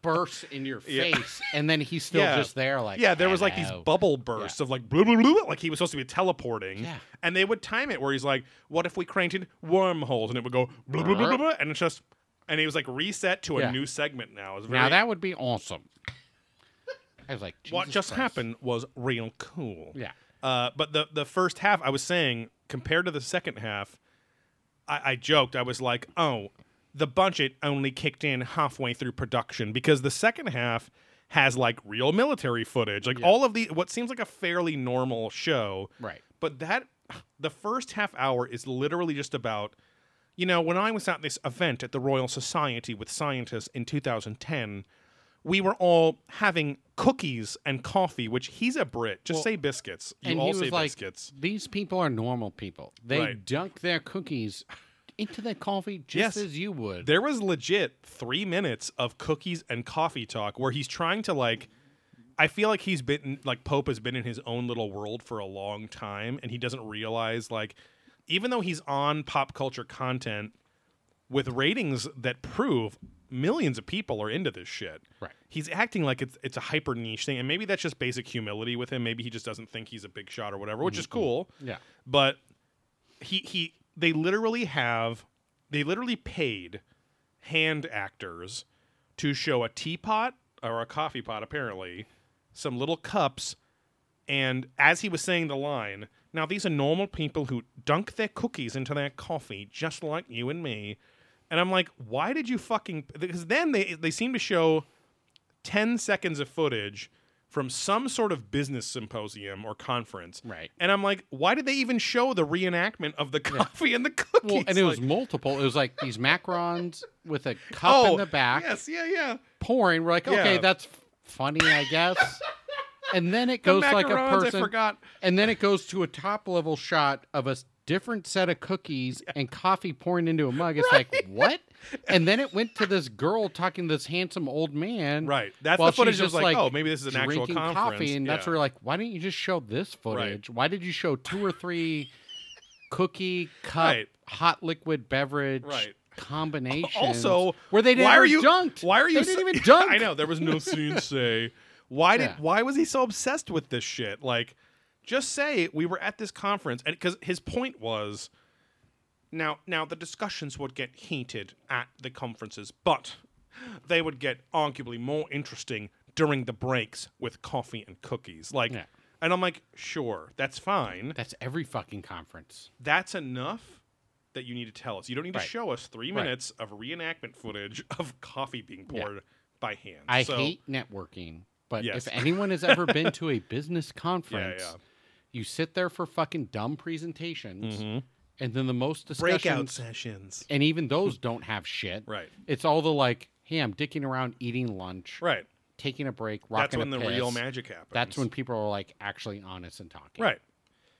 S4: bursts in your
S3: [LAUGHS] Yeah.
S4: face, and then he's still
S3: Yeah.
S4: just there, like
S3: yeah, there was like these
S4: "Hello."
S3: bubble bursts of like blue, blue, blue, like he was supposed to be teleporting.
S4: Yeah.
S3: And they would time it where he's like, "What if we created wormholes?" And it would go blue, blue, blue, blue, blue, and it's just, and he was like reset to a
S4: Uh-huh. Yeah.
S3: new segment now. It was very,
S4: Now that would be awesome. I was like,
S3: what
S4: Jesus
S3: just
S4: Christ.
S3: happened was real cool.
S4: Yeah,
S3: Uh, but the the first half, I was saying, compared to the second half, I, I joked. I was like, "Oh, the budget only kicked in halfway through production because the second half has like real military footage, like all of the what seems like a fairly normal show,
S4: Right.
S3: But that the first half hour is literally just about." You know, when I was at this event at the Royal Society with scientists in 2010, we were all having cookies and coffee, which he's a Brit. Just say biscuits. You
S4: and
S3: all
S4: he
S3: say
S4: was like,
S3: biscuits.
S4: "These people are normal people. They
S3: Right.
S4: dunk their cookies into their coffee
S3: Yes.
S4: just as you would."
S3: There was legit three minutes of cookies and coffee talk where he's trying to like. I feel like he's been like Pope has been in his own little world for a long time, and he doesn't realize like, even though he's on pop culture content with ratings that prove millions of people are into this shit.
S4: Right.
S3: He's acting like it's it's a hyper niche thing, and maybe that's just basic humility with him. Maybe he just doesn't think he's a big shot or whatever, which is cool.
S4: Mm-hmm. Yeah.
S3: But he he they literally have they literally paid hand actors to show a teapot or a coffee pot apparently some little cups and as he was saying the line now these are normal people who dunk their cookies into their coffee just like you and me and i'm like why did you fucking because then they they seem to show 10 seconds of footage from some sort of business symposium or conference
S4: Right.
S3: and i'm like why did they even show the reenactment of the coffee and the cookies
S4: Well, and it was
S3: Like,
S4: multiple. It was like these macarons
S3: [LAUGHS]
S4: with a cup in the back.
S3: oh, yes yeah yeah
S4: pouring. We're like, okay,
S3: Yeah.
S4: that's f- funny, I
S3: [LAUGHS]
S4: guess. and then it
S3: the
S4: goes to, like a
S3: macarons,
S4: person,
S3: i forgot
S4: and then it goes to a top level shot of a s- different set of cookies and coffee pouring into a mug. It's like
S3: [LAUGHS]
S4: what? And then it went to this girl talking to this handsome old man.
S3: Right. That's
S4: while
S3: the footage.
S4: she's
S3: Just
S4: just
S3: like, oh, maybe this is an actual
S4: drinking
S3: conference.
S4: coffee, and that's
S3: Yeah.
S4: where you're like, why didn't you just show this footage? Why did you show two
S3: [LAUGHS]
S4: or three cookie cup
S3: Right.
S4: hot liquid beverage
S3: Right.
S4: combinations?
S3: Also,
S4: where they didn't
S3: why are
S4: even
S3: you
S4: dunked?
S3: Why are you?
S4: They
S3: [LAUGHS]
S4: didn't
S3: s-
S4: even dunk.
S3: I know there was no
S4: [LAUGHS]
S3: scene say. Why did?
S4: Yeah.
S3: Why was he so obsessed with this shit? Like, just say we were at this conference, and because his point was, now now the discussions would get heated at the conferences, but they would get arguably more interesting during the breaks with coffee and cookies. Like,
S4: Yeah.
S3: and I'm like, sure, that's fine.
S4: That's every fucking conference.
S3: that's enough that you need to tell us. You don't need to
S4: Right.
S3: show us three
S4: Right.
S3: minutes of reenactment footage of coffee being
S4: Yeah.
S3: poured by hand.
S4: I
S3: so,
S4: hate networking, but
S3: Yes. [LAUGHS]
S4: if anyone has ever been to a business conference,
S3: yeah.
S4: you sit there for fucking dumb presentations,
S3: Mm-hmm.
S4: and then the most discussions,
S3: sessions. [LAUGHS]
S4: and even those don't have shit.
S3: Right.
S4: It's all the like, hey, I'm dicking around, eating lunch,
S3: Right.
S4: taking a break,
S3: That's
S4: rocking
S3: when
S4: a
S3: the real
S4: piss.
S3: magic happens.
S4: That's when people are like actually honest and talking.
S3: Right.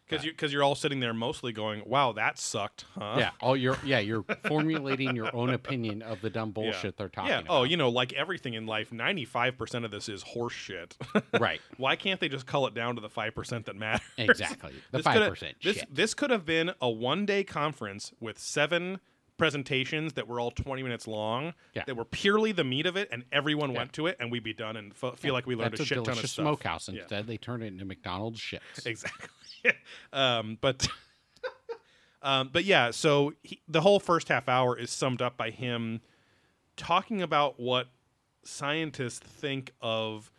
S3: Because you because you're all sitting there mostly going, "Wow, that sucked, huh?"
S4: Yeah. All you're
S3: [LAUGHS]
S4: yeah you're formulating your own opinion of the dumb
S3: Yeah.
S4: bullshit they're talking
S3: Yeah.
S4: about.
S3: Oh, you know, like everything in life, ninety five percent of this is horse shit. [LAUGHS]
S4: right.
S3: Why can't they just cull it down to the five percent that matters?
S4: Exactly. The
S3: This coulda-
S4: five percent.
S3: This this could have been a one day conference with seven presentations that were all 20 minutes long
S4: Yeah.
S3: that were purely the meat of it and everyone went to it and we'd be done and f- feel like we learned
S4: That's
S3: a
S4: a
S3: shit ton of
S4: delicious
S3: stuff
S4: smokehouse.
S3: Yeah.
S4: Instead, they turned it into McDonald's
S3: [LAUGHS]
S4: shits.
S3: Exactly. um, but [LAUGHS] um, but yeah, so he, the whole first half hour is summed up by him talking about what scientists think of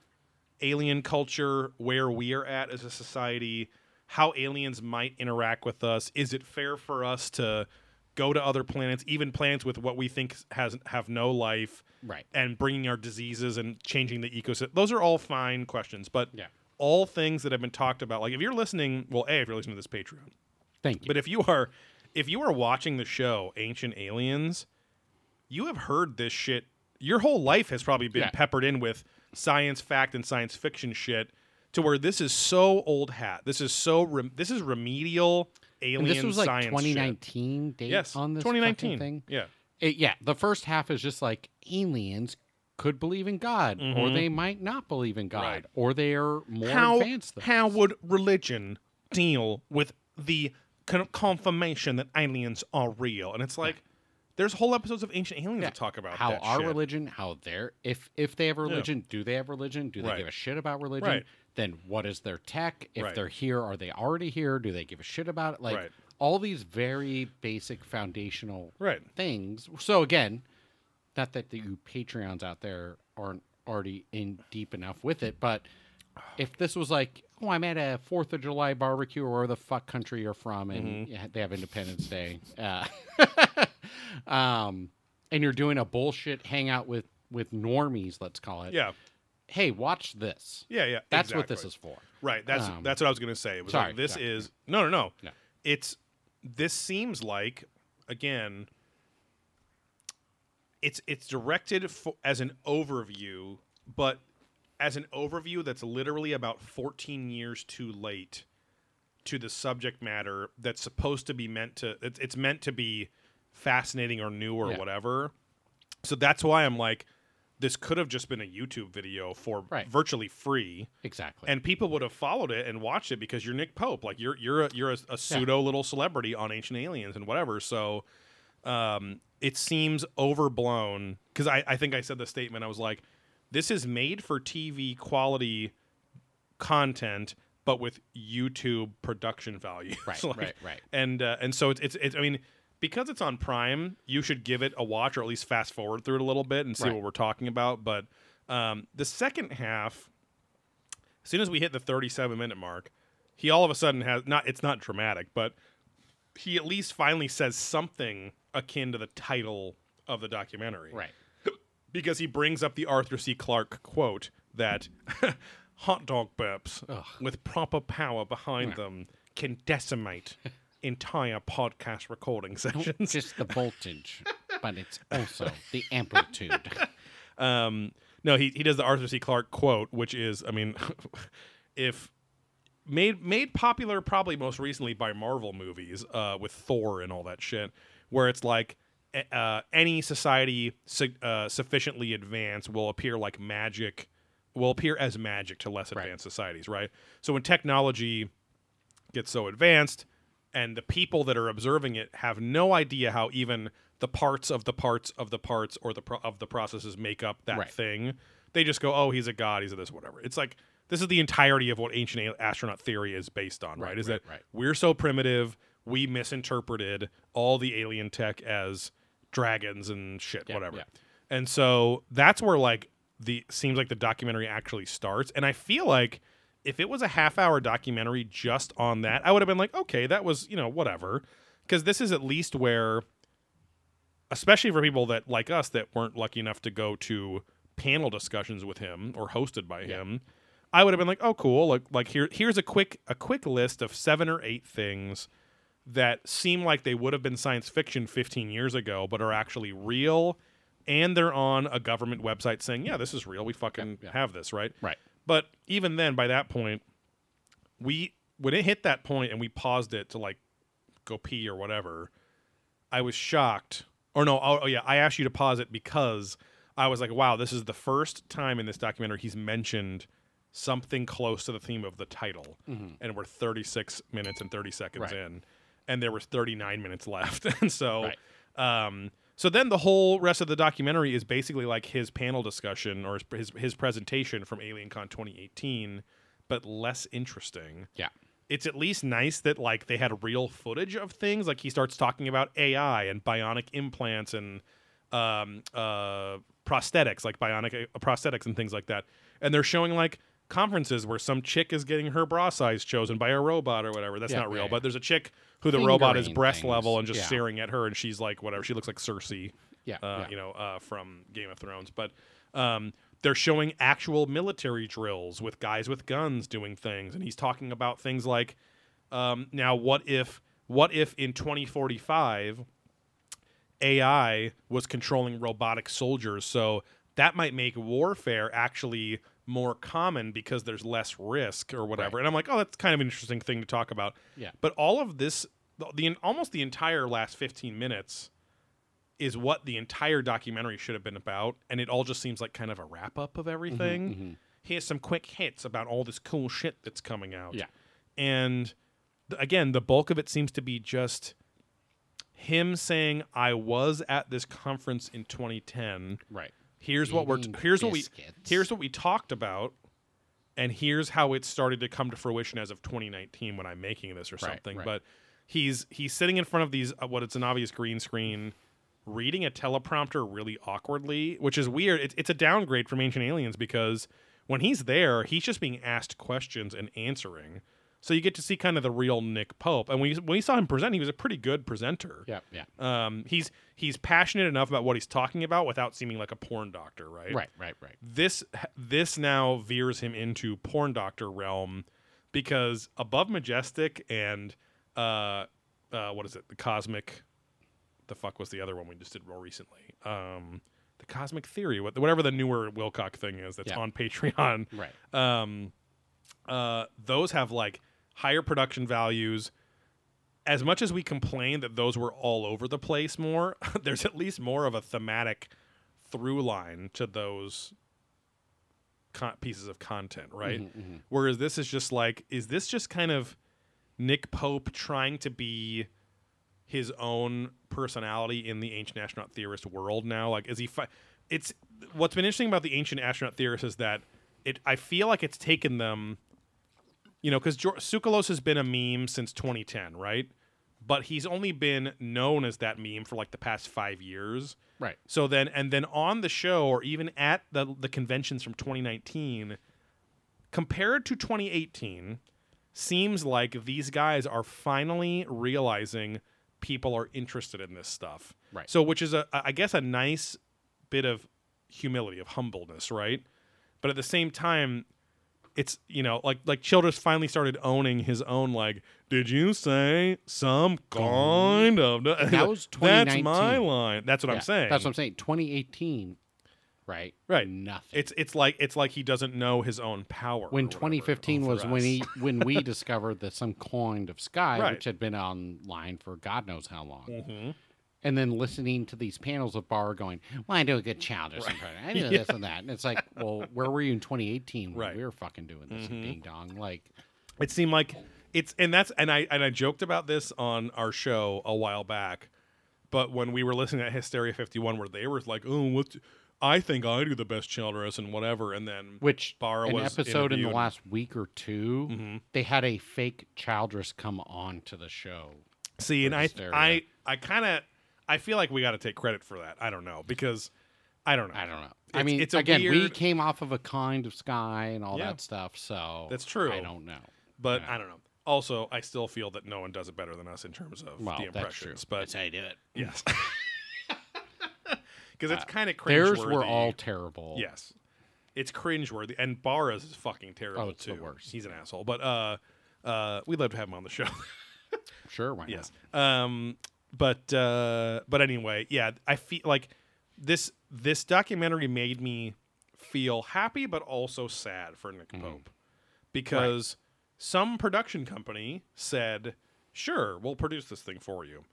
S3: alien culture, where we are at as a society, how aliens might interact with us. Is it fair for us to go to other planets, even planets with what we think has have no life?
S4: Right.
S3: and bringing our diseases and changing the ecosystem. Those are all fine questions, but
S4: Yeah.
S3: all things that have been talked about. Like if you're listening, well, a if you're listening to this Patreon,
S4: Thank you.
S3: but if you are, if you are watching the show Ancient Aliens, you have heard this shit. Your whole life has probably been
S4: Yeah.
S3: peppered in with science fact and science fiction shit, to where this is so old hat. This is so rem- this is remedial
S4: And
S3: alien
S4: this was like
S3: science. shit.
S4: 2019 date
S3: Yes,
S4: on this fucking
S3: 2019
S4: thing.
S3: Yeah.
S4: It- yeah, the first half is just like aliens could believe in God, or they might not believe in God,
S3: Mm-hmm. Right.
S4: or they are more
S3: how,
S4: advanced. Than
S3: how
S4: us.
S3: would religion deal with the con- confirmation that aliens are real? And it's like, there's whole episodes of Ancient Aliens
S4: Yeah.
S3: that talk about
S4: how
S3: that
S4: our
S3: shit.
S4: religion, how their if if they have a religion, do they have religion? Do they
S3: Right.
S4: give a shit about religion?
S3: Right.
S4: Then what is their tech? If
S3: Right.
S4: they're here, are they already here? Do they give a shit about it? Like
S3: Right.
S4: all these very basic foundational
S3: Right.
S4: things. So again, not that the you Patreons out there aren't already in deep enough with it, but if this was like, oh, I'm at a Fourth of July barbecue or where the fuck country you're from,
S3: Mm-hmm.
S4: and yeah, they have Independence Day, uh, [LAUGHS] um, and you're doing a bullshit hangout with with normies, let's call it.
S3: Yeah,
S4: Hey, watch this.
S3: yeah, yeah.
S4: That's what
S3: exactly.
S4: this is for.
S3: Right. That's
S4: Um,
S3: that's what I was gonna say. It was
S4: sorry,
S3: like, this
S4: sorry.
S3: is no, no, no.
S4: No.
S3: It's this seems like again. It's it's directed fo- as an overview, but as an overview that's literally about 14 years too late to the subject matter that's supposed to be meant to. It's, it's meant to be fascinating or new or
S4: Yeah.
S3: whatever. So that's why I'm like, this could have just been a YouTube video for
S4: Right.
S3: virtually free
S4: Exactly.
S3: and people would have followed it and watched it because you're Nick Pope, like you're you're a, you're a, a pseudo little celebrity on Ancient Aliens and whatever. So, um, it seems overblown because I I think I said the statement I was like, this is made for TV quality content, but with YouTube production value. [LAUGHS]
S4: Right,
S3: So, like,
S4: right, right.
S3: And uh, and so it's, it's it's I mean. Because it's on Prime, you should give it a watch or at least fast forward through it a little bit and see
S4: Right.
S3: what we're talking about. But um, the second half, as soon as we hit the 37 minute mark, he all of a sudden has not it's not dramatic, but he at least finally says something akin to the title of the documentary.
S4: right.
S3: Because he brings up the Arthur C. Clarke quote that [LAUGHS] hot dog burps with proper power behind them can decimate entire podcast recording sessions.
S4: Just the voltage,
S3: [LAUGHS]
S4: but it's also the amplitude.
S3: Um, no, he, he does the Arthur C. Clarke quote, which is, I mean, [LAUGHS] if made made popular probably most recently by Marvel movies uh, with Thor and all that shit, where it's like eh, uh, any society su- uh, sufficiently advanced will appear like magic, will appear as magic to less advanced societies, right? So when technology gets so advanced and the people that are observing it have no idea how even the parts of the parts of the parts or the pro- of the processes make up that
S4: Right.
S3: thing they just go oh he's a god he's a this whatever it's like this is the entirety of what ancient a- astronaut theory is based on right,
S4: Right,
S3: is
S4: right,
S3: that
S4: right.
S3: we're so primitive we misinterpreted all the alien tech as dragons and shit whatever
S4: yeah.
S3: and so that's where like the seems like the documentary actually starts and i feel like if it was a half hour documentary just on that i would have been like okay that was you know whatever because this is at least where especially for people that like us that weren't lucky enough to go to panel discussions with him or hosted by him i would have been like oh cool like like here here's a quick a quick list of seven or eight things that seem like they would have been science fiction 15 years ago but are actually real and they're on a government website saying yeah this is real we fucking have this right
S4: Right.
S3: but even then by that point we when it hit that point and we paused it to like go pee or whatever I was shocked. Or no, oh, oh, yeah, I asked you to pause it because I was like, wow, this is the first time in this documentary he's mentioned something close to the theme of the title. And we're 36 minutes and 30 seconds
S4: Mm-hmm. Right.
S3: in, and there was 39 minutes left. [LAUGHS] and so
S4: Right.
S3: Um, so then the whole rest of the documentary is basically like his panel discussion or his his, his presentation from AlienCon 2018, but less interesting
S4: Yeah.
S3: it's at least nice that like they had real footage of things. Like he starts talking about AI and bionic implants and um, uh, prosthetics, like bionic uh, prosthetics and things like that. And they're showing like conferences where some chick is getting her bra size chosen by a robot or whatever. That's
S4: Yeah,
S3: not real,
S4: yeah, yeah.
S3: but there's a chick who the robot is
S4: Fingering
S3: breast
S4: things.
S3: level and just
S4: Yeah.
S3: staring at her, and she's like whatever. She looks like Cersei
S4: Yeah,
S3: uh,
S4: yeah.
S3: you know, uh, from Game of Thrones. But um, they're showing actual military drills with guys with guns doing things, and he's talking about things like, um, now what if what if in 2045 AI was controlling robotic soldiers? So that might make warfare actually more common because there's less risk or whatever. And I'm like, oh, that's kind of an interesting thing to talk about.
S4: Yeah.
S3: But all of this, the, the almost the entire last 15 minutes is what the entire documentary should have been about, and it all just seems like kind of a wrap up
S4: Mm-hmm,
S3: of everything. Here's some quick hits about all this cool shit that's coming out.
S4: Yeah.
S3: and th- again, the bulk of it seems to be just him saying, "I was at this conference in 2010.
S4: Right.
S3: Here's what we're t-
S4: Eating
S3: here's what we
S4: biscuits.
S3: here's what we talked about." And here's how it started to come to fruition as of 2019 when I'm making this or
S4: Right,
S3: something.
S4: right.
S3: But he's he's sitting in front of these uh, what it's an obvious green screen reading a teleprompter really awkwardly which is weird it's, it's a downgrade from ancient aliens because when he's there he's just being asked questions and answering so you get to see kind of the real nick pope and when, you, when we saw him present he was a pretty good presenter
S4: Yeah. Yeah.
S3: um, he's he's passionate enough about what he's talking about without seeming like a porn doctor right
S4: Right. Right. Right.
S3: this this now veers him into porn doctor realm because above majestic and uh uh what is it the cosmic the fuck was the other one we just did more recently um the cosmic theory what- whatever the newer wilcock thing is that's
S4: Yeah.
S3: on patreon
S4: Right.
S3: um uh those have like higher production values as much as we complain that those were all over the place more [LAUGHS] there's at least more of a thematic through line to those con- pieces of content right whereas this is just like is this just kind of nick pope trying to be his own personality in the ancient astronaut theorist world now? Like, is he? Fi- it's what's been interesting about the ancient astronaut theorist is that it. I feel like it's taken them, you know, because Tsoukalos has been a meme since 2010, right? But he's only been known as that meme for like the past five years.
S4: Right.
S3: So then, and then on the show, or even at the the conventions from 2019, compared to 2018, seems like these guys are finally realizing people are interested in this stuff.
S4: Right.
S3: So, which is a, I guess, a nice bit of humility, of humbleness, right? But at the same time, it's you know like like Childress finally started owning his own like did you say some kind of [LAUGHS]
S4: That was
S3: that's my
S4: 2019.
S3: line that's what
S4: Yeah,
S3: I'm saying
S4: That's what I'm saying. 2018. Right.
S3: Right.
S4: Nothing.
S3: It's it's like it's like he doesn't know his own power. or
S4: when
S3: whatever
S4: 2015
S3: for
S4: was when
S3: us.
S4: he
S3: [LAUGHS]
S4: when we discovered the some coin of
S3: Right.
S4: sky
S3: Mm-hmm.
S4: which had been online for god knows how long and then listening to these panels of bar going well i do a good child or something
S3: [LAUGHS]
S4: i do this and that and it's like well where were you in 2018 when
S3: Right. Mm-hmm.
S4: we were fucking doing this ding dong like
S3: it seemed like it's and that's and I and I joked about this on our show a while back, but when we were listening to Hysteria 51, where they were like, "Oh, what? I think I do the best Childress and whatever," and then
S4: which
S3: Barra
S4: an
S3: was
S4: episode in
S3: interviewed.
S4: the
S3: Mm-hmm.
S4: last week or 2 they had a fake childress come on to the show
S3: See, and I,
S4: hysteria.
S3: I, I kind of, I feel like we got to take credit for that. I don't know because, I don't know.
S4: i don't know i
S3: It's-
S4: mean
S3: it's a
S4: again we
S3: weird-
S4: came off of a kind of sky and all
S3: Yeah.
S4: that stuff so
S3: That's true.
S4: i don't know
S3: But I don't know. Also, I still feel that no one does it better than us in terms of
S4: Well,
S3: the
S4: that's true.
S3: impressions. But
S4: how you do it.
S3: Yes. [LAUGHS] Because it's kind of cringe.
S4: Uh, Theirs were all terrible.
S3: Yes. It's cringeworthy, and Barra's is fucking terrible
S4: Oh, it's
S3: too.
S4: the worst.
S3: He's an asshole, but uh, uh, we'd love to have him on the show.
S4: Sure. Why
S3: yes. Um, but uh, but anyway, yeah, I feel like this this documentary made me feel happy, but also sad for
S4: Mm-hmm.
S3: Nick Pope because some production company said, "Sure, we'll produce this thing for you."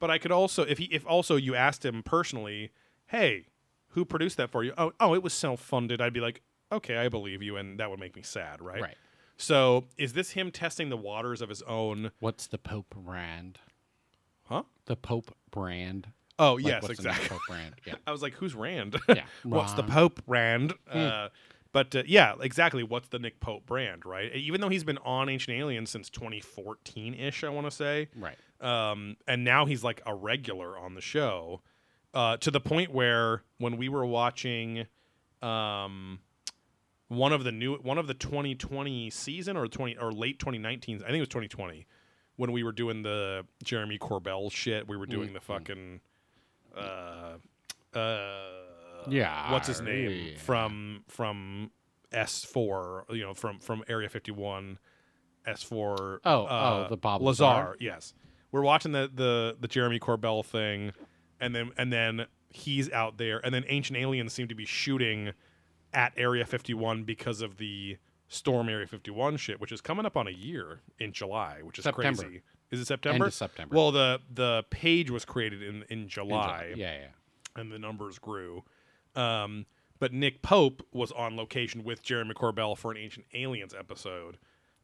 S3: But I could also, if he, if also you asked him personally, "Hey, who produced that for you?" Oh, oh, it was self funded. I'd be like, "Okay, I believe you," and that would make me sad, right?
S4: not? Right.
S3: So, is this him testing the waters of his own?
S4: What's the Pope brand?
S3: Huh?
S4: The Pope brand.
S3: Oh
S4: Like,
S3: yes,
S4: what's the new
S3: exactly.
S4: Pope brand? Yeah.
S3: [LAUGHS] I was like, who's Rand?
S4: Yeah.
S3: [LAUGHS] what's the
S4: Ron.
S3: Pope brand? Uh, but uh, yeah, exactly. What's the Nick Pope brand, right? Even though he's been on Ancient Aliens since 2014 ish, I want to say.
S4: Right.
S3: Um, and now he's like a regular on the show uh, to the point where when we were watching um, one of the new one of the 2020 season or 20 or late 2019 I think it was 2020 when we were doing the Jeremy Corbell shit we were doing
S4: Mm-hmm.
S3: the fucking uh uh
S4: Yeah,
S3: what's his name
S4: yeah.
S3: from from S4 you know from from Area 51 S4
S4: Oh, oh,
S3: uh,
S4: the Bob
S3: Lazar,
S4: Lazar?
S3: yes we're watching the the the Jeremy Corbell thing and then and then he's out there and then ancient aliens seem to be shooting at area 51 because of the storm area 51 shit which is coming up on a year in July which is
S4: September.
S3: crazy is it September
S4: End of September.
S3: well the the page was created in in July
S4: Yeah, yeah.
S3: and the numbers grew. Um, but Nick Pope was on location with Jeremy Corbell for an Ancient Aliens episode,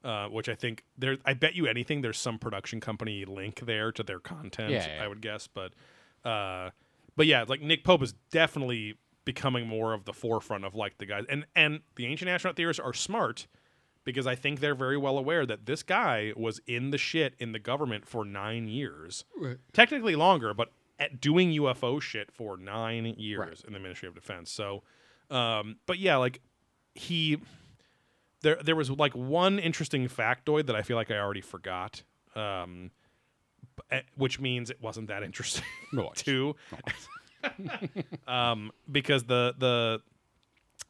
S3: uh, which I think there. I bet you anything, there's some production company link there to their content.
S4: Yeah, yeah.
S3: I would guess, but uh, but yeah, like Nick Pope is definitely becoming more of the forefront of like the guys, and and the ancient astronaut theorists are smart because I think they're very well aware that this guy was in the shit in the government for nine years, technically longer, but at doing UFO shit for nine years in the Ministry of Defense. So, um, but yeah, like he, there there was like one interesting factoid that I feel like I already forgot, um, b- eh, which means it wasn't that interesting [LAUGHS]
S4: No, it's-
S3: too, [LAUGHS] um, because the the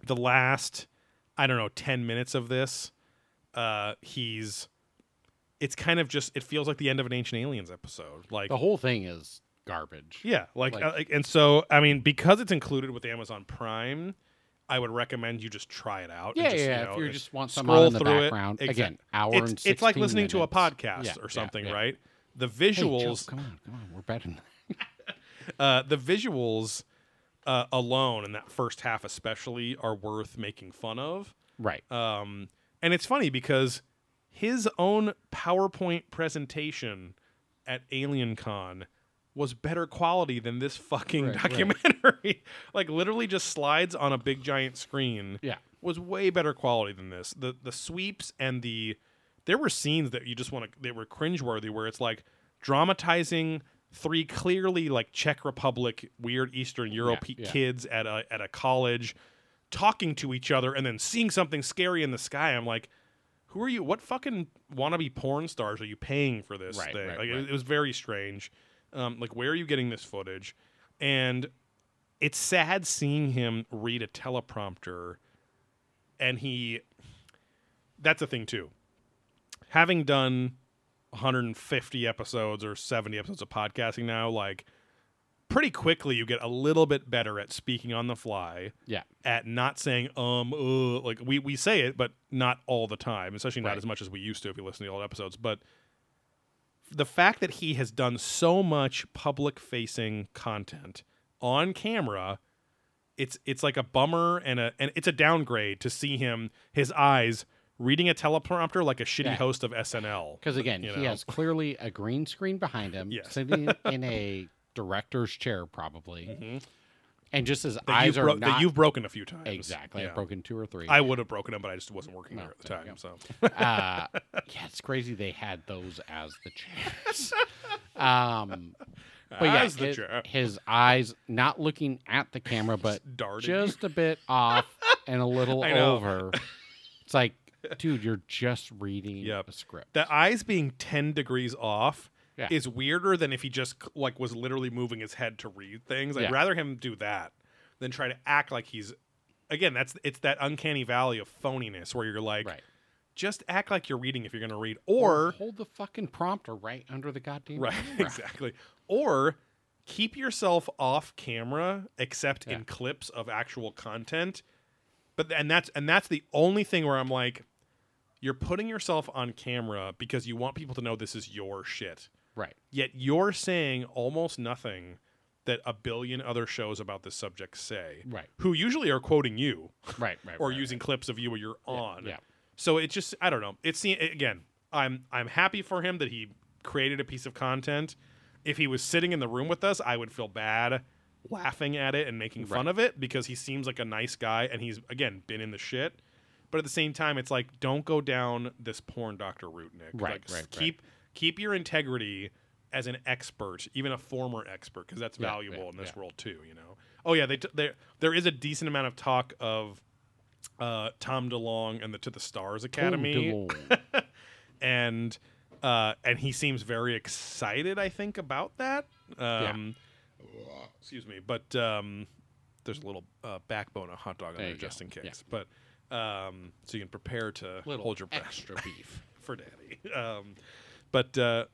S3: the last I don't know ten minutes of this, uh, he's. It's kind of just. It feels like the end of an Ancient Aliens episode. Like
S4: The whole thing is garbage.
S3: yeah, like,
S4: Like-
S3: uh, like- and so I mean, because it's included with Amazon Prime, I would recommend you just try it out. and
S4: Yeah,
S3: just,
S4: yeah.
S3: You
S4: if
S3: know,
S4: you
S3: it-
S4: just want something
S3: scroll
S4: on in the
S3: through it.
S4: background,
S3: Exact-
S4: again, hour
S3: it's,
S4: and
S3: it's like
S4: 16
S3: listening to a
S4: minutes.
S3: podcast
S4: Yeah,
S3: or
S4: yeah,
S3: something,
S4: yeah.
S3: right? The
S4: Hey, Joe,
S3: visuals,
S4: come on, come on, we're better. than-
S3: uh, the visuals uh, alone in that first half, especially, are worth making fun of.
S4: right.
S3: Um, and it's funny because his own PowerPoint presentation at AlienCon was better quality than this fucking
S4: Right, right.
S3: documentary. [LAUGHS] like literally just slides on a big giant screen.
S4: Yeah.
S3: Was way better quality than this. The the sweeps and the there were scenes that you just want to they were cringeworthy where it's like dramatizing three clearly like Czech Republic weird Eastern Europe
S4: yeah.
S3: kids at a at a college talking to each other and then seeing something scary in the sky. I'm like, who are you? What fucking wannabe porn stars are you paying for this
S4: Right,
S3: thing?
S4: right,
S3: like it-
S4: right.
S3: It, was very strange. Um, like where are you getting this footage? And it's sad seeing him read a teleprompter, and he. That's the thing too. Having done 150 episodes or 70 episodes of podcasting now, like pretty quickly you get a little bit better at speaking on the fly
S4: Yeah.
S3: at not saying um uh, like we we say it but not all the time especially not
S4: Right.
S3: as much as we used to if you listen to the old episodes but the fact that he has done so much public facing content on camera it's it's like a bummer and a and it's a downgrade to see him his eyes reading a teleprompter like a shitty
S4: Yeah.
S3: host of SNL
S4: Because again,
S3: You
S4: he
S3: know.
S4: has clearly a green screen behind him,
S3: Yes. [LAUGHS]
S4: sitting in a director's chair, probably, and just his
S3: Mm-hmm. that,
S4: eyes
S3: you've
S4: are
S3: bro- that
S4: not
S3: you've broken a few times
S4: exactly.
S3: Yeah.
S4: I've broken two or three.
S3: I would have broken him but I just wasn't working
S4: No,
S3: there at the
S4: there you
S3: time so [LAUGHS]
S4: go. uh, yeah, it's crazy they had those as the chairs. Um, but yeah,
S3: As the
S4: hi-
S3: chair.
S4: his eyes not looking at the
S3: [LAUGHS]
S4: camera, but
S3: darting.
S4: just a bit off and a
S3: [LAUGHS]
S4: little
S3: I know.
S4: over. It's like, dude, you're just reading
S3: Yep.
S4: a script.
S3: the eyes being 10 degrees off
S4: Yeah.
S3: is weirder than if he just like was literally moving his head to read things i'd
S4: Yeah.
S3: rather him do that than try to act like he's again that's it's that uncanny valley of phoniness where you're like
S4: right.
S3: just act like you're reading if you're going to read or
S4: hold the fucking prompter right under the goddamn [LAUGHS]
S3: right
S4: camera.
S3: exactly or keep yourself off camera except in
S4: Yeah.
S3: clips of actual content but and that's and that's the only thing where i'm like you're putting yourself on camera because you want people to know this is your shit
S4: Right.
S3: yet you're saying almost nothing that a billion other shows about this subject say,
S4: Right.
S3: who usually are quoting you [LAUGHS]
S4: Right. Right.
S3: or
S4: right,
S3: using clips of you where you're on.
S4: yeah.
S3: So it just I don't know. It's again, I'm I'm happy for him that he created a piece of content if he was sitting in the room with us, I would feel bad laughing at it and making fun of it because he seems like a nice guy and he's again been in the shit. But at the same time, it's like don't go down this porn doctor route, Nick.
S4: Right,
S3: like, s-
S4: right, right.
S3: Keep keep your integrity as an expert, even a former expert, because that's
S4: Yeah, yeah,
S3: valuable in this
S4: yeah.
S3: world too. You know. Oh yeah, they t- there there is a decent amount of talk of uh, Tom DeLong and the To the Stars Academy
S4: DeLonge.
S3: and uh, and he seems very excited. I think about that. Um, Excuse me, but um, there's a little uh, backbone of hot dog on
S4: There
S3: there,
S4: you go.
S3: just in
S4: Yeah.
S3: case. But um, so you can prepare to
S4: little
S3: hold your breath
S4: extra
S3: [LAUGHS]
S4: beef.
S3: for daddy. Um, but uh,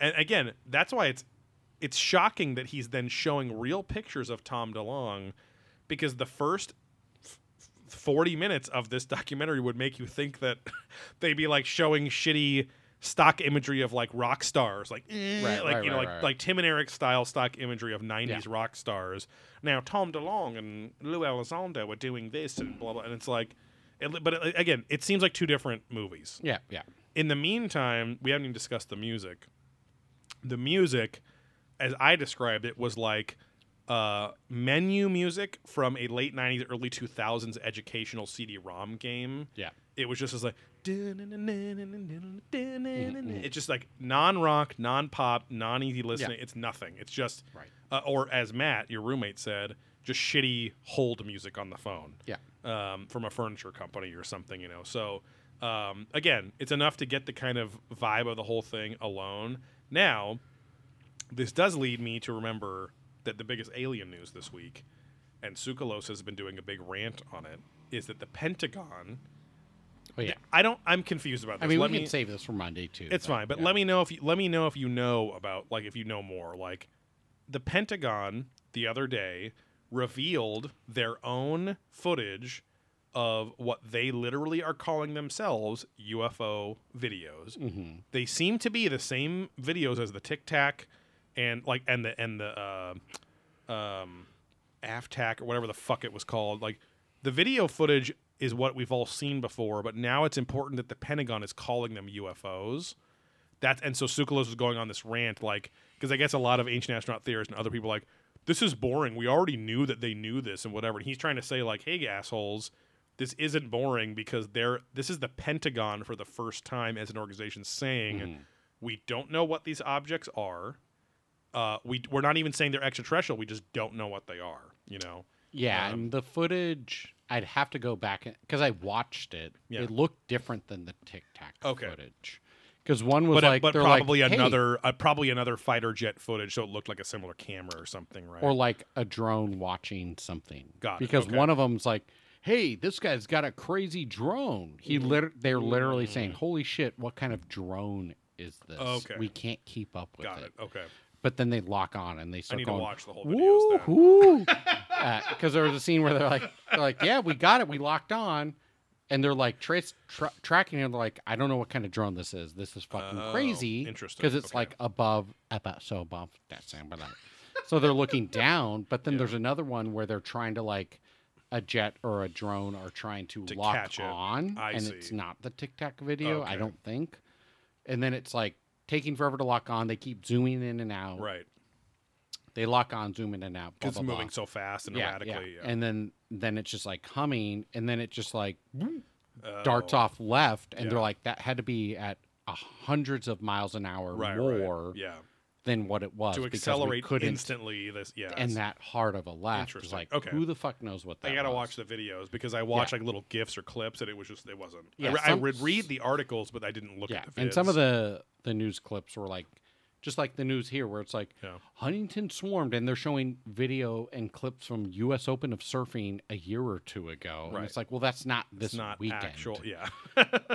S3: and again, that's why it's it's shocking that he's then showing real pictures of Tom DeLong because the first f- f- 40 minutes of this documentary would make you think that [LAUGHS] they'd be like showing shitty stock imagery of like rock stars like eh,
S4: Right,
S3: like
S4: right,
S3: you know
S4: right,
S3: like
S4: right.
S3: like Tim and Eric style stock imagery of 90s
S4: Yeah.
S3: rock stars. Now Tom DeLong and Lou Elizondo were doing this and blah blah and it's like it, but it, again, it seems like two different movies
S4: Yeah, yeah.
S3: in the meantime, we haven't even discussed the music. The music, as I described it, was like uh, menu music from a late '90s, early 2000s educational CD-ROM game.
S4: Yeah. Mm-hmm.
S3: It was just as like it's just like non-rock, non-pop, non-easy listening. It's nothing. It's just
S4: Right.
S3: uh, or as Matt, your roommate said, just shitty hold music on the phone
S4: Yeah.
S3: um, from a furniture company or something, you know. So um, again, it's enough to get the kind of vibe of the whole thing alone. Now, this does lead me to remember that the biggest alien news this week, and Tsoukalos has been doing a big rant on it, is that the Pentagon.
S4: Oh yeah.
S3: I don't. I'm confused about this.
S4: I mean,
S3: let
S4: we
S3: me,
S4: can save this for Monday too.
S3: it's fine, but
S4: yeah.
S3: let me know if you let me know if you know about like if you know more. Like the Pentagon the other day revealed their own footage of what they literally are calling themselves UFO videos. They seem to be the same videos as the Tic Tac and like and the and the uh, um, AFTAC or whatever the fuck it was called. Like the video footage is what we've all seen before, but now it's important that the Pentagon is calling them UFOs. That's and so Tsoukalos was going on this rant, like because I guess a lot of ancient astronaut theorists and other people are like this is boring. We already knew that they knew this and whatever. And he's trying to say like, hey assholes, this isn't boring because they're this is the Pentagon for the first time as an organization saying
S4: Mm-hmm.
S3: we don't know what these objects are. Uh, we we're not even saying they're extraterrestrial. We just don't know what they are. You know.
S4: Yeah,
S3: um,
S4: and the footage I'd have to go back because I watched it.
S3: Yeah.
S4: It looked different than the Tic Tac
S3: Okay.
S4: footage. Because one was
S3: but uh,
S4: like,
S3: but
S4: they're like,
S3: probably
S4: "Hey,"
S3: another uh, probably another fighter jet footage, so it looked like a similar camera or something, right?
S4: or like a drone watching something.
S3: Got it,
S4: because
S3: okay.
S4: one of them's like, "Hey, this guy's got a crazy drone." He
S3: Mm-hmm.
S4: lit- they're literally
S3: Mm.
S4: saying, "Holy shit, what kind of drone is this?
S3: Okay.
S4: We can't keep up with
S3: got it. Okay,
S4: But then they lock on and they start
S3: need to
S4: going,
S3: watch the whole videos then. [LAUGHS]
S4: Because Uh, there was a scene where they're like, they're like, yeah, we got it, we locked on, and they're like trace tra- tracking him. They're like, I don't know what kind of drone this is. This is fucking
S3: Oh,
S4: crazy.
S3: interesting,
S4: Because it's
S3: okay.
S4: like above, above, so above that sound, but like- so
S3: [LAUGHS]
S4: they're looking down. But then there's another one where they're trying to like. A jet or a drone are trying to,
S3: To
S4: lock
S3: catch it.
S4: on,
S3: I
S4: and
S3: see.
S4: it's not the Tic Tac video, I
S3: Okay.
S4: don't think. And then it's like taking forever to lock on. They keep zooming in and out.
S3: right?
S4: They lock on, zoom in and out. blah,
S3: Because it's
S4: blah, blah.
S3: moving so fast and erratically. Yeah.
S4: And then then it's just like humming, and then it just like
S3: Oh,
S4: darts off left, and they're
S3: Yeah.
S4: like that had to be at a hundreds of miles an hour
S3: right, right.
S4: more
S3: Yeah,
S4: than what it was
S3: to
S4: uh, because we
S3: accelerate
S4: couldn't-
S3: instantly. This yeah,
S4: and
S3: it's-
S4: that hard of a left is
S3: Interesting.
S4: like
S3: Okay.
S4: who the fuck knows what that
S3: I gotta
S4: was.
S3: watch the videos because I watch like little gifs or clips, and it was just it wasn't.
S4: Yeah,
S3: I, re-
S4: some-
S3: I would read the articles, but I didn't look
S4: yeah,
S3: at the vids.
S4: and some of the the news clips were like just like the news here where it's like
S3: Yeah.
S4: Huntington swarmed and they're showing video and clips from US Open of surfing a year or two ago and
S3: Right.
S4: it's like well that's not this
S3: it's not
S4: weekend
S3: actual. Yeah,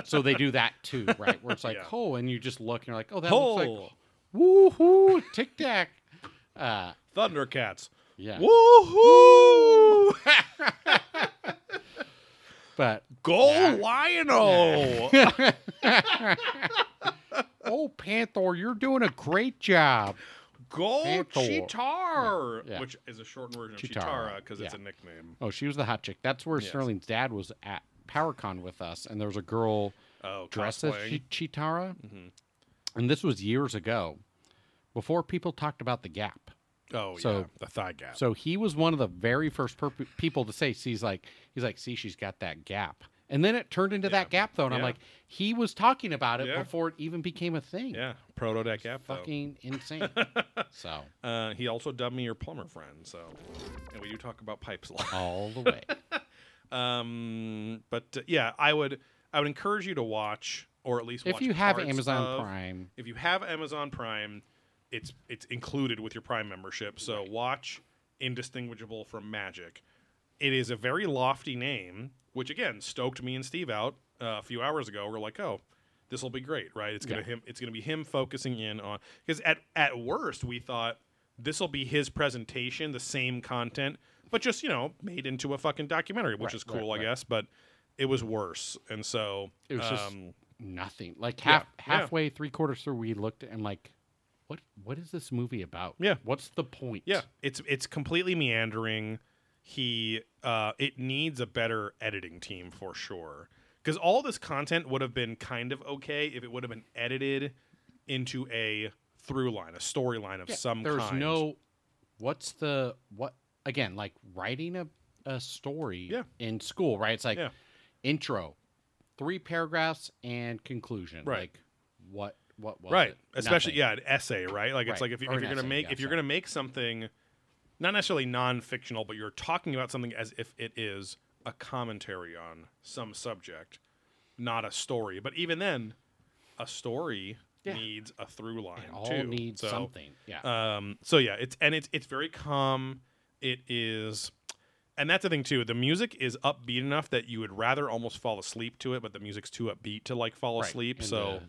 S4: So they do that
S3: [LAUGHS]
S4: too, right? Where it's like,
S3: Yeah.
S4: oh, and you just look and you're like, oh, that
S3: Hole.
S4: looks like
S3: [LAUGHS]
S4: woohoo, tic tac. Uh,
S3: Thundercats.
S4: yeah,
S3: Woohoo!
S4: but
S3: Go Lionel!
S4: [LAUGHS] oh, Panther, you're doing a great job.
S3: Go
S4: Panther.
S3: Cheetar!
S4: Yeah, yeah.
S3: Which is a shortened version of
S4: Cheetara,
S3: Cheetara because it's a
S4: yeah.
S3: nickname.
S4: Oh, she was the hot chick. That's where
S3: Yes.
S4: Sterling's dad was at PowerCon with us, and there was a girl
S3: Oh,
S4: dressed as
S3: cosplaying. Mm-hmm.
S4: Chi- Chitara, and this was years ago. before people talked about the gap.
S3: Oh
S4: So-
S3: yeah, the thigh gap.
S4: So he was one of the very first per- people to say, "She's like, he's like, see, she's got that gap." And then it turned into that gap though, and I'm
S3: Yeah.
S4: like, he was talking about it
S3: Yeah.
S4: before it even became a thing.
S3: yeah, proto that gap. though.
S4: fucking
S3: [LAUGHS]
S4: insane. so
S3: Uh, he also dubbed me your plumber friend. So, and we do talk about pipes a lot. [LAUGHS]
S4: all the way.
S3: Um, but uh, yeah, I would I would encourage you to watch or at least
S4: if
S3: watch
S4: you have
S3: parts
S4: Amazon
S3: of-
S4: Prime,
S3: If you have Amazon Prime, it's it's included with your Prime membership. So watch Indistinguishable from Magic. It is a very lofty name, which again stoked me and Steve out uh, a few hours ago. We're like, oh, this will be great, right? It's gonna
S4: Yeah.
S3: him. It's gonna be him focusing in on because at at worst we thought this will be his presentation, the same content, but just you know made into a fucking documentary, which
S4: Right,
S3: is
S4: right,
S3: cool,
S4: right.
S3: I guess. But it was worse, and so
S4: It was just-
S3: um,
S4: nothing. Like
S3: Yeah,
S4: half
S3: yeah.
S4: halfway, three quarters through, we looked at and like, what what is this movie about?
S3: Yeah.
S4: What's the point?
S3: Yeah, it's it's completely meandering. He uh, it needs a better editing team for sure. Because all this content would have been kind of okay if it would have been edited into a through line, a storyline of
S4: Yeah,
S3: some
S4: there's
S3: kind.
S4: no what's the what again like writing a, a story
S3: Yeah.
S4: in school right it's like
S3: Yeah.
S4: intro three paragraphs and conclusion
S3: Right.
S4: like what what was
S3: right,
S4: it?
S3: especially
S4: Nothing.
S3: yeah, an essay, right? Like it's
S4: Right,
S3: like if, you,
S4: or
S3: if
S4: an
S3: you're gonna
S4: essay,
S3: make
S4: yeah,
S3: if you're
S4: sorry.
S3: gonna make something, not necessarily non-fictional, but you're talking about something as if it is a commentary on some subject, not a story. But even then, a story
S4: Yeah.
S3: needs a through line.
S4: it all
S3: too.
S4: needs
S3: So,
S4: something yeah
S3: Um, so yeah, it's and it's it's very calm. It is, and that's the thing too. The music is upbeat enough that you would rather almost fall asleep to it, but the music's too upbeat to like fall
S4: Right.
S3: asleep.
S4: And
S3: so
S4: the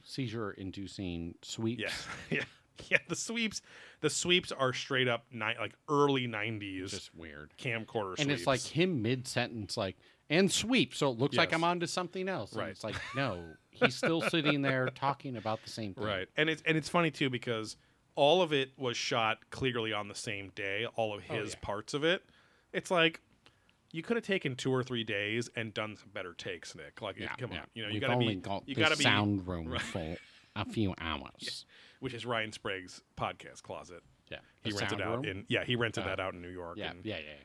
S4: seizure-inducing sweeps.
S3: yeah, [LAUGHS] yeah, yeah. The sweeps, the sweeps are straight up ni- like early '90s
S4: just weird.
S3: camcorder.
S4: And it's like
S3: sweeps.
S4: him mid-sentence, like and sweep, so it looks like
S3: Yes.
S4: I'm onto something else. And
S3: Right.
S4: It's like no, he's still sitting there talking about
S3: [LAUGHS]
S4: the same thing.
S3: Right. And it's and it's funny too because all of it was shot clearly on the same day, all of his
S4: Oh, yeah.
S3: parts of it. It's like you could have taken two or three days and done some better takes, Nick. Like,
S4: Yeah,
S3: come
S4: yeah.
S3: on, you know,
S4: We've
S3: you gotta
S4: only
S3: be,
S4: got
S3: you
S4: the
S3: gotta be,
S4: sound room for a few hours.
S3: which is Ryan Sprague's podcast closet.
S4: Yeah,
S3: He
S4: The
S3: rented
S4: sound
S3: out
S4: room?
S3: in, yeah, he rented
S4: Uh,
S3: that out in New York.
S4: yeah,
S3: and-
S4: yeah, yeah, yeah.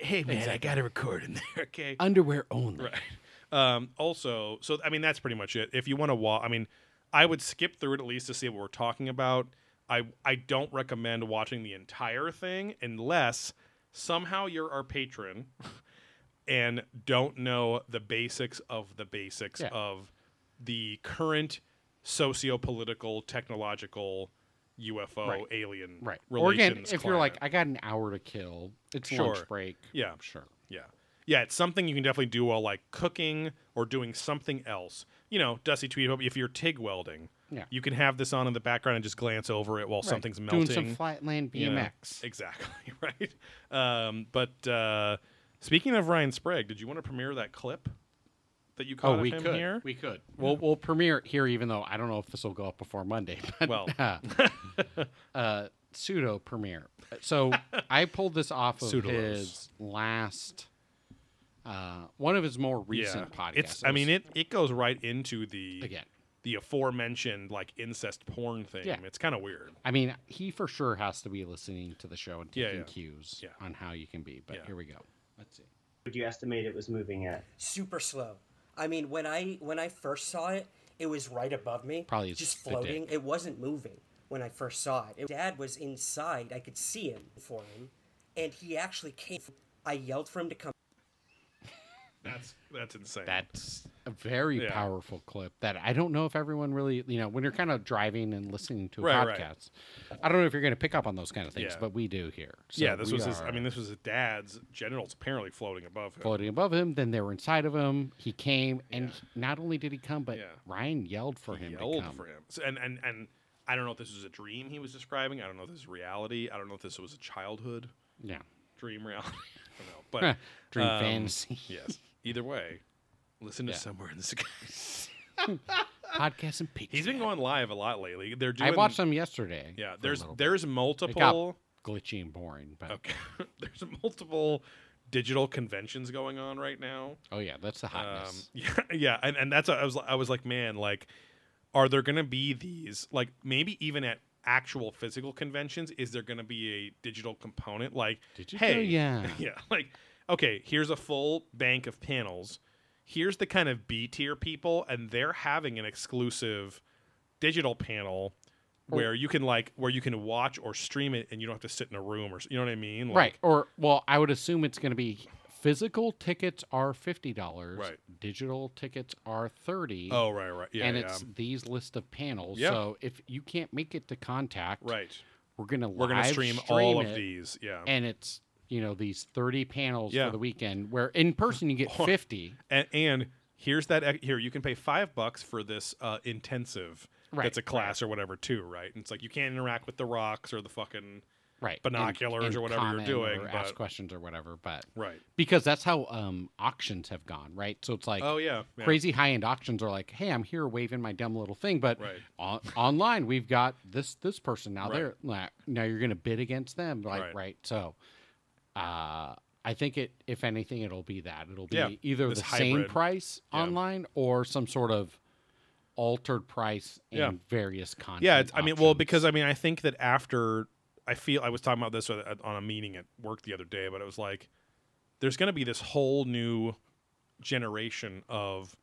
S3: Hey man, I gotta record in there, [LAUGHS] okay?
S4: Underwear only.
S3: Right. Um, also, so I mean, that's pretty much it. If you want to watch, I mean, I would skip through it at least to see what we're talking about. I I don't recommend watching the entire thing unless somehow you're our patron and don't know the basics of the basics
S4: Yeah.
S3: of the current socio-political, technological UFO
S4: Right.
S3: alien
S4: Right. Or
S3: relations.
S4: again, if you're like,
S3: climate.
S4: I got an hour to kill, it's
S3: Sure.
S4: lunch break.
S3: yeah,
S4: Sure.
S3: yeah. Yeah, it's something you can definitely do while like cooking or doing something else. You know, Dusty tweeted if you're TIG welding,
S4: Yeah.
S3: you can have this on in the background and just glance over it while
S4: Right.
S3: something's melting.
S4: Doing some flatland
S3: you know? [LAUGHS]
S4: BMX.
S3: Exactly, [LAUGHS] right? Um, but uh, speaking of Ryan Sprague, did you want to premiere that clip that you caught
S4: Oh,
S3: of
S4: we
S3: him
S4: could.
S3: here?
S4: We could. We'll we'll premiere it here, even though I don't know if this will go up before Monday. [LAUGHS] But
S3: Well.
S4: uh, uh, pseudo premiere.
S3: [LAUGHS]
S4: So I pulled this off of
S3: Pseudolos.
S4: his last, uh, one of his more recent
S3: yeah.
S4: podcasts.
S3: It's I mean it it goes right into the
S4: again.
S3: the aforementioned like incest porn thing.
S4: Yeah.
S3: It's kind of weird.
S4: I mean, he for sure has to be listening to the show and
S3: Yeah,
S4: taking
S3: yeah.
S4: cues
S3: Yeah.
S4: on how you can be. But
S3: Yeah.
S4: here we go. Let's see.
S5: would you estimate it was moving at?
S6: super slow. I mean, when I when I first saw it, it was right above me,
S4: Probably it's
S6: just
S4: the dick.
S6: floating. It wasn't moving when I first saw it. it. Dad was inside; I could see him for him, and he actually came. I yelled for him to come
S3: That's that's insane.
S4: That's a very
S3: Yeah.
S4: powerful clip that I don't know if everyone really, you know, when you're kind of driving and listening to a
S3: Right, right.
S4: podcast, I don't know if you're going to pick up on those kind of things,
S3: Yeah.
S4: but we do here. So
S3: yeah, this
S4: we
S3: was his. I
S4: are
S3: mean, this was his dad's genitals apparently floating above him.
S4: floating above him, then they were inside of him. He came, and
S3: Yeah.
S4: he- not only did he come, but
S3: Yeah.
S4: Ryan yelled for him. to
S3: yelled
S4: come.
S3: for him. So, and and and I don't know if this was a dream he was describing. I don't know if this is reality. I don't know if this was a childhood
S4: Yeah.
S3: dream reality. [LAUGHS] I don't know.
S4: [LAUGHS]
S3: But
S4: Dream
S3: um, [LAUGHS]
S4: fantasy [LAUGHS]
S3: yes. Either way, listen
S4: Yeah.
S3: to somewhere in the sky. [LAUGHS]
S4: podcast and pizza.
S3: He's been going live a lot lately. They're doing.
S4: I watched them yesterday.
S3: Yeah.
S4: for a
S3: There's Oh.
S4: little bit.
S3: there's
S4: It got
S3: multiple. [LAUGHS]
S4: glitchy and boring, but
S3: Okay. there's multiple digital conventions going on right now.
S4: oh yeah, that's the
S3: Um, [LAUGHS]
S4: hotness.
S3: yeah, yeah, and and that's what I was I was like, man, like, are there gonna be these like maybe even at actual physical conventions is there going to be a digital component like
S4: Did you know?
S3: hey
S4: Oh, Yeah.
S3: [LAUGHS] yeah like okay here's a full bank of panels here's the kind of b tier people and they're having an exclusive digital panel where you can like where you can watch or stream it and you don't have to sit in a room or s- you know what i mean like,
S4: right. Or well, I would assume it's going to be physical tickets are fifty dollars.
S3: Right.
S4: Digital tickets are thirty.
S3: oh right right yeah
S4: and
S3: yeah.
S4: it's these list of panels.
S3: Yeah.
S4: So if you can't make it to contact,
S3: right
S4: we're gonna
S3: we're gonna
S4: live
S3: stream, all
S4: it,
S3: of these yeah
S4: and it's you know these thirty panels
S3: Yeah.
S4: for the weekend. Where in person you
S3: [LAUGHS]
S4: get fifty.
S3: and, and here's that ex- here you can pay five bucks for this uh, intensive
S4: Right,
S3: that's a class or whatever too right and it's like you can't interact with the rocks or the fucking
S4: right and-
S3: binoculars
S4: and
S3: or whatever you're
S4: comment
S3: doing,
S4: or ask
S3: but-
S4: questions or whatever but
S3: right
S4: because that's how um auctions have gone right so it's like
S3: oh yeah, yeah.
S4: crazy high-end auctions are like hey i'm here waving my dumb little thing but
S3: Right.
S4: on- online we've got this this person now
S3: Right.
S4: they're like, now you're gonna bid against them like
S3: Right.
S4: right, so uh i think it if anything it'll be that it'll be
S3: Yeah,
S4: either
S3: this
S4: the same
S3: hybrid.
S4: price
S3: Yeah.
S4: online or some sort of altered price in
S3: Yeah.
S4: various content
S3: yeah it's, i mean well
S4: options.
S3: because i mean i think that after i feel i was talking about this at- on a meeting at work the other day but it was like there's going to be this whole new generation of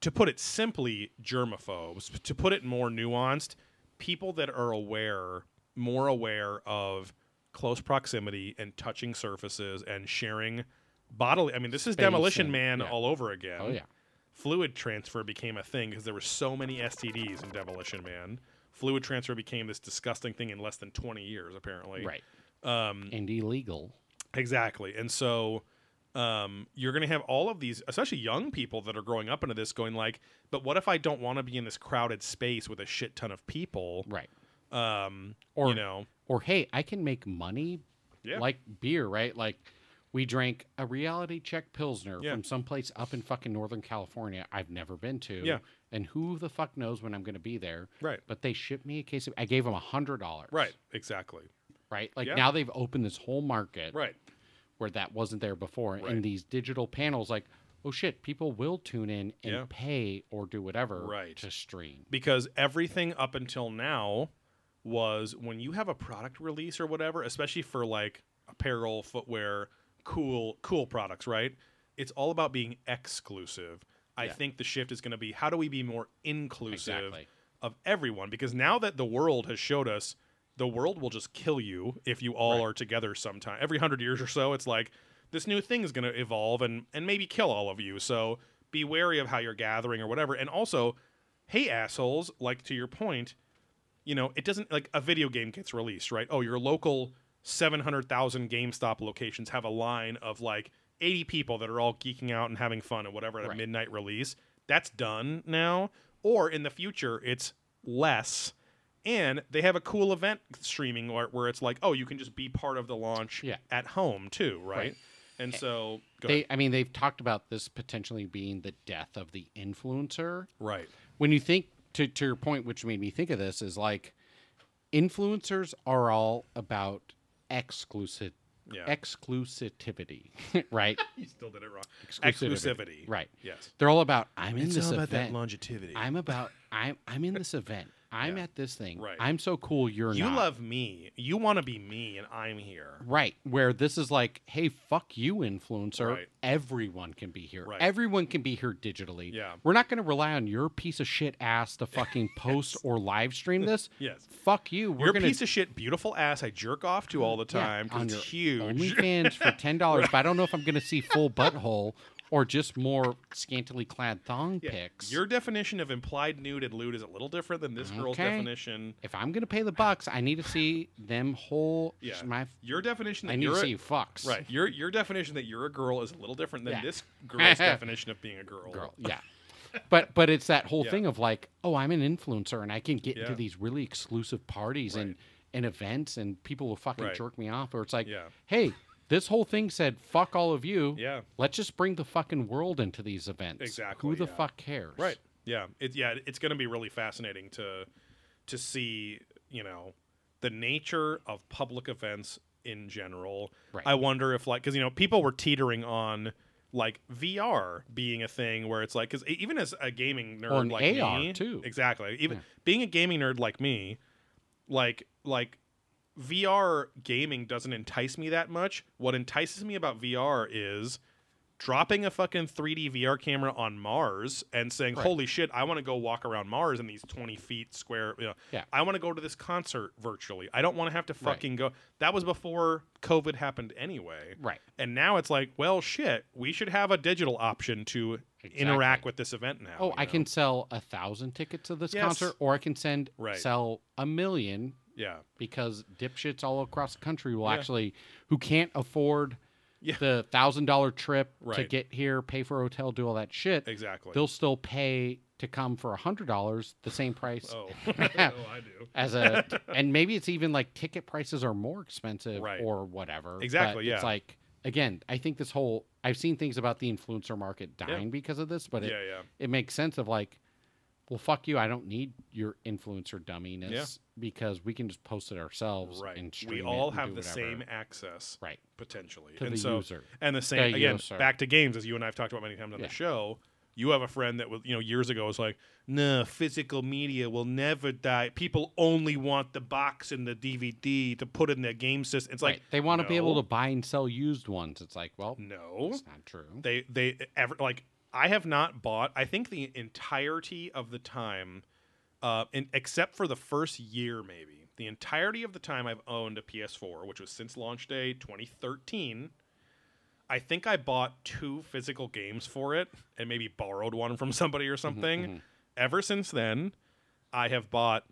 S3: to put it simply germaphobes to put it more nuanced people that are aware more aware of close proximity and touching surfaces and sharing bodily i mean this is
S4: Space
S3: demolition
S4: and-
S3: man
S4: yeah.
S3: all over again
S4: oh yeah
S3: fluid transfer became a thing because there were so many STDs in Demolition Man. Fluid transfer became this disgusting thing in less than 20 years, apparently.
S4: right
S3: Um,
S4: and illegal
S3: Exactly. And so um, you're going to have all of these, especially young people that are growing up into this, going like, but what if I don't want to be in this crowded space with a shit ton of people?
S4: right
S3: Um,
S4: Or-
S3: you know,
S4: or hey, I can make money
S3: Yeah.
S4: like beer, right? Like we drank a reality check pilsner
S3: Yeah.
S4: from someplace up in fucking Northern California I've never been to.
S3: Yeah.
S4: And who the fuck knows when I'm gonna be there.
S3: Right.
S4: But they shipped me a case of I gave them a hundred dollars.
S3: right. Exactly.
S4: Right. Like
S3: Yeah.
S4: now they've opened this whole market
S3: Right.
S4: where that wasn't there before.
S3: Right.
S4: And these digital panels like, oh shit, people will tune in and
S3: Yeah.
S4: pay or do whatever
S3: Right.
S4: to stream.
S3: because everything up until now was when you have a product release or whatever, especially for like apparel, footwear, cool cool products, right? It's all about being exclusive. I
S4: Yeah.
S3: think the shift is going to be how do we be more inclusive
S4: Exactly.
S3: of everyone because now that the world has showed us the world will just kill you if you all are together sometime every 100 years or so it's like this new thing is going to evolve and and maybe kill all of you so be wary of how you're gathering or whatever and also hey assholes like to your point you know it doesn't like a video game gets released right oh your local 700,000 GameStop locations have a line of like 80 people that are all geeking out and having fun and whatever at a
S4: Right.
S3: midnight release that's done now or in the future it's less and they have a cool event streaming where, where it's like oh you can just be part of the launch
S4: Yeah. Eh,
S3: at home too right, and so go
S4: They
S3: ahead.
S4: I mean they've talked about this potentially being the death of the influencer.
S3: right
S4: when you think to, to your point which made me think of this is like influencers are all about exclusive
S3: Yeah.
S4: exclusivity [LAUGHS] right
S3: [LAUGHS] you still did it wrong
S4: Exclusivity.
S3: exclusivity
S4: right
S3: yes
S4: they're all about i'm in this event
S3: longevity
S4: i'm about i'm i'm
S3: [LAUGHS]
S4: in this event i'm at this thing
S3: Right.
S4: i'm so cool you're
S3: you
S4: not
S3: love me you want to be me and i'm here
S4: Right, where this is like, hey, fuck you, influencer.
S3: Right.
S4: Everyone can be here.
S3: Right.
S4: Everyone can be here digitally.
S3: Yeah.
S4: We're not going to rely on your piece of shit ass
S3: [LAUGHS]
S4: to fucking post or live stream this.
S3: Yes.
S4: Fuck you. We're
S3: Your
S4: gonna
S3: piece of shit, beautiful ass, I jerk off to all the
S4: yeah,
S3: time. 'cause
S4: on
S3: it's
S4: your
S3: huge.
S4: OnlyFans for ten dollars, but I don't know if I'm going to see full butthole or just more scantily clad thong
S3: [LAUGHS] Yeah.
S4: pics.
S3: Your definition of implied nude and lewd is a little different than this girl's
S4: Okay.
S3: definition.
S4: if I'm going to pay the bucks, I need to see them whole.
S3: Yeah.
S4: My.
S3: Your definition that
S4: I need
S3: you're
S4: to
S3: a-
S4: see fucks.
S3: right. Your your definition that you're a girl is a little different than
S4: Yeah. [LAUGHS]
S3: this girl's definition of being a girl.
S4: girl. Yeah. But but it's that whole
S3: Yeah.
S4: thing of like, oh, I'm an influencer and I can get
S3: Yeah.
S4: into these really exclusive parties and
S3: Right.
S4: and events and people will fucking
S3: Right.
S4: jerk me off. Or it's like,
S3: Yeah.
S4: hey, this whole thing said fuck all of you.
S3: Yeah.
S4: Let's just bring the fucking world into these events.
S3: Exactly,
S4: Who the
S3: yeah.
S4: fuck cares?
S3: Right. Yeah. It, yeah. It's going to be really fascinating to to see you know the nature of public events in general.
S4: Right.
S3: I wonder if like because you know people were teetering on like VR being a thing where it's like because even as a gaming nerd
S4: Or an
S3: like
S4: AR
S3: me
S4: too.
S3: exactly even being a gaming nerd like me Like like VR gaming doesn't entice me that much. What entices me about VR is dropping a fucking 3D VR camera on Mars and saying, "Holy shit, I want to go walk around Mars in these 20 feet square." You know,
S4: Yeah.
S3: I want to go to this concert virtually. I don't want to have to fucking go. That was before COVID happened anyway.
S4: Right.
S3: And now it's like, well, shit, we should have a digital option to interact
S4: Exactly.
S3: with this event now.
S4: Oh,
S3: you
S4: I
S3: know?
S4: can sell a thousand tickets to this
S3: Yes.
S4: concert, or I can send
S3: Right.
S4: sell a million
S3: Yeah.
S4: because dipshits all across the country will
S3: Yeah.
S4: actually who can't afford
S3: Yeah.
S4: the thousand dollar trip to
S3: Right.
S4: get here, pay for a hotel, do all that shit.
S3: Exactly.
S4: They'll still pay to come for a hundred dollars, the same price [LAUGHS]
S3: Oh. [LAUGHS] oh, I do. [LAUGHS]
S4: as a, and maybe it's even like ticket prices are more expensive
S3: Right.
S4: or whatever. but
S3: Exactly, yeah.
S4: It's like again, I think this whole I've seen things about the influencer market dying because of this, but
S3: Yeah,
S4: it,
S3: yeah.
S4: it makes sense of like, well, fuck you. I don't need your influencer dumminess
S3: Yeah.
S4: because we can just post it ourselves.
S3: Right.
S4: And stream
S3: We
S4: it
S3: all
S4: and
S3: have
S4: do
S3: the
S4: whatever.
S3: same access.
S4: Right.
S3: Potentially.
S4: To
S3: and
S4: the
S3: so,
S4: user.
S3: And the same
S4: The
S3: again,
S4: user.
S3: back to games, as you and I've talked about many times on
S4: Yeah.
S3: the show. You have a friend that was, you know, years ago was like, "No, physical media will never die. People only want the box and the DVD to put in their game system." It's
S4: Right.
S3: like
S4: they want to be able
S3: no,
S4: to buy and sell used ones. It's like, well,
S3: No,
S4: it's not true.
S3: they they ever like I have not bought. I think the entirety of the time, uh, in, except for the first year, maybe the entirety of the time I've owned a PS4, which was since launch day 2013. I think I bought two physical games for it, and maybe borrowed one from somebody or something. Ever since then, I have bought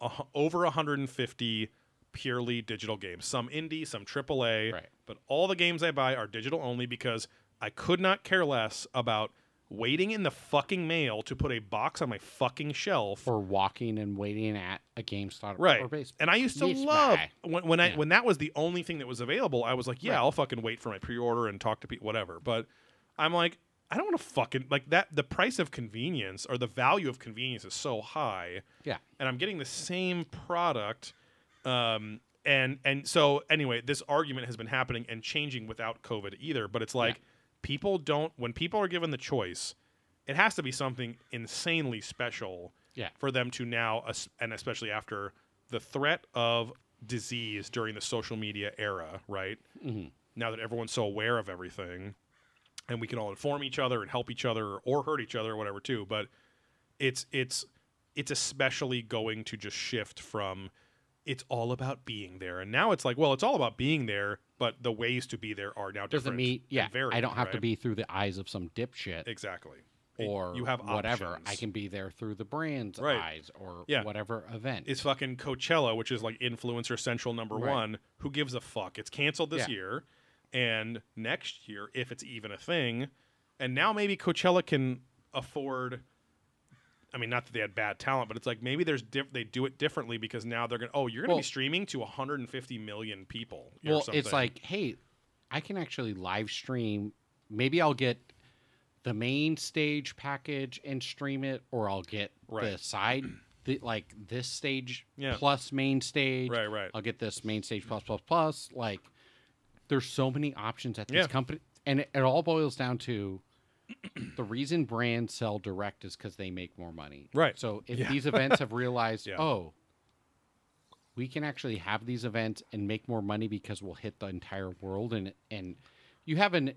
S3: a, hu- over 150 purely digital games, some indie, some AAA.
S4: Right.
S3: But all the games I buy are digital only because I could not care less about waiting in the fucking mail to put a box on my fucking shelf.
S4: For walking and waiting at a GameStop
S3: Right.
S4: or base.
S3: And I used to
S4: Yes,
S3: love
S4: right.
S3: when, when I
S4: Yeah.
S3: when that was the only thing that was available, I was like, yeah,
S4: Right.
S3: I'll fucking wait for my pre-order and talk to people whatever. But I'm like, I don't want to fucking like that the price of convenience or the value of convenience is so high
S4: Yeah.
S3: and I'm getting the same product. Um, and and so anyway, this argument has been happening and changing without COVID either. But it's like people don't when people are given the choice, it has to be something insanely special
S4: Yeah.
S3: for them to now, es- and especially after the threat of disease during the social media era, right? Mm-hmm. Now that everyone's so aware of everything, and we can all inform each other and help each other or hurt each other or whatever too. But it's it's it's especially going to just shift from it's all about being there and now it's like well it's all about being there but the ways to be there are now
S4: Doesn't
S3: different
S4: mean,
S3: and
S4: yeah, I
S3: varied,
S4: don't have to
S3: right?
S4: be through the eyes of some dipshit
S3: exactly Y-
S4: or
S3: you have
S4: whatever.
S3: options.
S4: I can be there through the brand's
S3: Right.
S4: eyes or
S3: Yeah.
S4: whatever event.
S3: is fucking Coachella, which is like influencer central number
S4: Right.
S3: one. Who gives a fuck? It's canceled this
S4: Yeah.
S3: year, and next year, if it's even a thing, and now maybe Coachella can afford. I mean, not that they had bad talent, but it's like maybe there's diff- they do it differently because now they're gonna oh you're gonna
S4: Well-
S3: be streaming to 150 million people. or
S4: well
S3: something.
S4: it's like hey i can actually live stream maybe i'll get the main stage package and stream it or i'll get the
S3: Right.
S4: side the, like this stage
S3: Yeah.
S4: plus main stage
S3: Right, right.
S4: i'll get this main stage plus plus plus like there's so many options at these
S3: Yeah.
S4: company and it, it all boils down to the reason brands sell direct is because they make more money
S3: Right.
S4: so if
S3: Yeah.
S4: these events
S3: [LAUGHS]
S4: have realized
S3: Yeah.
S4: oh we can actually have these events and make more money because we'll hit the entire world and and you have an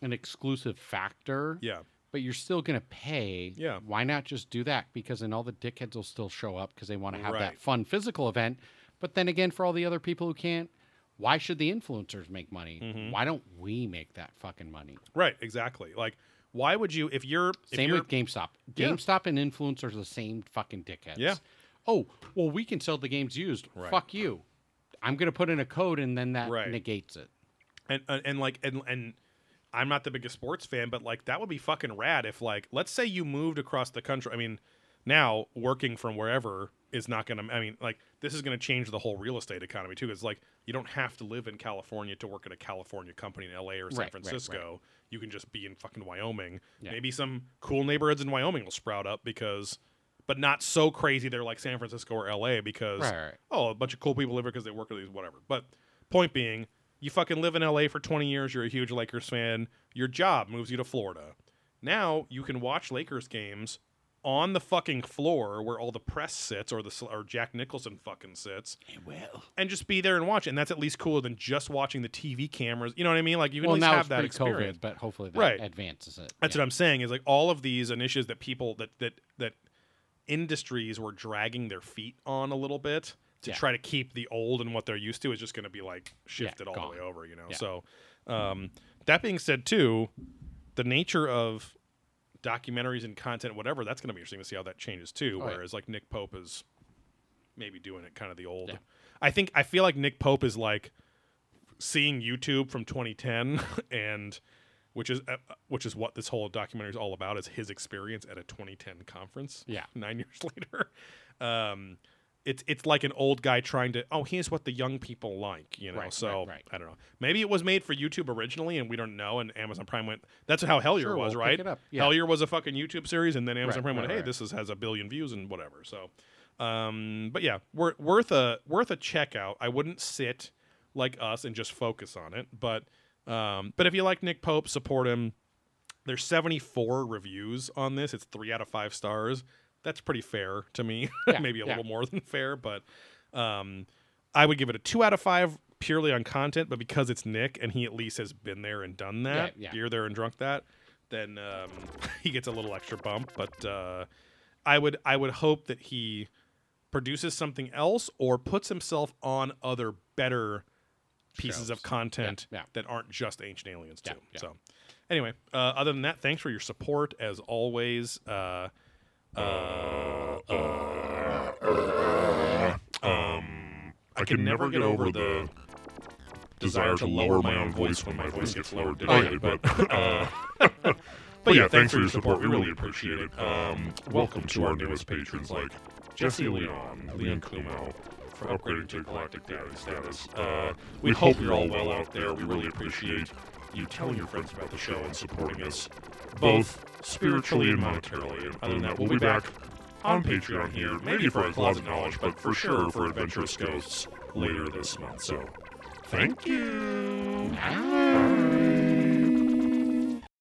S4: an exclusive factor
S3: yeah,
S4: but you're still going to pay
S3: Yeah.
S4: why not just do that because then all the dickheads will still show up because they want to have
S3: Right.
S4: that fun physical event but then again for all the other people who can't why should the influencers make money
S3: Mm-hmm.
S4: why don't we make that fucking money
S3: right, exactly. Like why would you if you're if
S4: same
S3: you're,
S4: with GameStop.
S3: Yeah.
S4: GameStop and influencers are the same fucking dickheads.
S3: Yeah.
S4: Oh, well, we can sell the games used.
S3: Right.
S4: Fuck you. I'm gonna put in a code and then that
S3: Right.
S4: negates it.
S3: and and, and like and and I'm not the biggest sports fan, but like that would be fucking rad if like let's say you moved across the country. I mean, now working from wherever is not going to. I mean, like this is going to change the whole real estate economy too. It's like you don't have to live in California to work at a California company in L.A. or San
S4: Right, right,
S3: Francisco. You can just be in fucking Wyoming.
S4: Yeah.
S3: Maybe some cool neighborhoods in Wyoming will sprout up because. But not so crazy. They're like San Francisco or L.A. because
S4: Right, right.
S3: oh, a bunch of cool people live here because they work at these whatever. But point being, you fucking live in LA for 20 years, you're a huge Lakers fan, your job moves you to Florida. Now you can watch Lakers games on the fucking floor where all the press sits or the sl- or Jack Nicholson fucking sits.
S4: Well,
S3: and just be there and watch it. And that's at least cooler than just watching the TV cameras. You know what I mean? Like you can
S4: well
S3: at least
S4: now
S3: have
S4: it's
S3: that
S4: pre
S3: experience.
S4: COVID, but hopefully that
S3: Right.
S4: advances it.
S3: That's
S4: yeah.
S3: what I'm saying is like all of these initiatives that people that that that industries were dragging their feet on a little bit to
S4: Yeah.
S3: try to keep the old and what they're used to is just going to be like shifted all the
S4: gone.
S3: way over, you know.
S4: Yeah.
S3: So um that being said too, the nature of documentaries and content whatever, that's going to be interesting to see how that changes too,
S4: Oh, yeah.
S3: whereas like Nick Pope is maybe doing it kind of the old.
S4: Yeah.
S3: I think I feel like Nick Pope is like seeing YouTube from 2010 [LAUGHS] and which is uh, which is what this whole documentary is all about is his experience at a 2010 conference. [LAUGHS]
S4: Yeah.
S3: 9 years later. [LAUGHS] Um it's it's like an old guy trying to oh here's what the young people like, you know.
S4: Right, right,
S3: so
S4: right.
S3: I don't know. Maybe it was made for YouTube originally and we don't know and Amazon Prime went that's how Hellier
S4: Sure,
S3: was,
S4: we'll
S3: right?
S4: pick it up. Yeah.
S3: Hellier was a fucking YouTube series and then Amazon
S4: Right,
S3: Prime went,
S4: right,
S3: "Hey,
S4: right.
S3: this is, has a billion views and whatever." So um but yeah, wor- worth a worth a check out. I wouldn't sit like us and just focus on it, but um, but if you like Nick Pope, support him. There's 74 reviews on this. It's three out of five stars. That's pretty fair to me. [LAUGHS]
S4: Yeah,
S3: Maybe a
S4: yeah.
S3: little more than fair, but um, I would give it a two out of five purely on content. But because it's Nick and he at least has been there and done that,
S4: yeah.
S3: beer there and drunk that, then um, [LAUGHS] he gets a little extra bump. But uh, I would I would hope that he produces something else or puts himself on other better pieces
S4: Shows.
S3: of content
S4: Yeah, yeah.
S3: that aren't just ancient aliens too.
S4: Yeah, yeah.
S3: So anyway, uh, other than that, thanks for your support as always. Uh,
S1: I can never get over the desire to lower my own voice when my voice gets lowered digitally, but Oh, [LAUGHS] uh, But yeah, thanks for your support. We really appreciate it. Um, welcome to our newest patrons like Jesse Leon, Leon Kumo, for upgrading to Galactic Dairy status. Uh, we hope you're all well out there. We really appreciate you telling your friends about the show and supporting us, both spiritually and monetarily. And other than that, we'll be back on Patreon here, maybe for our closet knowledge, but for sure for Adventurous Ghosts later this month. So, thank you.
S2: Ah.